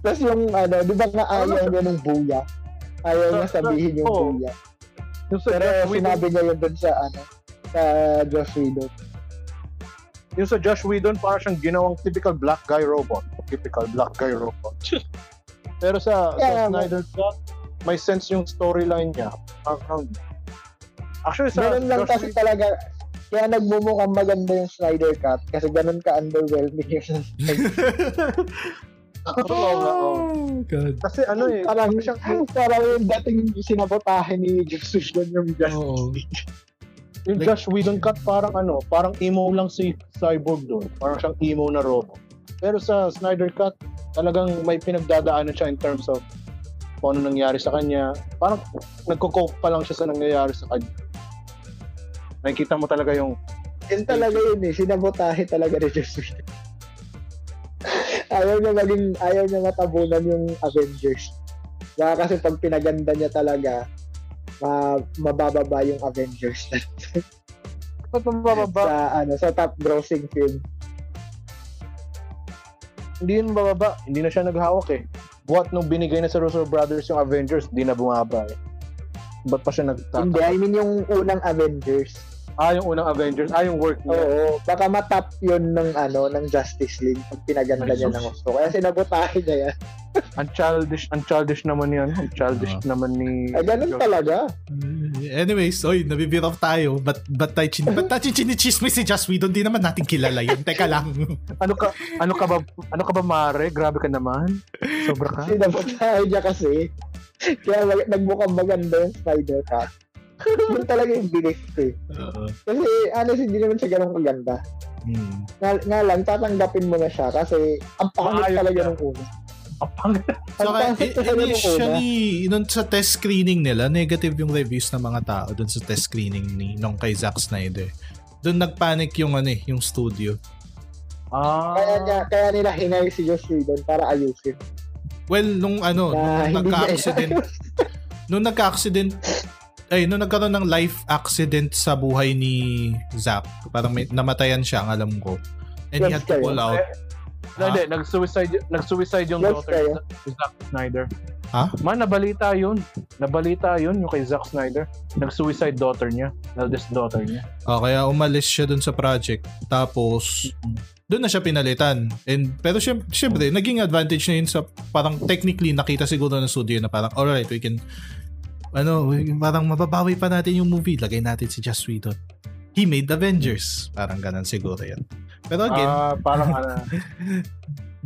[SPEAKER 3] plus yung, ano, di ba nga ayaw niya ng buya? Ayaw niya sabihin yung
[SPEAKER 2] Oo.
[SPEAKER 3] buya.
[SPEAKER 2] Yung sa
[SPEAKER 3] Pero
[SPEAKER 2] Josh Whedon,
[SPEAKER 3] sinabi niya yun dun sa, ano, sa Joss Whedon.
[SPEAKER 2] yung sa Josh Whedon, parang siyang ginawang typical black guy robot. Typical black guy robot. Pero sa,
[SPEAKER 3] Yeah,
[SPEAKER 2] sa Snyder Cut, may sense yung storyline niya. Ang- ang- Actually, sa
[SPEAKER 3] Ganun lang
[SPEAKER 2] Josh
[SPEAKER 3] kasi
[SPEAKER 2] Whedon,
[SPEAKER 3] talaga Kaya nagmumukhang maganda yung Snyder Cut kasi ganun ka-underwhelming yung
[SPEAKER 2] Oh.
[SPEAKER 4] Totoo nga, oo.
[SPEAKER 1] God.
[SPEAKER 4] Kasi ano eh,
[SPEAKER 3] parang,
[SPEAKER 4] siyang
[SPEAKER 3] parang yung dating sinabotahe ni Justice Gun yung Justice
[SPEAKER 1] Oo.
[SPEAKER 3] League.
[SPEAKER 4] Yung
[SPEAKER 1] Like-
[SPEAKER 4] Josh Whedon cut parang ano, parang emo lang si Cyborg doon. Parang siyang emo na robot. Pero sa Snyder cut, talagang may pinagdadaanan siya in terms of kung ano nangyari sa kanya. Parang nagko-cope pa lang siya sa nangyayari sa kanya. Nakikita mo talaga yung
[SPEAKER 3] Yun talaga yun eh, sinabotahe talaga ni Justice League. ayaw niya maging, ayaw niya matabunan yung Avengers. Baka kasi pag pinaganda niya talaga, ma mabababa yung Avengers
[SPEAKER 4] ba't mabababa?
[SPEAKER 3] sa ano sa top grossing film.
[SPEAKER 4] Hindi yun bababa. Hindi na siya naghawak eh. Buhat nung binigay na sa Russo Brothers yung Avengers, di na bumaba eh. Ba't pa siya nagtata?
[SPEAKER 3] Hindi, I mean yung unang Avengers.
[SPEAKER 4] Ah, yung unang Avengers. Ah, yung work niya.
[SPEAKER 3] Oo, baka matap yun ng ano ng Justice League pag pinaganda niya ng gusto. Kaya sinabotahe niya yan.
[SPEAKER 4] Ang childish, ang childish naman yun. Ang childish naman ni...
[SPEAKER 3] Ay, ganun talaga.
[SPEAKER 1] Anyways, oy, nabibit off tayo. Ba't, ba't tayo, chin, ba't tayo chinichismis si Joss Whedon? Di naman natin kilala yun. Teka lang.
[SPEAKER 4] ano ka ano ka ba ano ka ba mare? Grabe ka naman. Sobra
[SPEAKER 1] Ah.
[SPEAKER 4] ka.
[SPEAKER 3] Sinabotahe niya kasi. Kaya mag- nagmukhang maganda yung Spider Cut. Yun talaga yung belief ko eh.
[SPEAKER 1] Oo.
[SPEAKER 3] Kasi honestly, hindi naman siya ganun kaganda.
[SPEAKER 1] Hmm.
[SPEAKER 3] Nga, nga lang, tatanggapin mo na siya kasi ang pangit
[SPEAKER 4] Maayos
[SPEAKER 3] talaga
[SPEAKER 4] siya.
[SPEAKER 3] nung una.
[SPEAKER 4] Ang pangit.
[SPEAKER 1] So,
[SPEAKER 3] Ang
[SPEAKER 1] kaya, eh,
[SPEAKER 3] pangit
[SPEAKER 1] i-
[SPEAKER 3] talaga nung una.
[SPEAKER 1] initially, nun sa test screening nila, negative yung reviews ng mga tao dun sa test screening ni nung kay Zack Snyder. Doon nagpanic yung ano eh, yung studio.
[SPEAKER 4] Ah.
[SPEAKER 3] Kaya, niya, kaya nila hinay si Joss Whedon para ayusin.
[SPEAKER 1] Well, nung ano,
[SPEAKER 3] Na
[SPEAKER 1] nung
[SPEAKER 3] hindi niya
[SPEAKER 1] nagka-accident, nung nagka-accident, ay, nung nagkaroon ng life accident sa buhay ni Zack, parang may, namatayan siya, ang alam ko. And he
[SPEAKER 3] Yes,
[SPEAKER 1] had to
[SPEAKER 3] kayo.
[SPEAKER 1] pull out.
[SPEAKER 4] No, hindi, nag-suicide nag-suicide yung
[SPEAKER 3] Yes,
[SPEAKER 4] daughter
[SPEAKER 3] kayo.
[SPEAKER 4] ni Zack Snyder.
[SPEAKER 1] Ha?
[SPEAKER 4] Man nabalita 'yun. Nabalita 'yun yung kay Zack Snyder. Nag-suicide daughter niya, eldest daughter niya.
[SPEAKER 1] Ah, kaya umalis siya dun sa project. Tapos, dun na siya pinalitan. And, pero syem- syempre, naging advantage na yun sa, parang technically, nakita siguro ng studio na parang, alright, we can, ano, we can- parang mababawi pa natin yung movie. Lagay natin si Joss Whedon. He made Avengers. Parang ganun siguro yan. Pero again,
[SPEAKER 4] Ah, parang ano,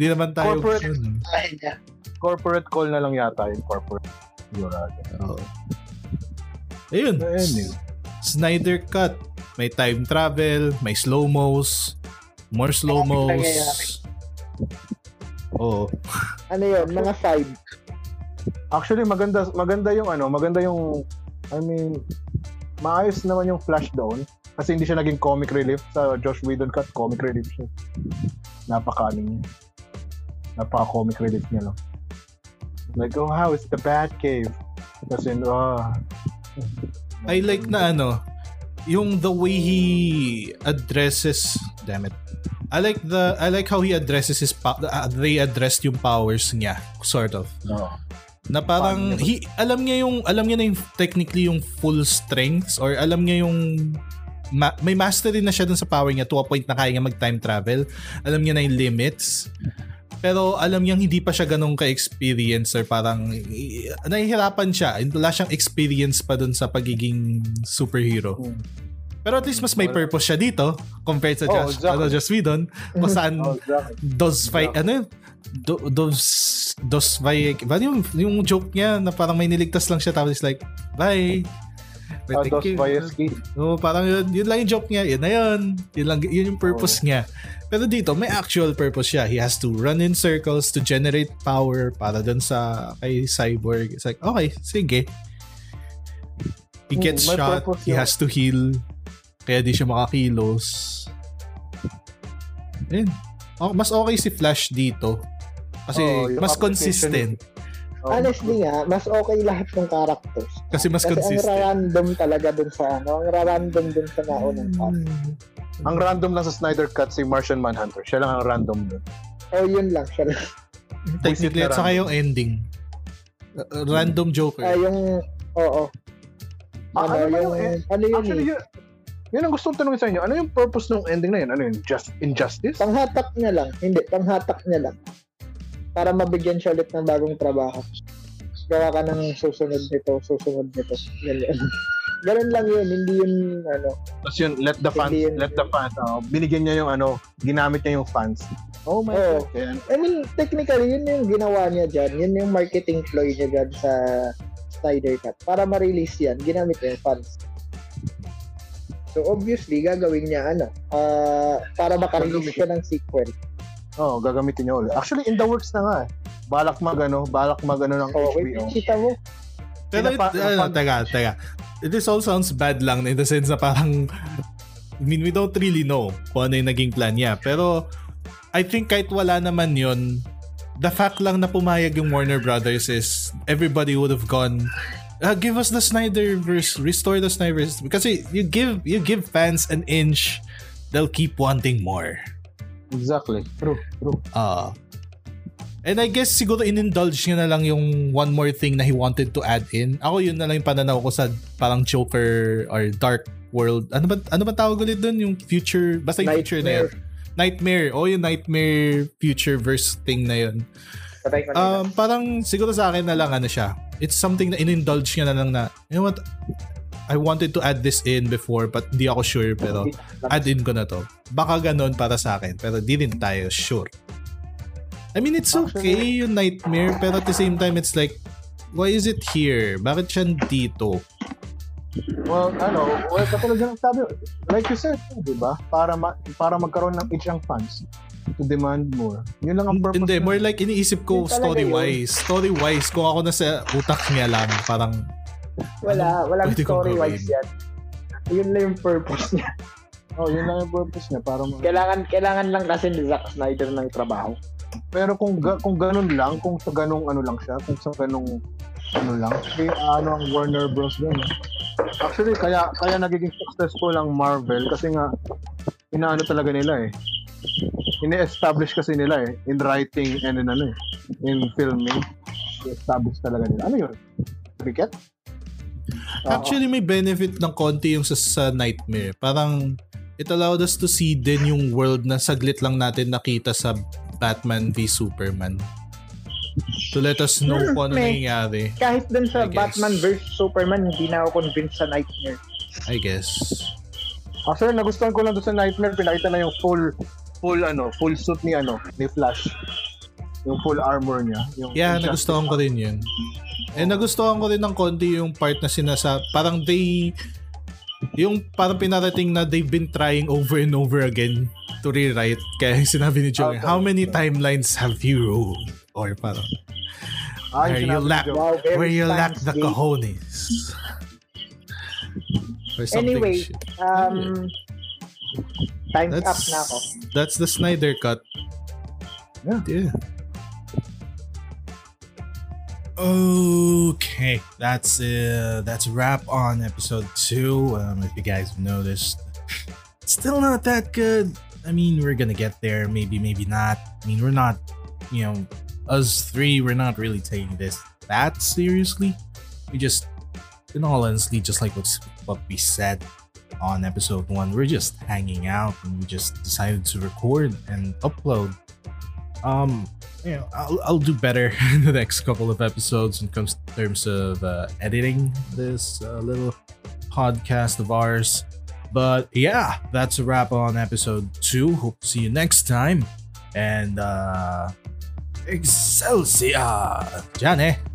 [SPEAKER 1] di naman tayo...
[SPEAKER 4] corporate-
[SPEAKER 1] Yun.
[SPEAKER 3] Ay, niya.
[SPEAKER 4] corporate call na lang yata yung corporate. Yun, ah.
[SPEAKER 1] eh. Oo. Ayun.
[SPEAKER 4] Ayun, eh.
[SPEAKER 1] Snyder Cut. May time travel, may slow-mos, more slow-mos.
[SPEAKER 3] nangyayari.
[SPEAKER 1] Oo.
[SPEAKER 3] Ano yun, mga five.
[SPEAKER 4] Actually maganda maganda yung ano, maganda yung I mean maayos naman yung flash down kasi hindi siya naging comic relief sa Josh Whedon cut comic relief siya. Napaka ano niya. Napaka comic relief niya lang. Like, oh, how is the Batcave? Tapos yun, oh.
[SPEAKER 1] I like na ano, yung the way he addresses, damn it. I like the I like how he addresses his pa- uh, they addressed yung powers niya sort of.
[SPEAKER 4] Oo.
[SPEAKER 1] Na parang
[SPEAKER 4] Paano niya
[SPEAKER 1] he, alam niya yung alam niya na yung technically yung full strengths or alam niya yung ma- may mastery na siya dun sa power niya to a point na kaya niya mag time travel. Alam niya na yung limits. Pero alam niyang hindi pa siya ganun ka-experience or parang i- i- nahihirapan siya. Wala siyang experience pa dun sa pagiging superhero.
[SPEAKER 4] Hmm.
[SPEAKER 1] Pero at least mas may
[SPEAKER 4] Wala.
[SPEAKER 1] purpose siya dito compared sa
[SPEAKER 4] Oh,
[SPEAKER 1] Josh,
[SPEAKER 4] exactly.
[SPEAKER 1] ano, Joss Whedon kung saan
[SPEAKER 4] Oh, exactly.
[SPEAKER 1] those fight
[SPEAKER 4] Yeah.
[SPEAKER 1] ano yun? Do, those those fight ba yung yung joke niya na parang may niligtas lang siya tapos it's like bye But
[SPEAKER 4] Ah,
[SPEAKER 1] thank
[SPEAKER 4] Dos
[SPEAKER 1] you.
[SPEAKER 4] Vayeski.
[SPEAKER 1] Oo, parang yun, yun lang yung joke niya yun na yun yun, lang, yun yung purpose niya pero dito may actual purpose siya he has to run in circles to generate power para dun sa kay cyborg it's like okay sige he
[SPEAKER 4] Hmm,
[SPEAKER 1] gets
[SPEAKER 4] may
[SPEAKER 1] shot
[SPEAKER 4] purpose
[SPEAKER 1] he
[SPEAKER 4] yun.
[SPEAKER 1] has to heal kaya di siya makakilos Ayun. Oh, mas okay si Flash dito. Kasi
[SPEAKER 4] Oo, yung
[SPEAKER 1] mas
[SPEAKER 4] application
[SPEAKER 1] consistent.
[SPEAKER 4] Oh.
[SPEAKER 3] Honestly nga, mas okay lahat ng characters.
[SPEAKER 1] Kasi mas
[SPEAKER 3] Kasi
[SPEAKER 1] consistent.
[SPEAKER 3] ang random talaga dun sa ano, ang random dun sa naunang part.
[SPEAKER 1] Hmm.
[SPEAKER 4] Ang random lang sa Snyder cut si Martian Manhunter. Siya lang ang random dun.
[SPEAKER 3] O yun lang siya. lang.
[SPEAKER 1] Technically,
[SPEAKER 4] Buisit na Hmm.
[SPEAKER 1] at saka yung ending. Uh, uh, Random
[SPEAKER 3] Ah,
[SPEAKER 1] Joker.
[SPEAKER 3] yung, oo.
[SPEAKER 4] Ah,
[SPEAKER 3] Ano,
[SPEAKER 4] ano ba yung
[SPEAKER 3] yung,
[SPEAKER 4] end?
[SPEAKER 3] ano yun
[SPEAKER 4] Actually,
[SPEAKER 3] eh,
[SPEAKER 4] yun, yun ang gusto kong tanongin sa inyo. Ano yung purpose ng ending na yun? Ano yun? Just injustice?
[SPEAKER 3] panghatak niya lang. Hindi, panghatak niya lang. Para mabigyan siya ulit ng bagong trabaho. Gawa ka ng susunod nito, susunod nito. Ganyan. ganun lang yun, hindi yun, ano,
[SPEAKER 4] Tapos yun, let the fans,
[SPEAKER 3] Hindi yun.
[SPEAKER 4] let the fans. Oh, binigyan niya yung ano, ginamit niya yung fans. Oh my
[SPEAKER 3] Oo.
[SPEAKER 4] God. Kaya,
[SPEAKER 3] I mean, technically, yun yung ginawa niya dyan. Yun yung marketing ploy niya dyan sa Snyder Cut. Para ma-release yan, ginamit niya yung fans. So, obviously, gagawin niya, ano, ah, para makarelease siya ng sequel.
[SPEAKER 4] oh, gagamitin niya ulit. Actually, in the works na nga. eh. Balak mag ano, balak mag ano ng
[SPEAKER 3] Oh, wait,
[SPEAKER 4] HBO.
[SPEAKER 3] kita mo.
[SPEAKER 1] Pero it,
[SPEAKER 4] Pinapa-
[SPEAKER 1] ano,
[SPEAKER 4] napag-
[SPEAKER 1] taga, taga. This all sounds bad lang in the sense na parang I mean, we don't really know kung ano yung naging plan niya. Pero I think kahit wala naman yon the fact lang na pumayag yung Warner Brothers is everybody would have gone "Ah, give us the Snyderverse, restore the Snyderverse because you give you give fans an inch, they'll keep wanting more.
[SPEAKER 4] Exactly. True, true.
[SPEAKER 1] Ah. and I guess siguro inindulge niya na lang yung one more thing na he wanted to add in. Ako yun na lang yung pananaw ko sa parang Joker or Dark World. Ano ba ano ba tawag ulit doon yung future basta yung future na yun. Nightmare. Oh, yung nightmare future verse thing na yun.
[SPEAKER 3] Patay ka nila.
[SPEAKER 1] Um, parang siguro sa akin na lang ano siya. It's something na inindulge niya na lang na, you know what, I wanted to add this in before but di ako sure pero add in ko na to. Baka ganun para sa akin pero di rin tayo sure. I mean, it's okay yung nightmare pero at the same time it's like, why is it here? Bakit siya dito?
[SPEAKER 4] Well, ano, well, katulad ng sabi, like you said, di ba? Para ma- para magkaroon ng itch ang fans to demand more. Yun lang ang purpose.
[SPEAKER 1] Hindi,
[SPEAKER 4] niya.
[SPEAKER 1] more like iniisip ko
[SPEAKER 3] Yun talaga
[SPEAKER 1] story-wise. Story-wise, kung ako nasa utak niya lang, parang
[SPEAKER 3] Wala, walang
[SPEAKER 1] Pwede kong
[SPEAKER 3] story-wise yan. Yun na yung purpose niya.
[SPEAKER 4] Oh, yun lang ang purpose niya para ma-
[SPEAKER 3] Kailangan, kailangan lang kasi ni Zack Snyder ng trabaho.
[SPEAKER 4] Pero kung ga- kung ganun lang, kung sa ganung ano lang siya, kung sa ganung ano lang, eh, ano ang Warner Bros doon. Actually, kaya kaya nagiging successful ang Marvel kasi nga inaano talaga nila eh. Ini-establish kasi nila eh in writing and in ano eh, in filming. Establish talaga nila. Ano yun? Cricket? Oo.
[SPEAKER 1] Actually, may benefit ng konti yung sa, sa Nightmare. Parang, it allowed us to see din yung world na saglit lang natin nakita sa Batman v Superman. To let us know
[SPEAKER 3] Hmm,
[SPEAKER 1] kung ano
[SPEAKER 3] may-
[SPEAKER 1] nangyayari,
[SPEAKER 3] Kahit
[SPEAKER 1] I
[SPEAKER 3] dun sa
[SPEAKER 1] guess.
[SPEAKER 3] Batman vs. Superman, hindi na ako convinced sa Nightmare.
[SPEAKER 1] I guess.
[SPEAKER 4] Actually, nagustuhan ko lang doon sa Nightmare, pinakita na yung full full ano, full suit ni ano, ni Flash. Yung full armor niya. Yung
[SPEAKER 1] Yeah,
[SPEAKER 4] yung Justice
[SPEAKER 1] nagustuhan ko rin yun. Eh, nagustuhan ko rin ng konti yung part na sinasa... Parang they... Yung parang pinarating na they've been trying over and over again to rewrite. Kaya yung sinabi ni Joey,
[SPEAKER 4] Okay.
[SPEAKER 1] how many timelines have you rolled? Or parang,
[SPEAKER 4] Ah,
[SPEAKER 1] Where you
[SPEAKER 4] yung sinabi ni
[SPEAKER 1] lack-
[SPEAKER 4] Joe.
[SPEAKER 3] Wow, very
[SPEAKER 1] where you lack
[SPEAKER 3] fans
[SPEAKER 1] the
[SPEAKER 3] gay.
[SPEAKER 1] cojones. Or something
[SPEAKER 3] Anyway,
[SPEAKER 1] shit.
[SPEAKER 3] Um, time's up
[SPEAKER 1] that's
[SPEAKER 3] na ako.
[SPEAKER 1] that's the Snyder cut.
[SPEAKER 4] Yeah.
[SPEAKER 1] Okay, that's uh, that's a wrap on episode two. Um, if you guys noticed, it's still not that good. I mean, we're gonna get there. Maybe, maybe not. I mean, we're not. You know, us three, we're not really taking this that seriously. We just, in all honesty, just like what's what we said on episode one, we're just hanging out and we just decided to record and upload. Um, you know, I'll, I'll do better in the next couple of episodes in comes terms of uh, editing this uh, little podcast of ours. But yeah, that's a wrap on episode two. Hope to see you next time. And uh, Excelsior! Dyan eh.